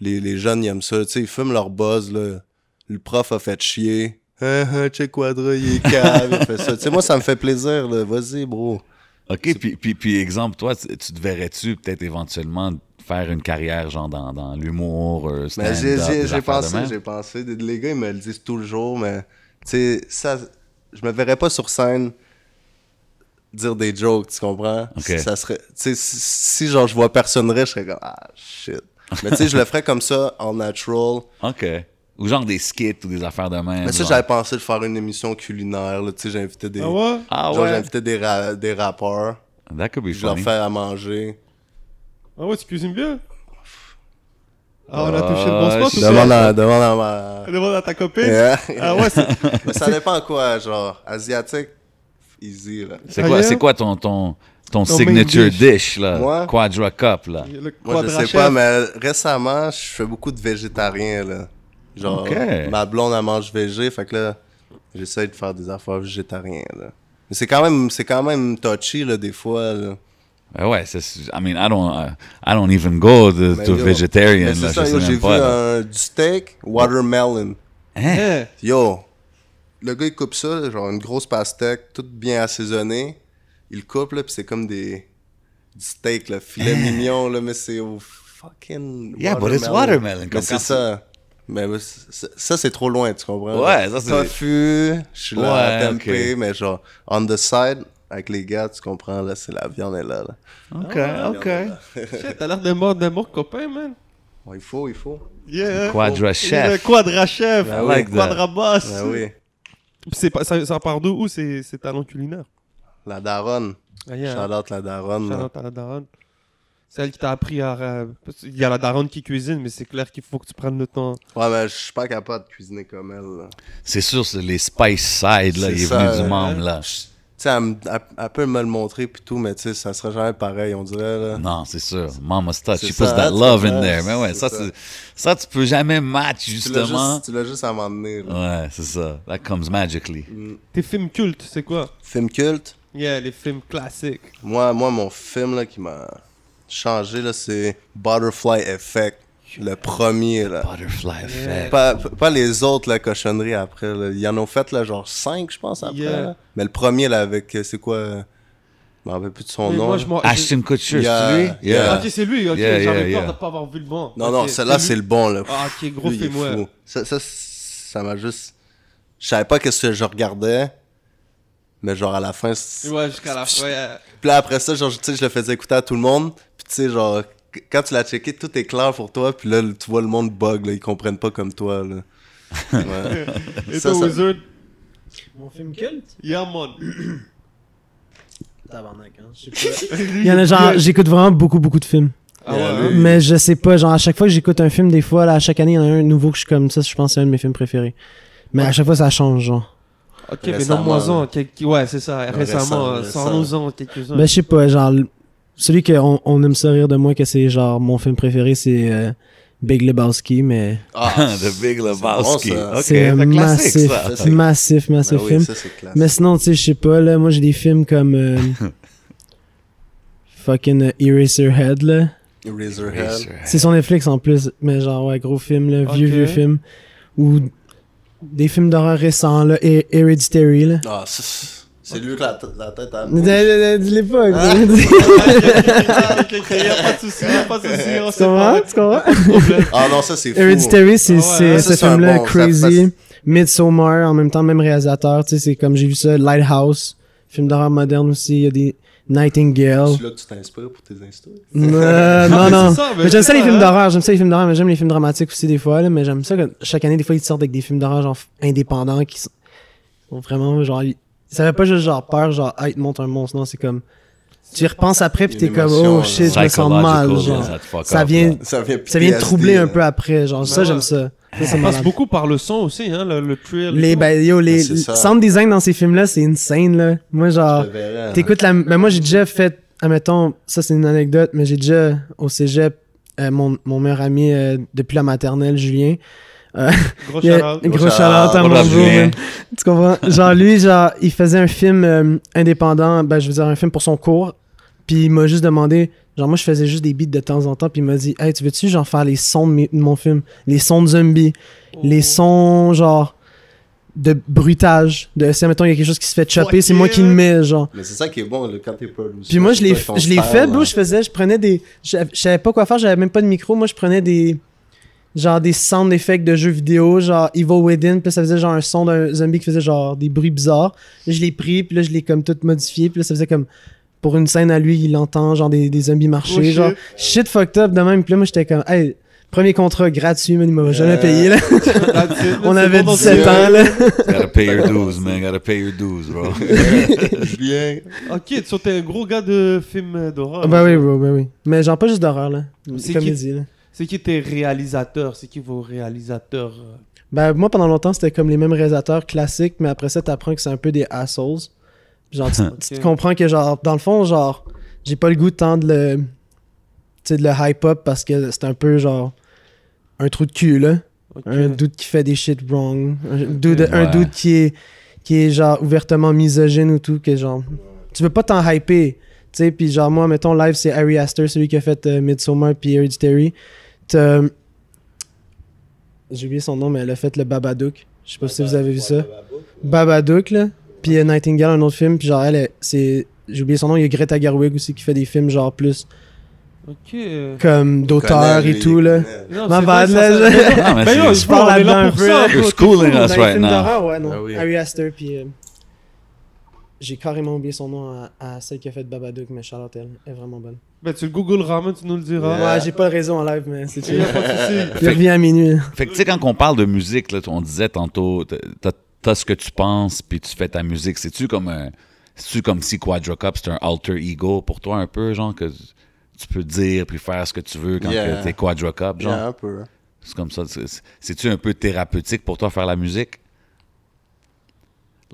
Speaker 3: Les, les jeunes, ils aiment ça. Tu sais, ils fument leur buzz, là. Le prof a fait chier. Ah, ah, check Quadra, il est calme. il fait ça. Tu sais, moi, ça me fait plaisir, là. Vas-y, bro.
Speaker 2: OK, puis, puis, puis exemple, toi, tu tu te verrais-tu peut-être éventuellement faire une carrière genre dans, dans l'humour, euh,
Speaker 3: Mais Ben, j'ai-
Speaker 2: stand-up,
Speaker 3: j'ai
Speaker 2: des
Speaker 3: j'ai
Speaker 2: affaires de
Speaker 3: pensé,
Speaker 2: même?
Speaker 3: j'ai pensé. Les gars, ils me le disent tout le jour, mais tu sais, ça, je me verrais pas sur scène dire des jokes, tu comprends?
Speaker 2: Ok.
Speaker 3: Ça serait, tu sais, si, si, genre je vois personne rire, je serais comme ah shit. Mais tu sais, je le ferais comme ça en natural.
Speaker 2: OK. Ou genre des skits ou des affaires de même.
Speaker 3: Mais Ben, ça,
Speaker 2: genre.
Speaker 3: j'avais pensé de faire une émission culinaire, là, tu sais, j'invitais des,
Speaker 1: Ah ouais?
Speaker 2: Ah
Speaker 3: genre,
Speaker 2: ouais.
Speaker 3: j'invitais des, ra- des rappeurs,
Speaker 2: That could be
Speaker 3: je leur
Speaker 2: funny.
Speaker 3: fais à manger.
Speaker 1: Ah ouais, tu cuisines bien? Ah, on a touché le bon spot
Speaker 2: je
Speaker 1: ou
Speaker 2: sais.
Speaker 1: pas?
Speaker 3: Demande à, demande à ma,
Speaker 1: Demande à ta copine.
Speaker 3: Yeah.
Speaker 1: Ah ouais, c'est-
Speaker 3: Mais ça dépend quoi, genre asiatique, easy là.
Speaker 2: C'est quoi,
Speaker 1: Ailleurs?
Speaker 2: c'est quoi ton, ton,
Speaker 1: Ton
Speaker 2: ton, signature
Speaker 1: main
Speaker 2: dish,
Speaker 1: dish.
Speaker 2: là?
Speaker 3: Moi?
Speaker 2: Quadra Cup, là.
Speaker 1: le
Speaker 3: Moi, je
Speaker 1: quadra
Speaker 3: sais
Speaker 1: chef.
Speaker 3: pas, mais récemment, je fais beaucoup de végétarien, là. Genre,
Speaker 2: Ok.
Speaker 3: ma blonde, elle mange végé, fait que là, j'essaie de faire des affaires végétariennes, là. Mais c'est quand même, c'est quand même touchy, là, des fois, là.
Speaker 2: Ben ouais, c'est, I mean, I don't, uh, I don't even go to,
Speaker 3: Mais
Speaker 2: to
Speaker 3: Ben, yo,
Speaker 2: vegetarian, là.
Speaker 3: mais c'est
Speaker 2: Je
Speaker 3: ça,
Speaker 2: sais
Speaker 3: yo, j'ai
Speaker 2: même
Speaker 3: vu
Speaker 2: pas. là.
Speaker 3: un- du steak, watermelon.
Speaker 2: Hein?
Speaker 1: Hein?
Speaker 3: Yo, le gars, il coupe ça, genre une grosse pastèque, toute bien assaisonnée. Il le coupe, là, pis c'est comme des... du steak, là, filet mignon, là, mais c'est au fucking
Speaker 2: Eh. Yeah, but it's watermelon,
Speaker 3: Mais
Speaker 2: comme
Speaker 3: c'est
Speaker 2: quand
Speaker 3: ça. Mais c'est- c'est- ça, c'est trop loin, tu comprends?
Speaker 2: Ouais, ça, c'est-
Speaker 3: Tofu, je suis là,
Speaker 2: Ouais,
Speaker 3: à tempeh, mais genre, on the side, avec les gars, tu comprends, là, c'est la viande, est là, là.
Speaker 2: OK, Ah, OK.
Speaker 1: Ah Shit, T'as l'air d'un mort, d'un mort copain, man.
Speaker 3: Bon, il faut, il faut.
Speaker 1: Yeah.
Speaker 2: Quadra
Speaker 1: Le
Speaker 2: Chef.
Speaker 1: quadra chef.
Speaker 2: I like
Speaker 1: le quadra
Speaker 2: Ah,
Speaker 1: boss.
Speaker 3: Ben oui,
Speaker 1: Puis c'est pas- ça, ça part d'où ou c'est c'est talent culinaire?
Speaker 3: la daronne.
Speaker 1: Ah,
Speaker 3: Yeah.
Speaker 1: yeah.
Speaker 3: la daronne. là.
Speaker 1: Shout out à la daronne. Celle qui t'a appris à. euh, parce qu'il y a la daronne qui cuisine, mais c'est clair qu'il faut que tu prennes le temps.
Speaker 3: Ouais, mais je suis pas capable de cuisiner comme elle, là.
Speaker 2: C'est sûr, c'est les Spice Side, là.
Speaker 3: C'est
Speaker 2: Il est
Speaker 3: ça,
Speaker 2: venu du
Speaker 3: hein.
Speaker 2: membre, là.
Speaker 3: Tu sais, elle, me- elle- elle peut me le montrer pis tout, mais tu sais, ça serait jamais pareil, on dirait, là.
Speaker 2: Non, c'est sûr. Mama's touch.
Speaker 3: C'est
Speaker 2: She puts
Speaker 3: ça,
Speaker 2: that
Speaker 3: tu
Speaker 2: love in
Speaker 3: comprends?
Speaker 2: there. Mais ouais,
Speaker 3: C'est
Speaker 2: ça,
Speaker 3: ça.
Speaker 2: c'est- ça, tu peux jamais match,
Speaker 3: Tu l'as
Speaker 2: justement.
Speaker 3: juste, tu l'as juste à m'emmener, là.
Speaker 2: Ouais, c'est ça. That comes magically.
Speaker 1: Tes films cultes, c'est quoi?
Speaker 3: Film culte.
Speaker 1: Yeah, les films classiques.
Speaker 3: Moi, moi, mon film, là, qui m'a changé, là, c'est Butterfly Effect. Le premier, là.
Speaker 2: Butterfly effect.
Speaker 3: Pas, pas les autres, la cochonnerie après, là. Ils en ont fait, là, genre 5, je pense, après,
Speaker 1: Yeah.
Speaker 3: là. Mais le premier, là, avec, euh, c'est quoi... euh, Je m'en rappelle plus de son
Speaker 1: Mais
Speaker 3: nom.
Speaker 1: moi,
Speaker 3: là.
Speaker 1: je m'en-
Speaker 2: Ashton Kutcher,
Speaker 3: Oh, Yeah,
Speaker 2: c'est lui?
Speaker 3: Ah, yeah.
Speaker 1: Ah, Ok, c'est lui, ok,
Speaker 2: Yeah,
Speaker 1: j'avais
Speaker 2: yeah,
Speaker 1: peur
Speaker 2: yeah.
Speaker 1: de pas avoir vu le bon.
Speaker 3: Non, non,
Speaker 1: Ok,
Speaker 3: celui-là,
Speaker 1: lui-
Speaker 3: c'est le bon, là.
Speaker 1: Ah, ok, gros
Speaker 3: Lui, il est
Speaker 1: film, ouais.
Speaker 3: fou. Ça, ça, ça m'a juste. Je savais pas qu'est-ce que je regardais, mais genre à la fin. c'est-
Speaker 1: Ouais, jusqu'à la fin. ouais.
Speaker 3: Puis là, après ça, genre, tu sais, je le faisais écouter à tout le monde. Puis tu sais, genre, qu- quand tu l'as checké, tout est clair pour toi. Puis là, tu vois le monde bug, là, ils comprennent pas comme toi, là. Ouais.
Speaker 1: Et
Speaker 3: Ça,
Speaker 1: toi,
Speaker 3: ça-
Speaker 1: Wizard?
Speaker 5: Mon film culte
Speaker 1: Yeah, man.
Speaker 5: Tabarnak, hein. Je sais pas.
Speaker 1: Il
Speaker 4: Il y en a genre, j'écoute vraiment beaucoup, beaucoup de films.
Speaker 1: Ah
Speaker 3: Il y
Speaker 1: ouais,
Speaker 3: en a
Speaker 1: hein?
Speaker 3: eu.
Speaker 4: Mais je sais pas, genre à chaque fois que j'écoute un film, des fois, là, à chaque année, il y en a un nouveau que je suis comme ça, je pense que c'est un de mes films préférés. Mais à chaque fois, ça change, genre.
Speaker 1: Ok, mais
Speaker 3: Récemment,
Speaker 1: nomme-moi-en. quelques- Ouais, c'est ça,
Speaker 3: récemment,
Speaker 1: récemment,
Speaker 3: récemment.
Speaker 1: sans nous en quelques-uns.
Speaker 4: Ben, je sais pas, genre, le- celui qu'on on aime se rire de moi, que c'est genre mon film préféré, c'est euh, Big Lebowski, mais
Speaker 3: Ah,
Speaker 2: The Big Lebowski.
Speaker 3: Lebowski. ça.
Speaker 2: ok,
Speaker 4: c'est un massif,
Speaker 3: ça.
Speaker 4: massif, massif,
Speaker 3: Ben oui,
Speaker 4: film.
Speaker 3: ça, c'est classe.
Speaker 4: Mais sinon, tu sais, je sais pas, là, moi j'ai des films comme. euh, fucking euh, Eraserhead, là.
Speaker 3: Razorhead.
Speaker 4: C'est sur Netflix en plus, mais genre, ouais, gros film, là, vieux,
Speaker 1: Ok.
Speaker 4: vieux film. Ou des films d'horreur récents, là, Her- Hereditary, là.
Speaker 3: Ah, c'est c'est lui que la, t- la tête à.
Speaker 4: De, de- de- de l'époque.
Speaker 1: Il a pas de souci, il a pas de souci. on
Speaker 4: tu
Speaker 1: sait
Speaker 4: comprends?
Speaker 1: pas.
Speaker 4: Tu comprends?
Speaker 3: Ah non, ça, c'est fou.
Speaker 4: Hereditary, c'est
Speaker 1: Ah ouais,
Speaker 4: c'est
Speaker 1: hein?
Speaker 3: Ça,
Speaker 4: ce
Speaker 3: c'est un
Speaker 4: film-là,
Speaker 3: bon, ça
Speaker 4: Crazy,
Speaker 3: passe-
Speaker 4: Midsommar, en même temps, même réalisateur, tu sais, c'est comme j'ai vu ça, Lighthouse, film d'horreur moderne aussi, il y a des Nightingale.
Speaker 3: C'est là que tu t'inspires pour tes instants.
Speaker 4: Euh,
Speaker 1: Non,
Speaker 4: non,
Speaker 1: mais
Speaker 4: non.
Speaker 1: c'est ça, mais
Speaker 4: Mais j'aime
Speaker 1: c'est
Speaker 4: ça les
Speaker 1: ça,
Speaker 4: films
Speaker 1: hein.
Speaker 4: d'horreur, j'aime ça les films d'horreur, mais j'aime les films dramatiques aussi des fois, là, mais j'aime ça que chaque année, des fois, ils te sortent avec des films d'horreur genre indépendants qui sont sont vraiment genre. ils- Ça fait pas juste genre peur, genre, ah, il te montre un monstre, non, c'est comme. tu y repenses après, puis
Speaker 3: Il y a
Speaker 4: t'es
Speaker 3: une
Speaker 4: comme,
Speaker 3: émotion,
Speaker 4: oh shit, je me sens mal.
Speaker 2: Psychological,
Speaker 4: Genre.
Speaker 2: yeah, that fuck
Speaker 4: Ça
Speaker 2: up,
Speaker 4: vient,
Speaker 2: là.
Speaker 3: Ça vient,
Speaker 4: ça vient
Speaker 3: PTSD,
Speaker 4: troubler un
Speaker 3: là.
Speaker 4: peu après. Genre, ça,
Speaker 1: ouais.
Speaker 4: j'aime ça. Ça, ça
Speaker 1: Ça passe
Speaker 4: m'en-
Speaker 1: beaucoup par le son aussi, hein, le, le thrill. et
Speaker 4: Les,
Speaker 1: tout.
Speaker 4: ben, yo, les
Speaker 3: C'est ça.
Speaker 4: sound design dans ces films-là, c'est insane, là. Moi, genre,
Speaker 3: Je le verrais, hein.
Speaker 4: Ah, t'écoutes la. Ben, moi, j'ai déjà fait. Admettons, ça, c'est une anecdote, mais j'ai déjà au cégep, euh, mon, mon meilleur ami euh, depuis la maternelle, Julien. euh,
Speaker 1: Gros
Speaker 4: il y a-
Speaker 1: shout-out.
Speaker 4: gros
Speaker 3: Gros
Speaker 4: shout-out à
Speaker 2: shout-out.
Speaker 4: mon
Speaker 2: Gros
Speaker 4: bro,
Speaker 2: Julien.
Speaker 4: man. Tu comprends? Genre, lui, genre, il faisait un film euh, indépendant, ben, je veux dire, un film pour son cours. Puis il m'a juste demandé, genre, moi, je faisais juste des beats de temps en temps. Puis il m'a dit, hey, tu veux-tu, genre, faire les sons de, mes- de mon film? Les sons de zombies,
Speaker 1: Oh.
Speaker 4: les sons, genre, de bruitage. De, si, mettons, il y a quelque chose qui se fait chopper, c'est moi qui le mets, genre.
Speaker 3: Mais c'est ça qui est bon là, quand t'es producer.
Speaker 4: Puis moi, je l'ai
Speaker 3: Toi, ton
Speaker 4: je l'ai
Speaker 3: style,
Speaker 4: fait,
Speaker 3: hein.
Speaker 4: bro, je faisais, je prenais des... Je je savais pas quoi faire, j'avais même pas de micro. Moi, je prenais des... Genre des sound effects de jeux vidéo, genre Evil Within, puis là, ça faisait genre un son d'un zombie qui faisait genre des bruits bizarres. Là, je l'ai pris, puis là, je l'ai comme tout modifié, puis là, ça faisait comme... Pour une scène à lui, il entend genre des, des zombies marcher,
Speaker 1: Oh, shit.
Speaker 4: genre... Shit fucked up de même, puis là, moi, j'étais comme... Hey, premier contrat gratuit, mais il m'a jamais
Speaker 3: Euh,
Speaker 4: payé, là.
Speaker 1: That's it, là,
Speaker 4: On
Speaker 1: c'est
Speaker 4: avait
Speaker 1: bon dans
Speaker 4: 17
Speaker 1: ce-
Speaker 4: ans, là.
Speaker 2: Gotta pay your dues, man. Gotta pay your dues, bro.
Speaker 3: Julien.
Speaker 1: Ok, tu es un gros gars de films d'horreur.
Speaker 4: Ben oui, bro, ben oui. Mais genre pas juste d'horreur, là.
Speaker 1: C'est
Speaker 4: Comédie, là.
Speaker 1: C'est qui tes réalisateurs C'est qui vos réalisateurs euh,
Speaker 4: Ben, moi, pendant longtemps, c'était comme les mêmes réalisateurs classiques, mais après ça, t'apprends que c'est un peu des assholes. Genre, tu, tu
Speaker 1: Ok.
Speaker 4: te comprends que, genre, dans le fond, genre, j'ai pas le goût tant de le. Tu sais, de le hype-up parce que c'est un peu, genre, un trou de cul, là.
Speaker 1: ok.
Speaker 4: Un dude qui fait des shit wrong. Un dude, un
Speaker 2: Ouais.
Speaker 4: dude qui est, qui est, genre, ouvertement misogyne ou tout, que, genre. Tu veux pas t'en hyper. Tu sais, puis genre, moi, mettons, live, c'est Harry Astor, celui qui a fait euh, Midsommar puis Hereditary. T'as- J'ai oublié son nom, mais elle a fait le Babadook. Je sais pas si vous avez vu ça. Babadook, là. Puis euh, Nightingale, un autre film. Puis genre, elle, elle, c'est. J'ai oublié son nom, il y a Greta Garwig aussi qui fait des films genre plus
Speaker 1: Ok.
Speaker 4: comme d'auteur
Speaker 3: Connais,
Speaker 4: et
Speaker 3: lui,
Speaker 4: tout
Speaker 3: il
Speaker 4: là.
Speaker 3: connaît.
Speaker 1: Non,
Speaker 4: Ma
Speaker 1: c'est
Speaker 4: bad,
Speaker 1: pas
Speaker 4: là,
Speaker 1: ça, ça-
Speaker 2: Non, mais
Speaker 1: Ben non,
Speaker 2: c'est-
Speaker 1: je parle
Speaker 4: là-dedans
Speaker 1: là
Speaker 4: un
Speaker 1: pour
Speaker 4: peu,
Speaker 1: ça.
Speaker 4: là.
Speaker 1: bro,
Speaker 2: You're
Speaker 1: t'es
Speaker 2: schooling
Speaker 4: Dans
Speaker 2: us
Speaker 4: les
Speaker 2: right
Speaker 4: films
Speaker 2: now.
Speaker 4: d'horreur, ouais, non.
Speaker 3: Ah oui.
Speaker 4: Harry Astor, puis euh, j'ai carrément oublié son nom à, à celle qui a fait Babadook, mais Charlotte, elle est vraiment bonne.
Speaker 1: Ben, tu le googleras, mais tu nous le diras.
Speaker 3: Yeah.
Speaker 4: Ouais, j'ai pas le réseau en live, mais c'est
Speaker 1: Il y
Speaker 4: chill.
Speaker 1: a pas de souci.
Speaker 4: Il revient à minuit.
Speaker 2: Fait que tu sais, quand on parle de musique, là, on disait tantôt, t'as- t'as t'as ce que tu penses, puis tu fais ta musique. C'est-tu comme un. C'est-tu comme si Quadra Cup, c'était un alter ego pour toi un peu, genre, que tu peux dire puis faire ce que tu veux quand
Speaker 3: Yeah.
Speaker 2: que t'es Quadra Cup, genre?
Speaker 3: Yeah, un peu. hein.
Speaker 2: C'est comme ça. c'est- C'est-tu un peu thérapeutique pour toi faire la musique?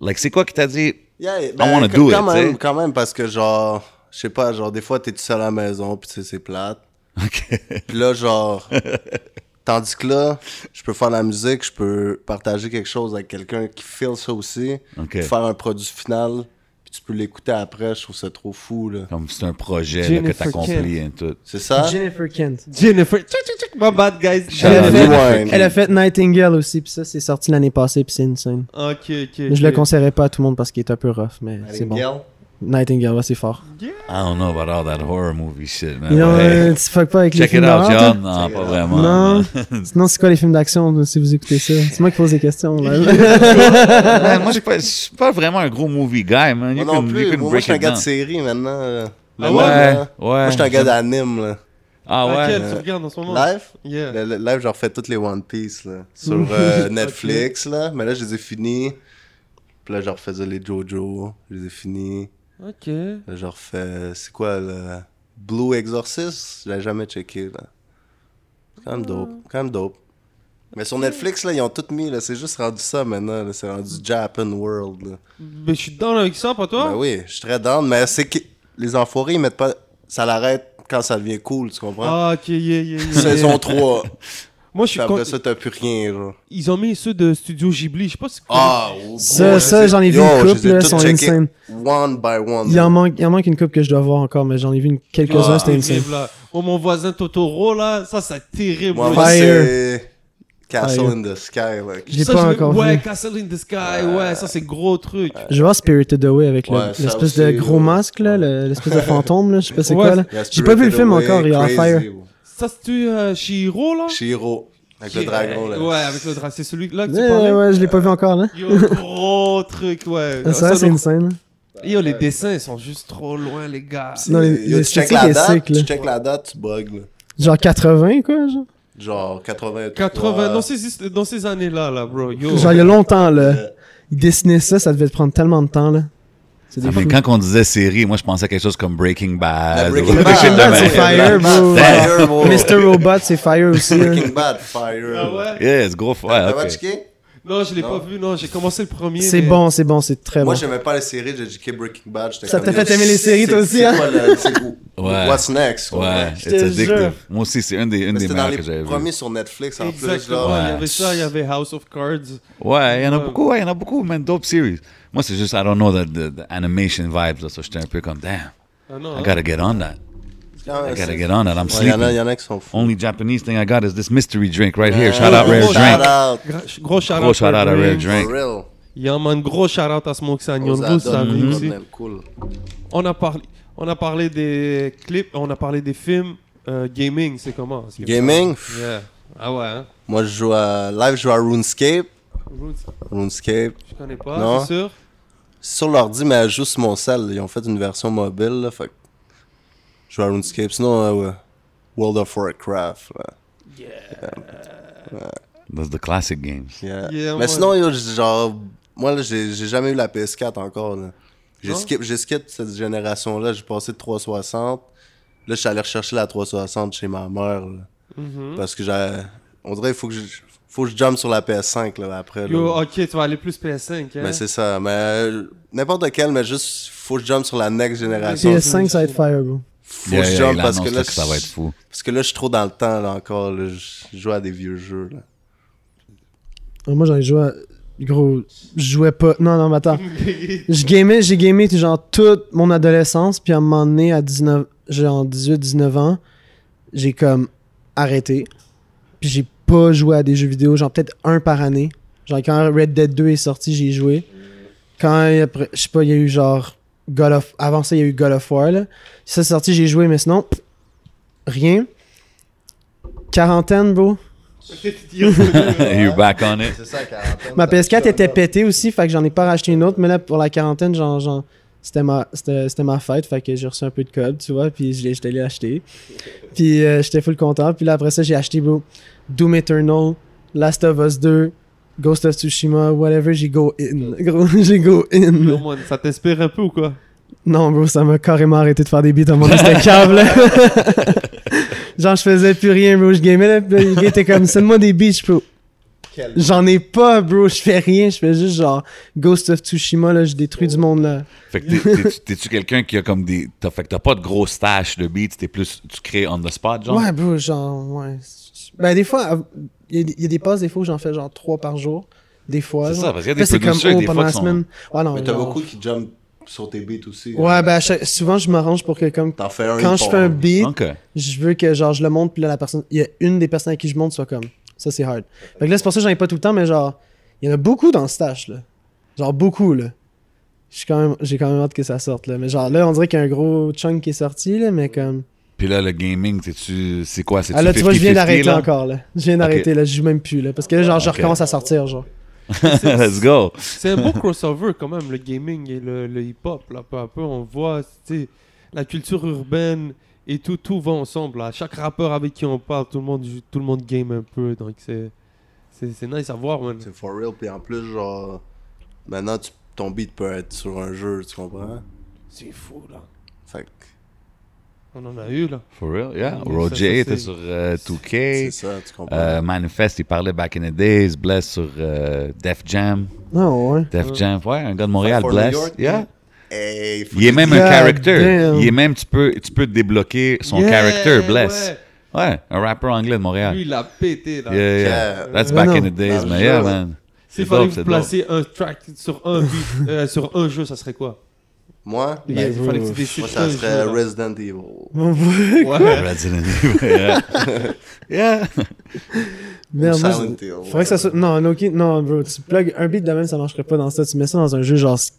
Speaker 2: Like, c'est quoi qui t'a dit?
Speaker 3: Yeah, ben,
Speaker 2: wanna
Speaker 3: quand-
Speaker 2: do it,
Speaker 3: quand
Speaker 2: tu sais.
Speaker 3: même, quand même, parce que genre, je sais pas, genre, des fois, t'es tout seul à la maison, pis tu sais, c'est plate.
Speaker 2: OK.
Speaker 3: Puis là, genre, tandis que là, je peux faire de la musique, je peux partager quelque chose avec quelqu'un qui feel ça aussi,
Speaker 2: Ok.
Speaker 3: puis faire un produit final, puis tu peux l'écouter après, je trouve ça trop fou, là.
Speaker 2: Comme c'est un projet là, que
Speaker 1: Jennifer
Speaker 2: t'accomplis et tout.
Speaker 3: C'est ça?
Speaker 4: Jennifer Kent.
Speaker 1: Jennifer. Tchou, tchou, tchou, My bad, guys.
Speaker 4: Elle a,
Speaker 2: out
Speaker 4: fait,
Speaker 3: Rewind.
Speaker 4: elle a fait Nightingale aussi, puis ça, c'est sorti l'année passée, puis c'est insane.
Speaker 1: Ah, Ok, ok.
Speaker 4: Je le conseillerais pas à tout le monde parce qu'il est un peu rough, mais c'est bon.
Speaker 3: Nightingale?
Speaker 4: Nightingale, ouais, c'est fort.
Speaker 2: I don't know about all that horror movie shit, man.
Speaker 4: You know,
Speaker 2: but hey,
Speaker 4: euh, tu fuck pas avec les
Speaker 2: Ah check it
Speaker 4: films
Speaker 2: out,
Speaker 4: d'horreur,
Speaker 2: John.
Speaker 4: toi?
Speaker 2: Non,
Speaker 3: it
Speaker 2: pas
Speaker 3: out.
Speaker 2: vraiment.
Speaker 4: Non. Sinon, c'est quoi les films d'action si vous écoutez ça? C'est moi qui pose des questions. là.
Speaker 2: Man, moi, je suis pas- je suis pas vraiment un gros movie guy, man.
Speaker 3: Moi
Speaker 2: You
Speaker 3: non
Speaker 2: can, you can
Speaker 3: plus, moi, moi, je
Speaker 2: break
Speaker 3: suis un
Speaker 2: it
Speaker 3: gars de
Speaker 2: down.
Speaker 3: série maintenant. euh.
Speaker 1: Ah
Speaker 3: Maintenant,
Speaker 2: ouais?
Speaker 3: là,
Speaker 2: Ouais.
Speaker 3: Moi, je suis un gars d'anime, là.
Speaker 2: Ah ouais?
Speaker 1: Laquelle tu regardes en ce moment
Speaker 3: Live?
Speaker 1: Yeah.
Speaker 3: Le- le- Là, je refais toutes les One Piece là, sur euh, Netflix, là. mais là, je les ai finis. Puis là, je refaisais les JoJo, je les ai finis.
Speaker 1: Ok.
Speaker 3: Là, je refais, c'est quoi, le Blue Exorcist? Je l'ai jamais checké, là.
Speaker 2: Ah.
Speaker 3: C'est Quand même dope, quand même dope. Mais sur Netflix, là, ils ont tout mis, là, c'est juste rendu ça maintenant, là, c'est rendu Japan World, là.
Speaker 1: Ben, je suis dedans avec ça, pas
Speaker 3: Ben
Speaker 1: toi
Speaker 3: oui, je suis très down, mais c'est que les enfoirés, ils mettent pas, ça l'arrête quand ça devient cool, tu comprends?
Speaker 1: Ah, ok, yeah, yeah, yeah.
Speaker 3: Saison 3,
Speaker 1: Moi, je
Speaker 3: puis
Speaker 1: suis con-
Speaker 3: après ça, t'as plus rien, genre.
Speaker 1: Ils ont mis ceux de Studio Ghibli. Je sais pas si.
Speaker 3: Ah, oh,
Speaker 4: Ça-
Speaker 3: ouais,
Speaker 4: ça,
Speaker 3: c'est-
Speaker 4: j'en ai vu
Speaker 3: Yo,
Speaker 4: une
Speaker 3: je
Speaker 4: couple,
Speaker 3: les ai
Speaker 4: là,
Speaker 3: toutes
Speaker 4: sont
Speaker 3: checkées
Speaker 4: insane.
Speaker 3: One by one.
Speaker 4: Il en, manque, il en manque une coupe que je dois voir encore, mais j'en ai vu une- quelques-uns,
Speaker 3: Ah,
Speaker 4: c'était
Speaker 1: Terrible,
Speaker 4: insane.
Speaker 1: là. Oh, mon voisin Totoro, là. Ça, c'est terrible.
Speaker 3: Moi,
Speaker 1: là.
Speaker 3: moi,
Speaker 4: Fire.
Speaker 3: c'est Castle
Speaker 4: Fire.
Speaker 3: in the Sky. Like.
Speaker 4: Je l'ai
Speaker 1: Ça,
Speaker 4: pas
Speaker 1: je-
Speaker 4: encore
Speaker 1: Ouais,
Speaker 4: vu.
Speaker 1: Castle in the Sky. Ouais, ça, c'est gros truc.
Speaker 4: Je vais voir Spirited Away avec le-
Speaker 3: Ouais, ça
Speaker 4: l'espèce
Speaker 3: aussi,
Speaker 4: de gros
Speaker 3: ouais.
Speaker 4: masque, là, le- l'espèce de fantôme, là, je sais pas c'est
Speaker 1: Ouais,
Speaker 4: quoi. là.
Speaker 3: Il y a
Speaker 4: J'ai pas vu le
Speaker 3: Spirited
Speaker 4: film
Speaker 3: Away,
Speaker 4: encore, il y a
Speaker 3: Crazy,
Speaker 4: Fire.
Speaker 3: ouais.
Speaker 1: Ça, c'est tu euh, Shihiro, là
Speaker 3: Shiro, avec le
Speaker 1: Qui-
Speaker 3: dragon. Là.
Speaker 1: Ouais, avec le dragon. C'est celui-là que tu parlais.
Speaker 4: Ouais, ouais, je l'ai pas vu encore, là.
Speaker 1: Yo, gros truc, ouais.
Speaker 4: Ah, Ça,
Speaker 1: Ça,
Speaker 4: c'est
Speaker 1: le-
Speaker 4: insane. là.
Speaker 1: Yo, les dessins, ils sont juste trop loin, les gars.
Speaker 4: Non, les-
Speaker 3: Yo,
Speaker 4: les
Speaker 3: tu check
Speaker 4: esthétiques
Speaker 3: la
Speaker 4: est
Speaker 3: date,
Speaker 4: sick, là.
Speaker 3: tu check la date, tu bugs. Là.
Speaker 4: Genre 80, quoi, genre.
Speaker 3: Genre 83.
Speaker 1: 80, dans ces, dans ces années-là, là, bro. Yo.
Speaker 4: Genre, il y a longtemps, là.
Speaker 3: Euh,
Speaker 4: Il dessinait ça, ça devait te prendre tellement de temps, là. C'est
Speaker 2: Ah,
Speaker 4: des
Speaker 2: mais
Speaker 4: fous.
Speaker 2: quand on disait série, moi je pensais à quelque chose comme Breaking
Speaker 3: La
Speaker 2: Bad.
Speaker 3: Breaking
Speaker 2: ou-
Speaker 3: Bad,
Speaker 2: shit de
Speaker 3: Bad,
Speaker 2: même.
Speaker 3: Ah, c'est
Speaker 4: fire, bro.
Speaker 3: Fire, bro.
Speaker 4: Mr. Robot, c'est Fire aussi. hein.
Speaker 3: Breaking Bad, Fire.
Speaker 1: Ah ouais?
Speaker 2: Yeah, it's gros. Ouais,
Speaker 3: T'avais
Speaker 2: ok.
Speaker 3: checké?
Speaker 1: Non, je l'ai
Speaker 3: Non.
Speaker 1: pas vu, non, j'ai commencé le premier.
Speaker 4: C'est
Speaker 1: mais-
Speaker 4: bon, c'est bon, c'est très
Speaker 3: Moi,
Speaker 4: Ah bon.
Speaker 3: j'aimais pas les séries, j'ai checké Breaking Bad. j'étais
Speaker 4: Ça
Speaker 3: comme,
Speaker 4: t'a fait
Speaker 3: yo,
Speaker 4: aimer les
Speaker 3: c'est-
Speaker 4: séries, toi
Speaker 3: c'est-
Speaker 4: aussi,
Speaker 3: c'est
Speaker 4: hein?
Speaker 3: quoi le- c'est où-
Speaker 2: Ouais.
Speaker 3: What's next? quoi.
Speaker 2: Ouais,
Speaker 4: Je te
Speaker 2: it's addictive.
Speaker 4: jure.
Speaker 2: Moi aussi, c'est un des, un
Speaker 3: Mais
Speaker 2: des
Speaker 3: C'était dans
Speaker 2: meilleurs
Speaker 3: les
Speaker 2: que j'avais vu.
Speaker 3: premiers sur Netflix en plus.
Speaker 1: Exactement,
Speaker 3: genre. Ah,
Speaker 1: il y
Speaker 2: Ouais.
Speaker 1: avait ça, il y avait House of Cards.
Speaker 2: Ouais, il y en a
Speaker 1: Ouais.
Speaker 2: beaucoup, ouais, il y en a beaucoup, man. Dope series. Moi, c'est juste, I don't know the, the, the animation vibes. Là, so j'étais un peu comme, damn,
Speaker 1: Ah non,
Speaker 2: I
Speaker 1: hein.
Speaker 2: gotta get on that.
Speaker 3: Ah,
Speaker 2: I
Speaker 3: ouais,
Speaker 2: gotta
Speaker 3: c'est-
Speaker 2: get on that. I'm
Speaker 3: Ouais, y en
Speaker 2: sleeping.
Speaker 3: a, y en a qui sont fous.
Speaker 2: Only Japanese thing I got is this mystery drink right here.
Speaker 3: Ouais.
Speaker 2: Shout out Rare
Speaker 1: Gros
Speaker 2: Drink.
Speaker 3: oh, Shout out.
Speaker 1: Gra- Gros shout
Speaker 2: Gros shout out à Rare Drink.
Speaker 3: For real.
Speaker 1: Y'a man, gros shout out à Smoke Sagnon,
Speaker 3: Aux
Speaker 1: vous le savez
Speaker 3: ados,
Speaker 1: aussi.
Speaker 3: même, Cool.
Speaker 1: On a, parlé, on a parlé des clips, on a parlé des films. Euh, gaming, c'est comment c'est-
Speaker 3: Gaming?
Speaker 1: Yeah. Ah ouais, hein?
Speaker 3: Moi, je joue à... Live, je joue à RuneScape.
Speaker 1: Roots,
Speaker 3: RuneScape.
Speaker 1: Je connais pas,
Speaker 3: Non.
Speaker 1: c'est sûr.
Speaker 3: Sur l'ordi, mais elle joue sur mon sel. Ils ont fait une version mobile, là, fait que Je joue à RuneScape. Sinon, euh, ouais, World of Warcraft. là.
Speaker 2: That's the classic games.
Speaker 3: Yeah.
Speaker 1: Yeah,
Speaker 3: mais
Speaker 1: ouais.
Speaker 3: sinon, yo, j- genre... Moi, là, j'ai j'ai jamais eu la PS4 encore, là. J'ai
Speaker 1: Non?
Speaker 3: skip, j'ai skip cette génération-là. J'ai passé de 360. Là, je suis allé rechercher la 360 chez ma mère, là.
Speaker 1: Mhm.
Speaker 3: Parce que j'ai... On dirait qu'il faut que je... Faut que je jump sur la PS5, là, après. là.
Speaker 1: Yo, ah, ok, tu vas aller plus PS5. Hein?
Speaker 3: Mais Euh, Ben, c'est ça, mais euh, n'importe quel, mais juste faut que je jump sur la next génération.
Speaker 4: PS5, ça va être Fire, bro.
Speaker 3: Faut
Speaker 2: Yeah,
Speaker 3: que je
Speaker 2: yeah,
Speaker 3: jump
Speaker 2: il
Speaker 3: parce que
Speaker 2: annonce
Speaker 3: là,
Speaker 2: que ça va être fou.
Speaker 3: parce que là, je suis trop dans le temps là encore. là, je je joue à des vieux jeux. Là.
Speaker 4: Ah, Moi, j'en ai joué à... Gros, je jouais pas... Non, non, mais attends. Je gamais, j'ai gamé tout- genre toute mon adolescence, puis à un moment donné, à 19, genre 18-19 ans, j'ai comme arrêté. Puis j'ai pas joué à des jeux vidéo, genre peut-être un par année. Genre quand Red Dead 2 est sorti, j'ai joué. Quand il y a- après, je sais pas, il y a eu genre God of avant ça, il y a eu God of War là. Ça c'est sorti, j'ai joué mais sinon pff, rien. Quarantaine, bro.
Speaker 2: You're back on it.
Speaker 3: C'est ça,
Speaker 4: Ma PS4 était pétée aussi, fait que j'en ai pas racheté une autre, mais là pour la quarantaine, genre, genre, c'était ma c'était c'était ma fête, fait que j'ai reçu un peu de code, tu vois, puis je l'ai je l'ai acheté. Puis euh, j'étais full content, puis là après ça, j'ai acheté bro, Doom Eternal, Last of Us 2, Ghost of Tsushima, whatever, j'ai go in. Gros, j'ai go
Speaker 1: Yo,
Speaker 4: in.
Speaker 1: man, ça t'inspire un peu ou quoi?
Speaker 4: Non, bro, ça m'a carrément arrêté de faire des beats à mon avis, c'était câble. là. genre je faisais plus rien, bro, je gamais là, puis là, le gars était comme "Sends-moi des beats, bro." J'en ai pas, bro. Je fais rien. Je fais juste genre Ghost of Tsushima, là. Je détruis du monde, là.
Speaker 2: Fait que t'es- t'es- t'es-tu quelqu'un qui a comme des. T'as, fait que t'as pas de gros stash de beats, t'es plus. Tu crées on the spot, genre?
Speaker 4: Ouais, bro. Genre, ouais. Ben, des fois, il y, a des- il y a des passes, des fois, où j'en fais genre trois par jour. Des fois.
Speaker 2: C'est
Speaker 4: genre.
Speaker 2: ça, parce qu'il y a
Speaker 4: Puis
Speaker 2: des
Speaker 4: oh,
Speaker 2: producers, des fois, qui sont-
Speaker 4: Ouais, non.
Speaker 3: Mais t'as
Speaker 4: genre-
Speaker 3: beaucoup qui jump sur tes beats aussi. là.
Speaker 4: Ouais, ben, à chaque- souvent, je m'arrange pour que, comme,
Speaker 3: T'en fais un.
Speaker 4: quand
Speaker 3: ils
Speaker 4: je
Speaker 3: font
Speaker 4: fais un
Speaker 3: un.
Speaker 4: beat,
Speaker 2: Ok.
Speaker 4: je veux que, genre, je le monte, puis là, la personne. Il y a une des personnes à qui je monte soit comme. Ça, c'est hard. Fait que là, c'est pour ça que j'en ai pas tout le temps, mais genre, il y en a beaucoup dans le stash, là. Genre, beaucoup, là. Je suis quand même- J'ai quand, même hâte que ça sorte, là. Mais genre, là, on dirait qu'il y a un gros chunk qui est sorti, là, mais comme.
Speaker 2: Puis là, le gaming, t'es-tu. C'est quoi? C'est
Speaker 4: Ah, là, tu vois, je viens d'arrêter
Speaker 2: là?
Speaker 4: encore, là. Je viens d'arrêter, là. Je joue même plus, là. Parce que là, genre, je
Speaker 2: Ok.
Speaker 4: recommence à sortir, genre.
Speaker 2: Let's go.
Speaker 1: C'est un beau crossover quand même, le gaming et le, le hip-hop. Là, peu à peu, on voit tu sais, la culture urbaine et tout, tout va ensemble. Là. Chaque rappeur avec qui on parle, tout le monde, joue- tout le monde game un peu. Donc c'est, c'est, c'est nice à voir, man.
Speaker 3: C'est for real. Puis en plus, genre, maintenant, tu- ton beat peut être sur un jeu, tu comprends?
Speaker 1: C'est fou, là.
Speaker 3: Fait que
Speaker 1: On en a eu, là.
Speaker 2: For real, yeah.
Speaker 1: Ça,
Speaker 2: Roger
Speaker 1: ça, c'est-
Speaker 2: était sur euh, 2K.
Speaker 3: c'est ça, tu comprends?
Speaker 2: Euh, Manifest, il parlait back in the days. Bless sur euh, Def Jam.
Speaker 4: Non, ouais.
Speaker 2: Def Jam, ouais, un gars de Montréal,
Speaker 3: For New
Speaker 2: Bless.
Speaker 3: York,
Speaker 2: yeah.
Speaker 3: Hey, faut
Speaker 2: Il est
Speaker 3: que-
Speaker 2: même un
Speaker 4: God
Speaker 2: character.
Speaker 4: damn.
Speaker 2: Il est même, tu peux, tu peux débloquer son
Speaker 1: Yeah,
Speaker 2: character, Bless.
Speaker 1: ouais.
Speaker 2: Ouais. un rapper anglais de Montréal.
Speaker 1: Lui, il a pété, là.
Speaker 2: yeah, yeah,
Speaker 3: Yeah.
Speaker 2: That's
Speaker 4: Euh,
Speaker 2: back
Speaker 4: non.
Speaker 2: in the days,
Speaker 3: Dans
Speaker 2: man.
Speaker 3: le
Speaker 2: Yeah,
Speaker 3: jeu,
Speaker 2: man.
Speaker 1: S'il
Speaker 2: C'est
Speaker 1: fallait
Speaker 2: dope,
Speaker 1: vous
Speaker 2: c'est
Speaker 1: placer un track sur un beat, euh, sur un jeu, ça serait quoi
Speaker 3: Moi? ben,
Speaker 1: Il fallait que tu décides
Speaker 3: Moi, ça
Speaker 1: un
Speaker 3: serait
Speaker 1: jeu, là.
Speaker 3: Resident Evil.
Speaker 1: Ouais. Ah
Speaker 2: Resident Evil, yeah. yeah.
Speaker 4: Merde, moi,
Speaker 3: Silent
Speaker 4: je-
Speaker 3: Hill,
Speaker 4: Faudrait que ça soit. Non, no kid- non, bro. Tu plug un beat de même, ça marcherait pas dans ça. Tu mets ça dans un jeu genre. s-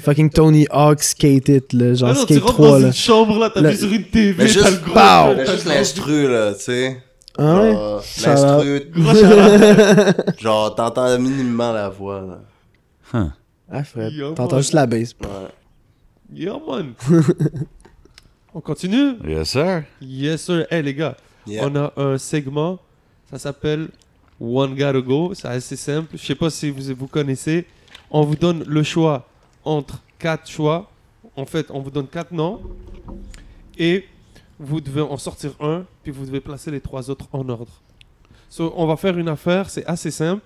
Speaker 4: Fucking Tony Hawk Skate It, là. Genre
Speaker 1: Ah non, tu
Speaker 4: Skate
Speaker 1: rentres
Speaker 4: 3,
Speaker 1: dans
Speaker 4: là.
Speaker 1: une chambre, là, t'as
Speaker 4: Le-
Speaker 1: vu sur une TV,
Speaker 3: Mais
Speaker 1: t'as le
Speaker 3: juste,
Speaker 1: gros...
Speaker 4: Pow!
Speaker 1: t'as
Speaker 3: mais
Speaker 1: le
Speaker 3: juste
Speaker 1: gros-
Speaker 3: l'instru, là, tu sais.
Speaker 4: Ah ouais?
Speaker 3: Genre,
Speaker 4: Shout
Speaker 3: L'instru,
Speaker 1: gros shout-out.
Speaker 3: genre, t'entends minimement la voix, là.
Speaker 4: Ah, Fred.
Speaker 1: Yo,
Speaker 4: T'entends
Speaker 1: boy.
Speaker 4: juste la base.
Speaker 3: Ouais.
Speaker 1: Yeah, man. On continue
Speaker 2: Yes, sir.
Speaker 1: Yes, sir. Hey, les gars,
Speaker 3: Yeah.
Speaker 1: on a un segment, ça s'appelle One Gotta Go. C'est assez simple. Je sais pas si vous, vous connaissez. On vous donne le choix entre quatre choix. En fait, on vous donne quatre noms. Et vous devez en sortir un, puis vous devez placer les trois autres en ordre. So, on va faire une affaire, c'est assez simple.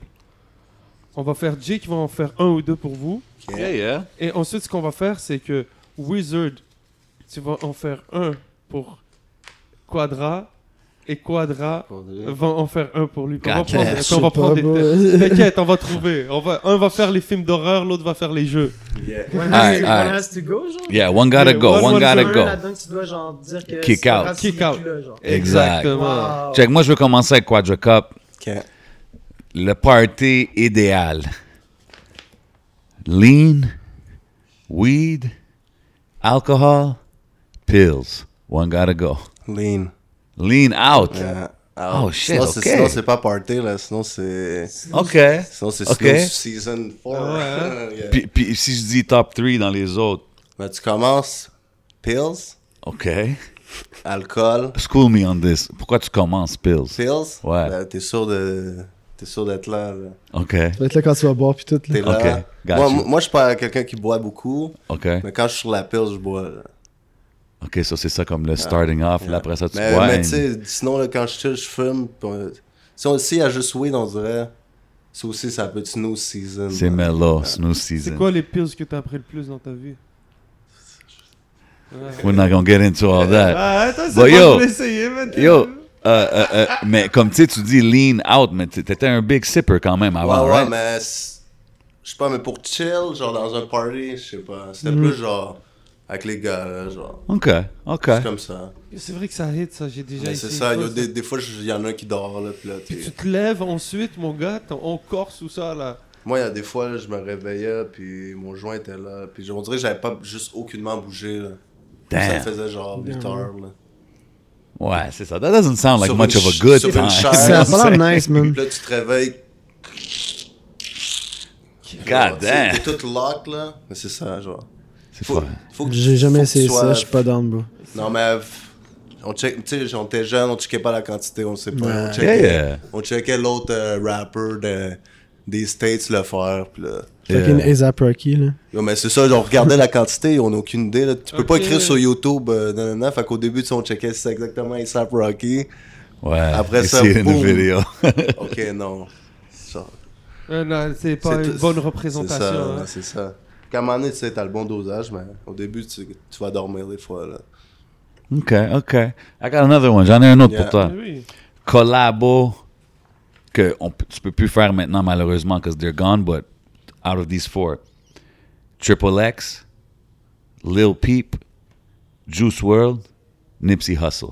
Speaker 1: On va faire Jay qui va en faire un ou deux pour vous.
Speaker 2: Yeah, yeah.
Speaker 1: Et ensuite, ce qu'on va faire, c'est que Wizard, tu vas en faire un pour Quadra. Et Quadra va en faire un pour lui. Puis On va
Speaker 2: God
Speaker 1: prendre,
Speaker 2: damn,
Speaker 1: puis on va prendre des- T'inquiète, on va trouver. On va, un va faire les films d'horreur, l'autre va faire les jeux.
Speaker 4: One
Speaker 2: Alright,
Speaker 4: has- one
Speaker 2: alright.
Speaker 4: has to go, genre?
Speaker 2: Yeah, one
Speaker 1: Yeah,
Speaker 2: gotta go,
Speaker 1: one- one
Speaker 2: one, gotta
Speaker 1: gotta
Speaker 2: go.
Speaker 4: Là-dedans, tu dois, genre, dire que
Speaker 2: Kick
Speaker 4: c'est pas
Speaker 2: out.
Speaker 4: grave si
Speaker 1: Kick
Speaker 4: il est
Speaker 1: out.
Speaker 4: plus là, genre.
Speaker 2: Exact.
Speaker 1: Exactement.
Speaker 4: Wow.
Speaker 2: Check, moi, je veux commencer avec Quadra Cup.
Speaker 3: Ok.
Speaker 2: Le party idéal. Lean, weed, alcohol, pills. One gotta go.
Speaker 3: Lean.
Speaker 2: Lean out.
Speaker 3: Yeah.
Speaker 2: Oh, shit,
Speaker 3: Euh, Sinon, c'est-
Speaker 2: ok.
Speaker 3: sinon, c'est pas party, là. Sinon, c'est.
Speaker 2: OK.
Speaker 3: Sinon, c'est
Speaker 2: Ok.
Speaker 3: snooze Season 4.
Speaker 1: Ah Ouais. hein?
Speaker 3: Yeah.
Speaker 2: Puis, puis si je dis top 3 dans les autres,
Speaker 3: Ben, tu commences pills,
Speaker 2: OK.
Speaker 3: alcool,
Speaker 2: School me on this. Pourquoi tu commences pills?
Speaker 3: pills.
Speaker 2: Ouais.
Speaker 3: Ben, t'es sûr de. T'es sûr d'être là. là.
Speaker 2: OK.
Speaker 5: Ça va être là quand tu vas boire, puis tout. là.
Speaker 3: T'es là.
Speaker 2: Ok, got
Speaker 3: Moi,
Speaker 2: you.
Speaker 3: moi, moi, je suis pas quelqu'un qui boit beaucoup,
Speaker 2: OK.
Speaker 3: mais quand je suis sur la pills, je bois. là.
Speaker 2: OK, ça, c'est ça comme le starting off. Là, après ça, tu
Speaker 3: mais,
Speaker 2: bois.
Speaker 3: mais
Speaker 2: and-
Speaker 3: tu sais, sinon, là, quand je chill, je fume. pis on- Si on s'il y a juste weed, on dirait. Ça aussi, ça peut être snow season.
Speaker 2: C'est
Speaker 3: là.
Speaker 2: mellow. Snooze
Speaker 1: C'est
Speaker 2: season.
Speaker 1: quoi les pills que t'as appris le plus dans ta vie Ouais.
Speaker 2: We're not gonna get into all
Speaker 3: Euh,
Speaker 2: that.
Speaker 1: Ah, attends, c'est
Speaker 2: Bah,
Speaker 1: bon,
Speaker 2: yo.
Speaker 1: je vais essayer, man.
Speaker 2: Yo, euh, euh, euh, mais comme tu sais, tu dis lean out, mais t- t'étais un big sipper quand même
Speaker 3: Ouais,
Speaker 2: avant,
Speaker 3: ouais,
Speaker 2: right?
Speaker 3: mais. c'est- Je sais pas, mais pour chill, genre dans un party, je sais pas. C'était
Speaker 1: Mm-hmm.
Speaker 3: plus genre. Avec les gars, là, genre.
Speaker 2: OK, OK.
Speaker 3: C'est comme ça.
Speaker 1: C'est vrai que ça hit, ça. J'ai déjà
Speaker 3: Mais
Speaker 1: essayé
Speaker 3: c'est ça,
Speaker 1: une
Speaker 3: yo,
Speaker 1: fois,
Speaker 3: des, des fois, il y en a un qui dort, là, pis là,
Speaker 1: Puis
Speaker 3: t'es-
Speaker 1: tu te lèves ensuite, mon gars, t'es en Corse ou ça, là.
Speaker 3: Moi, il y a des fois, là, je me réveillais, puis mon joint était là, puis je- on dirait que j'avais pas juste aucunement bougé, là. Ça
Speaker 2: Damn.
Speaker 3: faisait genre 8 heures, là.
Speaker 2: Ouais, c'est ça. That doesn't sound like
Speaker 3: Sur
Speaker 2: much
Speaker 3: une
Speaker 2: of a
Speaker 3: ch-
Speaker 2: good
Speaker 3: sur une
Speaker 2: time.
Speaker 3: chaise.
Speaker 5: Ça a l'air nice, man.
Speaker 1: Mm.
Speaker 3: Puis là, tu te réveilles.
Speaker 2: God
Speaker 3: genre, tu sais,
Speaker 2: damn.
Speaker 3: T'es toute lock, là. Mais c'est ça, genre.
Speaker 2: C'est
Speaker 3: Faut,
Speaker 2: fou.
Speaker 3: faut que-
Speaker 5: J'ai
Speaker 3: faut
Speaker 5: jamais
Speaker 3: que
Speaker 5: essayé
Speaker 3: tu sois-
Speaker 5: ça, je suis pas down, bro.
Speaker 3: Non, mais... f- On check, tu sais, on était jeune, on checkait pas la quantité, on sait pas. On checkait,
Speaker 2: Yeah.
Speaker 3: on checkait l'autre euh, rapper de- des States le faire, puis là...
Speaker 5: Fucking
Speaker 2: Yeah.
Speaker 5: ASAP Rocky, là.
Speaker 3: Non, mais c'est ça, on regardait la quantité, on n'a aucune idée. Là. Tu peux pas
Speaker 1: Ok.
Speaker 3: écrire sur YouTube, euh, nanana, fait qu'au début, tu sais, on checkait si c'est exactement ASAP Rocky.
Speaker 2: Ouais.
Speaker 3: Après
Speaker 2: you
Speaker 3: ça,
Speaker 2: see it in the
Speaker 3: boom.
Speaker 2: video.
Speaker 3: Ok, non. Ça,
Speaker 1: Euh, là, c'est pas
Speaker 3: c'est-
Speaker 1: une bonne
Speaker 3: C'est
Speaker 1: représentation.
Speaker 3: ça,
Speaker 1: hein.
Speaker 3: ouais, c'est ça. Quand à un moment donné, tu sais, t'as le bon dosage, mais au début, tu, tu vas dormir des fois. Là.
Speaker 2: OK, OK. I got another one. J'en ai un autre
Speaker 3: Yeah.
Speaker 2: pour toi.
Speaker 1: Mais oui.
Speaker 2: collabo que on, p- tu peux plus faire maintenant malheureusement because they're gone but out of these four Triple X Lil Peep Juice World Nipsey Hussle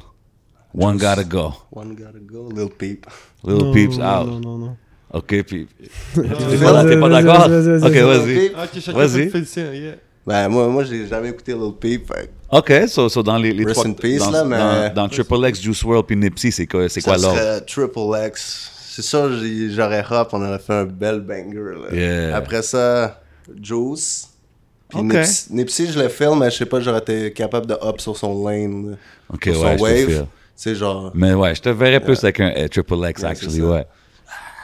Speaker 2: one gotta go
Speaker 3: One gotta go, little peep.
Speaker 2: Lil
Speaker 5: Non,
Speaker 2: Peep's
Speaker 5: non,
Speaker 2: out
Speaker 5: Non, non, non.
Speaker 2: ok puis t'es
Speaker 5: Vas-y,
Speaker 2: pas, t'es pas
Speaker 5: vas-y,
Speaker 2: d'accord
Speaker 5: vas-y, vas-y,
Speaker 2: ok
Speaker 5: vas-y.
Speaker 2: vas-y
Speaker 1: Ah, Ok, chacun
Speaker 2: Vas-y.
Speaker 1: fait fait le sien, yeah.
Speaker 3: Ben, moi, moi j'ai jamais écouté Little Peep. Fait, que
Speaker 2: ok so, so dans les, les
Speaker 3: Rest
Speaker 2: trois
Speaker 3: in peace,
Speaker 2: dans,
Speaker 3: là, mais-
Speaker 2: dans, dans Triple X Juice World puis Nipsey c'est quoi, c'est quoi
Speaker 3: ça
Speaker 2: l'autre
Speaker 3: serait Triple X. C'est ça, j'ai- j'aurais rap, on aurait fait un bel banger. Là.
Speaker 2: Yeah.
Speaker 3: Après ça, Juice. Puis
Speaker 2: Ok.
Speaker 3: Nipsey, Nipsey, je le filme, mais je sais pas, j'aurais été capable de hop sur son lane. là.
Speaker 2: Ok, ouais, je
Speaker 3: sur son
Speaker 2: te
Speaker 3: wave.
Speaker 2: feel.
Speaker 3: Tu sais, genre.
Speaker 2: Mais ouais, je te verrais plus avec un euh, Triple X,
Speaker 3: Ouais, c'est
Speaker 2: actually,
Speaker 3: ça.
Speaker 2: ouais.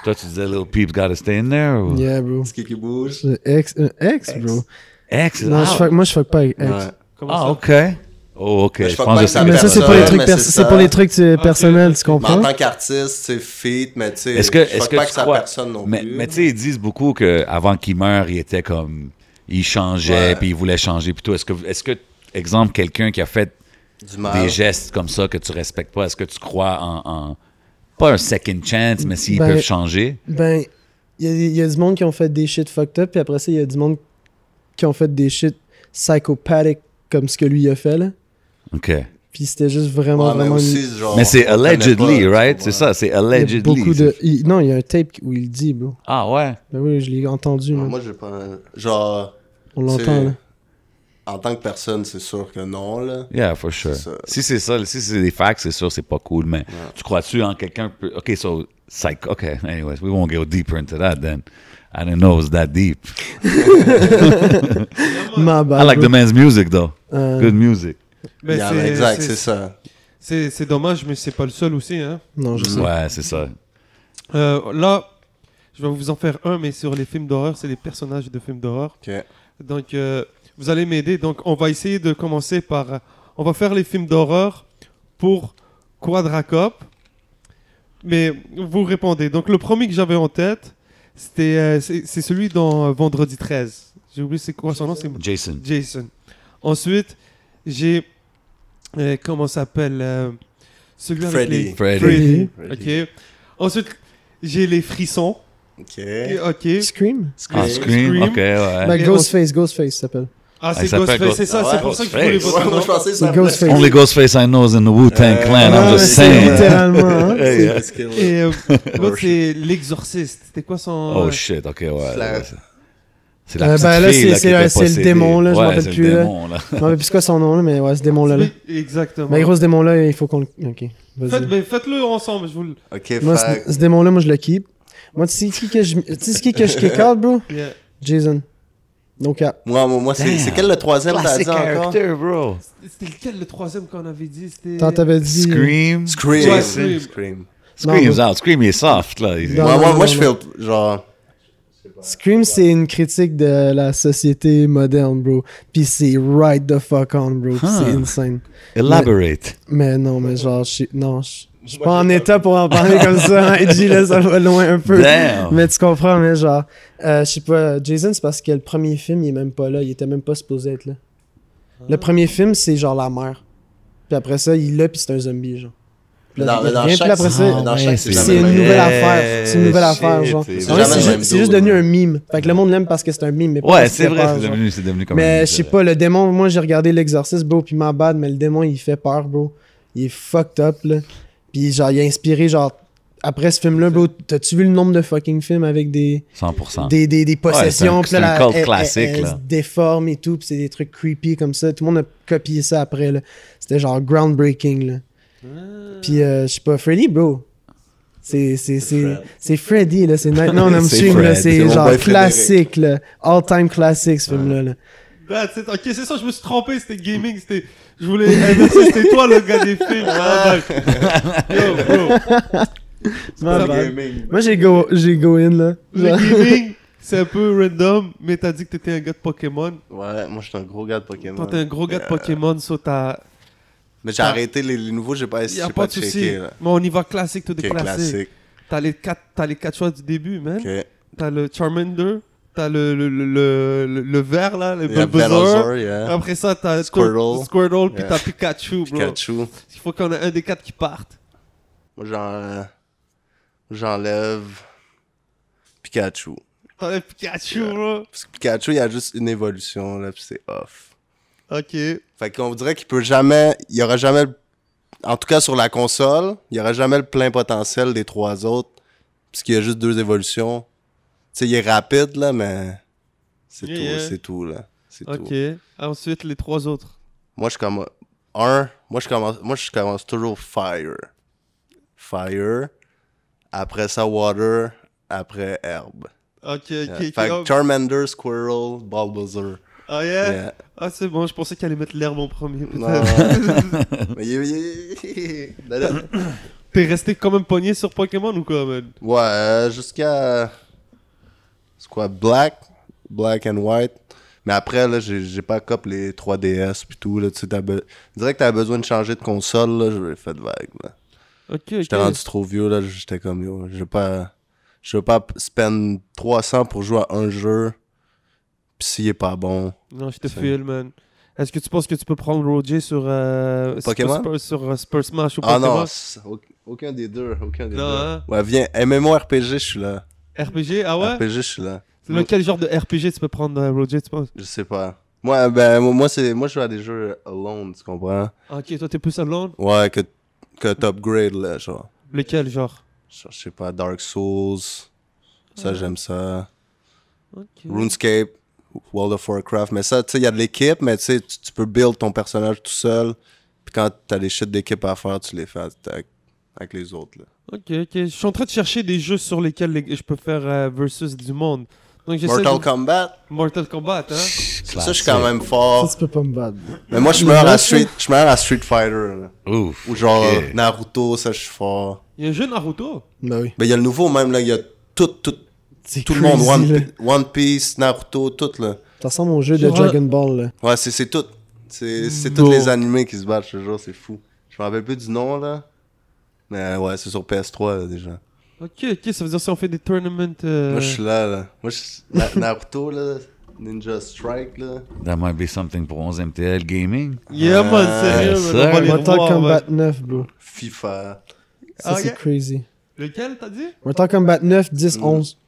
Speaker 2: Toi, tu disais Little Peeps gotta stay in there ou...
Speaker 5: Yeah, bro.
Speaker 3: Ski qui bouge.
Speaker 5: C'est Ex, euh, ex, bro.
Speaker 2: X,
Speaker 5: Non, je
Speaker 2: ah,
Speaker 5: fuck, moi, je fuck pas avec ex.
Speaker 3: Ouais.
Speaker 1: Comment
Speaker 2: ah,
Speaker 1: ça
Speaker 2: ok. Oh, ok.
Speaker 3: Mais
Speaker 2: Je
Speaker 3: je fuck
Speaker 2: pense
Speaker 3: pas
Speaker 2: que
Speaker 3: que
Speaker 2: c'est
Speaker 3: ça
Speaker 5: Mais ça, c'est
Speaker 3: personne,
Speaker 5: pour les trucs,
Speaker 3: mais
Speaker 5: perso-
Speaker 3: c'est
Speaker 5: c'est
Speaker 3: ça.
Speaker 5: pour les trucs euh,
Speaker 1: Ok.
Speaker 5: personnels, tu
Speaker 3: Mais en
Speaker 5: comprends?
Speaker 3: tant qu'artiste, c'est feat, mais tu sais.
Speaker 2: Est-ce que,
Speaker 3: je
Speaker 2: est-ce
Speaker 3: fuck
Speaker 2: que
Speaker 3: pas
Speaker 2: tu
Speaker 3: que ça
Speaker 2: crois-
Speaker 3: personne non
Speaker 2: mais,
Speaker 3: plus.
Speaker 2: Mais tu sais, ils disent beaucoup que avant qu'il meure, il était comme, il changeait,
Speaker 3: Ouais.
Speaker 2: puis il voulait changer, puis tout. Est-ce que, est-ce que, exemple, quelqu'un qui a fait
Speaker 3: du mal.
Speaker 2: des gestes comme ça que tu respectes pas, est-ce que tu crois en, en- pas un second chance, mais s'ils
Speaker 5: Ben-
Speaker 2: peuvent changer?
Speaker 5: Ben, il y, a- y a du monde qui ont fait des shit fucked up, puis après ça, il y a du monde qui ont fait des shit psychopathic comme ce que lui a fait, là.
Speaker 2: Ok.
Speaker 5: Puis c'était juste
Speaker 3: Ouais,
Speaker 5: vraiment,
Speaker 3: mais
Speaker 5: vraiment. une-
Speaker 3: aussi, genre,
Speaker 2: mais c'est
Speaker 3: on connaît pas,
Speaker 2: allegedly,
Speaker 3: tu
Speaker 2: right?
Speaker 3: vois.
Speaker 2: C'est ça, c'est
Speaker 5: il y a
Speaker 2: allegedly.
Speaker 5: beaucoup de.
Speaker 2: c'est-
Speaker 5: il- non, il y a un tape où il le dit, bro.
Speaker 2: Ah ouais.
Speaker 5: Ben oui, je l'ai entendu,
Speaker 3: Non,
Speaker 5: man.
Speaker 3: Moi, j'ai pas. Genre.
Speaker 5: On
Speaker 3: c'est-
Speaker 5: l'entend, là.
Speaker 3: En tant que personne, c'est sûr que non, là.
Speaker 2: Yeah, for sure.
Speaker 3: C'est ça.
Speaker 2: Si c'est ça, si c'est des facts, c'est sûr, c'est pas cool, mais tu crois-tu en quelqu'un peut... OK, so, psych... OK, anyways, we won't go deeper into that then. I didn't know it was that deep.
Speaker 5: Ma bad,
Speaker 2: I like
Speaker 5: bro.
Speaker 2: the man's music, though.
Speaker 4: Uh,
Speaker 5: Euh,
Speaker 2: Good music.
Speaker 1: Mais
Speaker 3: Yeah,
Speaker 1: c'est-
Speaker 3: exact,
Speaker 1: c'est-
Speaker 3: c'est ça.
Speaker 1: C'est c'est dommage, mais c'est pas le seul aussi. Hein.
Speaker 5: Non, je sais.
Speaker 2: Ouais, c'est ça.
Speaker 1: Euh, là, je vais vous en faire un, mais sur les films d'horreur, c'est les personnages de films d'horreur.
Speaker 3: Ok.
Speaker 1: Donc, euh, Vous allez m'aider. Donc, on va essayer de commencer par. euh, On va faire les films d'horreur pour Quadracop. Mais vous répondez. Donc, le premier que j'avais en tête, c'était, euh, c'est c'est celui dans euh, Vendredi 13. J'ai oublié c'est quoi son nom. C'est
Speaker 2: Jason.
Speaker 1: Jason. Ensuite, j'ai. euh, comment ça s'appelle euh, Celui avec
Speaker 3: Freddy.
Speaker 1: les.
Speaker 2: Freddy.
Speaker 1: Freddy.
Speaker 3: Freddy.
Speaker 1: Ok. Ensuite, j'ai les frissons.
Speaker 3: Ok.
Speaker 1: Et- Ok.
Speaker 4: Scream
Speaker 2: Ah, Scream.
Speaker 1: Scream.
Speaker 2: Ok, ouais.
Speaker 4: Bah,
Speaker 5: Ben,
Speaker 1: Et
Speaker 4: Ghostface, Ghostface s'appelle.
Speaker 1: Ah,
Speaker 2: Ah, il
Speaker 1: c'est
Speaker 2: s'appelle
Speaker 1: Ghostface, c'est ça,
Speaker 3: Ah
Speaker 1: c'est
Speaker 3: ouais,
Speaker 1: pour ça que je voulais
Speaker 2: Ghostface.
Speaker 1: votre
Speaker 3: Ouais, moi,
Speaker 1: nom.
Speaker 3: je pensais que
Speaker 4: C'est
Speaker 3: ça
Speaker 4: Ghostface.
Speaker 2: Only Ghostface I know is in the Wu-Tang
Speaker 3: Euh,
Speaker 2: Clan. I'm
Speaker 4: ouais,
Speaker 2: just
Speaker 4: c'est
Speaker 2: saying.
Speaker 4: littéralement, hein.
Speaker 2: Hey, yeah.
Speaker 3: Parce que-
Speaker 1: Et euh, l'autre,
Speaker 3: Oh,
Speaker 1: c'est l'exorciste. C'était quoi son.
Speaker 2: Oh
Speaker 1: euh,
Speaker 2: shit, ok, ouais.
Speaker 3: C'est la-
Speaker 2: ouais, c'est- C'est la
Speaker 4: Euh,
Speaker 2: petite
Speaker 4: ben là,
Speaker 2: fille,
Speaker 4: c'est-
Speaker 2: là, qui
Speaker 4: c'est-
Speaker 2: était
Speaker 4: c'est le
Speaker 2: possédée.
Speaker 4: démon, là, je
Speaker 2: Ouais,
Speaker 4: m'en rappelle
Speaker 2: c'est le
Speaker 4: plus, là.
Speaker 2: démon, là.
Speaker 4: Je me rappelle plus c'est quoi son nom, là, mais ouais, ce démon-là. là.
Speaker 1: oui, Exactement.
Speaker 5: Ben,
Speaker 4: Mais gros, ce démon-là, il faut qu'on le. Ok,
Speaker 1: Faites,
Speaker 4: vas-y.
Speaker 1: mais faites-le ensemble, je vous le.
Speaker 3: Ok,
Speaker 4: Moi,
Speaker 3: fait-
Speaker 4: ce, ce démon-là, moi, je le keep. Moi, tu sais qui que je. Tu sais qui que je kick out, bro
Speaker 1: Yeah.
Speaker 4: Jason. Donc, ah,
Speaker 3: moi, moi, moi, c'est
Speaker 2: Damn.
Speaker 3: c'est quel le troisième t'as dit encore?
Speaker 2: bro.
Speaker 1: C'était lequel le troisième qu'on avait dit C'était.
Speaker 4: tant t'avais dit.
Speaker 2: Scream.
Speaker 3: Scream.
Speaker 1: Ouais, Scream.
Speaker 3: Scream.
Speaker 2: Scream's
Speaker 4: Non,
Speaker 2: out. Scream est soft, là. Il-
Speaker 4: Non.
Speaker 3: Moi, moi, moi,
Speaker 4: non,
Speaker 3: je
Speaker 4: non.
Speaker 3: fais genre.
Speaker 4: Scream, c'est une critique de la société moderne, bro. Puis c'est right the fuck on, bro. Puis C'est
Speaker 2: Huh.
Speaker 4: insane.
Speaker 2: Elaborate.
Speaker 4: Mais non, mais genre, je suis. Non, je je suis pas en état pour en parler comme ça. hein, IG, là, ça va loin un peu.
Speaker 2: Damn.
Speaker 4: Mais tu comprends, mais genre, euh, je sais pas, Jason, c'est parce que le premier film, il est même pas là. Il était même pas supposé être là. Le premier film, c'est genre la mère. Puis après ça, il est là, puis c'est un zombie, genre. Puis là,
Speaker 3: Dans-
Speaker 4: il
Speaker 3: dans
Speaker 4: revient, puis
Speaker 3: chaque-
Speaker 4: après ça,
Speaker 3: dans
Speaker 2: ouais,
Speaker 3: chaque,
Speaker 2: c'est
Speaker 3: la
Speaker 4: c'est
Speaker 3: même
Speaker 4: une
Speaker 3: affaire.
Speaker 4: nouvelle
Speaker 2: Yeah,
Speaker 4: affaire. C'est une
Speaker 2: shit,
Speaker 4: nouvelle affaire, genre.
Speaker 2: c'est
Speaker 4: Ouais,
Speaker 2: jamais
Speaker 4: C'est
Speaker 3: le
Speaker 4: ju-
Speaker 3: même
Speaker 4: c'est juste
Speaker 3: dude,
Speaker 4: devenu
Speaker 3: ouais.
Speaker 4: un mime. Fait que le monde l'aime parce que c'est un mime. Mais pas
Speaker 2: Ouais,
Speaker 4: parce
Speaker 2: c'est
Speaker 4: qu'il
Speaker 2: vrai,
Speaker 4: fait peur,
Speaker 2: c'est
Speaker 4: genre.
Speaker 2: devenu, c'est devenu comme un
Speaker 4: Mais
Speaker 2: mythe,
Speaker 4: je sais
Speaker 2: là.
Speaker 4: pas, le démon, moi j'ai regardé l'exorciste, bro, puis ma bad, mais le démon il fait peur, bro. Il est fucked up, là. Puis genre, il a inspiré, genre, après ce film-là, bro, t'as-tu vu le nombre de fucking films avec des,
Speaker 2: 100%.
Speaker 4: des, des, des possessions,
Speaker 2: Ouais,
Speaker 4: puis
Speaker 2: c'est un-
Speaker 4: là,
Speaker 2: c'est un
Speaker 4: la-
Speaker 2: culte
Speaker 4: elle-
Speaker 2: classique,
Speaker 4: elle- elle
Speaker 2: là.
Speaker 4: se déforme et tout, puis c'est des trucs creepy comme ça. Tout le monde a copié ça après, là. C'était genre groundbreaking, là. Puis euh, je sais pas, Freddy, bro. C'est c'est- c'est- c'est Freddy, là. C'est Night Non,
Speaker 2: C'est
Speaker 4: Stream, là.
Speaker 2: Fred. C'est
Speaker 4: C'est
Speaker 3: mon
Speaker 4: genre
Speaker 3: boy Frédéric.
Speaker 4: classique, là. All-time classique, ce film-là, là.
Speaker 1: That's it. Ok, c'est ça, je me suis trompé, c'était gaming. C'était. Je voulais. inverser, c'était toi le gars des films. Ah, bah. Yo, bro.
Speaker 4: Ma bad.
Speaker 3: Gaming.
Speaker 4: Moi, j'ai go, j'ai go in, là. Genre-
Speaker 1: Le gaming, c'est un peu random, mais t'as dit que t'étais un gars de Pokémon.
Speaker 3: Ouais, moi, je suis un gros gars de Pokémon.
Speaker 1: Toi, t'es un gros
Speaker 3: Euh,
Speaker 1: gars de Pokémon, so t'as.
Speaker 3: Mais j'ai arrêté les, les nouveaux, j'ai pas
Speaker 1: Y a
Speaker 3: essayé.
Speaker 1: pas de souci.
Speaker 3: checké.
Speaker 1: Mais
Speaker 3: là.
Speaker 1: on y va classique, tout
Speaker 3: Ok,
Speaker 1: est classique.
Speaker 3: classique.
Speaker 1: T'as les quatre, t'as les quatre choix du début, man.
Speaker 3: Ok.
Speaker 1: T'as le Charmander, t'as le, le, le, le, le- le vert là, le
Speaker 3: Il y a
Speaker 1: Bulbasaur. Ah,
Speaker 3: Velosaur, yeah.
Speaker 1: Après ça, t'as
Speaker 3: Squirtle.
Speaker 1: Squirtle puis
Speaker 3: Yeah.
Speaker 1: t'as Pikachu, bro.
Speaker 3: Pikachu. Moi,
Speaker 1: Il faut qu'on ait un des quatre qui parte.
Speaker 3: j'en- euh, j'enlève Pikachu.
Speaker 1: T'enlèves Pikachu, bro.
Speaker 3: Parce que Pikachu, il y a juste une évolution, là, puis c'est off.
Speaker 1: Ok.
Speaker 3: Fait qu'on dirait qu'il peut jamais. Il y aura jamais. le- En tout cas, sur la console, il y aura jamais le plein potentiel des trois autres. Puisqu'il y a juste deux évolutions. Tu sais, il est rapide, là, mais. C'est
Speaker 1: Yeah,
Speaker 3: tout,
Speaker 1: yeah.
Speaker 3: c'est tout, là. C'est
Speaker 1: Ok.
Speaker 3: tout.
Speaker 1: Ensuite, les trois autres.
Speaker 3: Moi, je commence. Un, moi, je commence, moi, je commence toujours fire. Fire. Après ça, water. Après herbe.
Speaker 1: Ok, ok.
Speaker 3: Yeah.
Speaker 1: ok.
Speaker 3: Fait
Speaker 1: Oh,
Speaker 3: que Charmander, Squirrel, Bulbasaur.
Speaker 1: ah, yeah.
Speaker 3: Yeah.
Speaker 1: Ah, c'est bon, je pensais qu'il allait mettre l'herbe en premier. peut-être.
Speaker 3: Non. Mais il- il- il-
Speaker 1: T'es resté quand même pogné sur Pokémon ou quoi, man?
Speaker 3: Ouais, euh, jusqu'à. C'est quoi, black? Black and white. Mais après, là, j'ai j'ai pas cop les 3DS pis tout, là, tu sais, t'as be- je dirais que t'avais besoin de changer de console, là, j'aurais fait de vague, là.
Speaker 1: Ok,
Speaker 3: J'étais
Speaker 1: ok.
Speaker 3: rendu trop vieux, là, j'étais comme, yo, je veux pas... Je veux pas spend 300 pour jouer à un jeu, pis s'il est pas bon...
Speaker 1: Non, je te
Speaker 3: C'est-
Speaker 1: file, man. Est-ce que tu penses que tu peux prendre Roger sur euh, sur
Speaker 3: Pokémon?
Speaker 1: Spurs- sur euh, Spurs Smash ou
Speaker 3: Ah
Speaker 1: Pokémon
Speaker 3: non, c'est- au- aucun des deux, aucun des
Speaker 1: Non,
Speaker 3: deux.
Speaker 1: hein?
Speaker 3: Ouais, viens, MMORPG, je suis là.
Speaker 1: RPG Ah ouais
Speaker 3: RPG, je suis là.
Speaker 1: Lequel genre de RPG tu peux prendre euh, Roger, tu penses
Speaker 3: Je sais pas. Moi, ben, moi, c'est, moi, je joue à des jeux alone, tu comprends?
Speaker 1: Ok, toi t'es plus alone
Speaker 3: Ouais, que, que t'upgrades, là, genre.
Speaker 1: Lequel genre
Speaker 3: Genre, Je sais pas, Dark Souls. Ça, j'aime ça.
Speaker 1: Ok.
Speaker 3: RuneScape, World of Warcraft. Mais ça, tu sais, il y a de l'équipe, mais tu sais, tu tu peux build ton personnage tout seul. Puis quand t'as des shit d'équipe à faire, tu les fais avec, avec les autres, là.
Speaker 1: Ok, ok. Je suis en train de chercher des jeux sur lesquels les- je peux faire euh, versus du monde. Donc j'essaie
Speaker 3: Mortal
Speaker 1: de-
Speaker 3: Kombat,
Speaker 1: Mortal Kombat, hein
Speaker 3: ça, je suis quand même fort.
Speaker 4: Ça, tu peux pas me battre. bro.
Speaker 3: Mais moi, je suis meilleur à Street, je suis meilleur à Street Fighter, là.
Speaker 2: Ouf.
Speaker 3: Ou genre,
Speaker 2: Ok.
Speaker 3: euh, Naruto, ça, je suis fort.
Speaker 1: Il y a un jeu Naruto
Speaker 4: Bah oui.
Speaker 3: Mais il y a le nouveau même, là, il y a tout, tout,
Speaker 4: C'est
Speaker 3: tout le monde,
Speaker 4: crazy,
Speaker 3: One,
Speaker 4: là.
Speaker 3: Pi- One Piece, Naruto, tout, là.
Speaker 5: Ça ressemble au jeu de
Speaker 1: Genre-
Speaker 5: Dragon Ball. là.
Speaker 3: Ouais, c'est, c'est tout. C'est, c'est
Speaker 1: Bon.
Speaker 3: tous les animés qui se battent, je te jure, c'est fou. Je me rappelle plus du nom, là. Mais euh, ouais, c'est sur PS3, là, déjà.
Speaker 1: Ok, ok, ça veut dire si on fait des tournaments. euh,
Speaker 3: Moi, je suis là, là. Moi, je suis... Na- Naruto, là. Ninja Strike, là.
Speaker 2: That might be something pour 11 MTL Gaming.
Speaker 1: Yeah, man, sérieux, man,
Speaker 2: Ah,
Speaker 4: euh,
Speaker 1: on va
Speaker 2: sir.
Speaker 1: les
Speaker 5: Mortal
Speaker 1: revoir,
Speaker 5: Kombat
Speaker 1: ouais.
Speaker 5: 9, bro.
Speaker 3: FIFA.
Speaker 5: Ça,
Speaker 1: Ah,
Speaker 5: c'est
Speaker 1: ok.
Speaker 5: crazy.
Speaker 1: Lequel, t'as dit
Speaker 5: Mortal Kombat 9, 10,
Speaker 3: Mm.
Speaker 5: 11.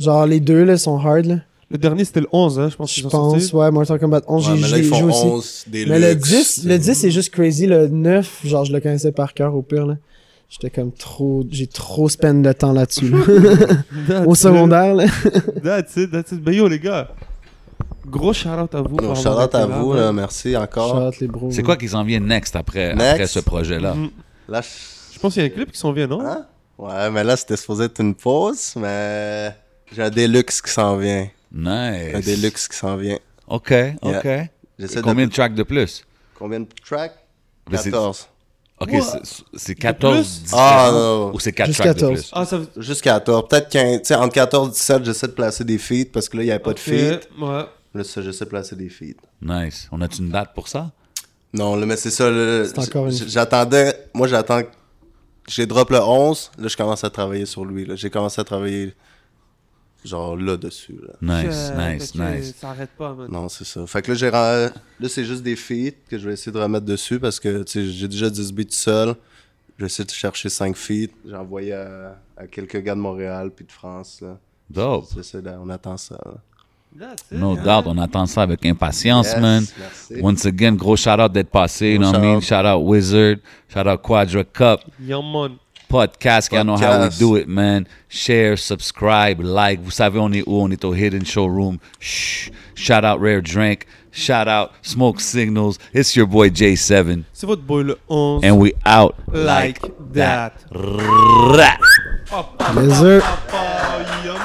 Speaker 5: Genre, les deux, là, sont hard, là.
Speaker 1: Le dernier, c'était le 11, hein, je pense. qu'ils
Speaker 5: Je
Speaker 1: ont sorti.
Speaker 5: pense, ouais, Mortal Kombat 11,
Speaker 3: Ouais,
Speaker 5: j'ai
Speaker 3: mais là,
Speaker 5: j'ai
Speaker 3: ils
Speaker 5: joué
Speaker 3: font
Speaker 5: aussi.
Speaker 3: 11, des
Speaker 5: Mais le
Speaker 3: luxe,
Speaker 5: 10, le
Speaker 3: c'est-
Speaker 5: 10 c'est juste crazy. Le 9, genre, je le connaissais par cœur, au pire, là. J'étais comme trop... J'ai trop spend de temps là-dessus, là.
Speaker 1: That's
Speaker 5: Au
Speaker 1: it.
Speaker 5: secondaire, là.
Speaker 1: That's it, that's it. Ben yo, les gars, gros shout-out à vous.
Speaker 3: Non,
Speaker 1: pour
Speaker 3: shout
Speaker 1: avoir
Speaker 3: out
Speaker 1: été
Speaker 3: à
Speaker 1: là,
Speaker 3: vous,
Speaker 1: man.
Speaker 3: là. Merci encore.
Speaker 5: Shout out les bros.
Speaker 2: C'est
Speaker 5: là.
Speaker 2: quoi qui s'en vient next après,
Speaker 3: Next.
Speaker 2: après ce projet-là?
Speaker 1: Mhm.
Speaker 3: Là, je-
Speaker 1: Je pense qu'il y a un clip qui s'en vient, non
Speaker 3: Hein? Ouais, mais là, c'était supposé être une pause, mais j'ai un Deluxe qui s'en vient.
Speaker 2: Nice.
Speaker 3: Un Deluxe qui s'en vient.
Speaker 2: OK, OK.
Speaker 3: J'essaie de-
Speaker 2: Combien de tracks de plus?
Speaker 3: Combien de tracks?
Speaker 2: Mais c'est-
Speaker 3: 14.
Speaker 2: OK,
Speaker 1: What?
Speaker 2: c'est- c'est 14
Speaker 1: plus?
Speaker 3: Ah,
Speaker 2: différents
Speaker 3: non.
Speaker 2: ou c'est 4
Speaker 5: Juste
Speaker 2: tracks de
Speaker 5: 14.
Speaker 2: plus?
Speaker 1: Ah, ça veut.
Speaker 3: Juste 14. Peut-être 15. Tu sais, entre 14 et 17, j'essaie de placer des feats parce que là, il n'y avait pas de
Speaker 1: Ok,
Speaker 3: feats.
Speaker 1: Ouais.
Speaker 3: Là, ça, j'essaie de placer des feats.
Speaker 2: Nice. On a-tu une date pour ça?
Speaker 3: Non, là, mais c'est ça. là,
Speaker 5: C'est encore une-
Speaker 3: j- J'attendais. Moi, j'attends. J'ai drop le 11. Là, je commence à travailler sur lui. là. J'ai commencé à travailler, genre, là-dessus. Là.
Speaker 2: Nice,
Speaker 1: Ok,
Speaker 2: nice,
Speaker 1: ok,
Speaker 2: nice.
Speaker 1: Ça arrête pas, man.
Speaker 3: Non, c'est ça. Fait que là, j'ai ren- là c'est juste des feats que je vais essayer de remettre dessus parce que tu sais, j'ai déjà 10 beats tout seul. J'essaie de chercher 5 feats. J'ai envoyé à, à quelques gars de Montréal puis de France. Là.
Speaker 2: Dope.
Speaker 3: C'est ça, là, on attend ça. là.
Speaker 1: That's it,
Speaker 2: No
Speaker 1: man.
Speaker 2: doubt. On attend ça avec impatience,
Speaker 3: Yes,
Speaker 2: man.
Speaker 3: merci.
Speaker 2: Once again, gros shout-out d'être passé. You know what I mean? Shout-out Wizard. Shout-out Quadra Cup.
Speaker 1: Yeah, man.
Speaker 2: podcast. Y'all know how we
Speaker 3: Podcast.
Speaker 2: do it, man. Share, subscribe, like. Vous savez, on est où? On est au Hidden Showroom. Shh. Shout out Rare Drink. Shout out Smoke Signals. It's your boy J7.
Speaker 1: C'est votre boy le 11.
Speaker 2: And we out
Speaker 1: like that.
Speaker 2: Rap.
Speaker 5: Les yeux.
Speaker 1: Papa, yeah, man.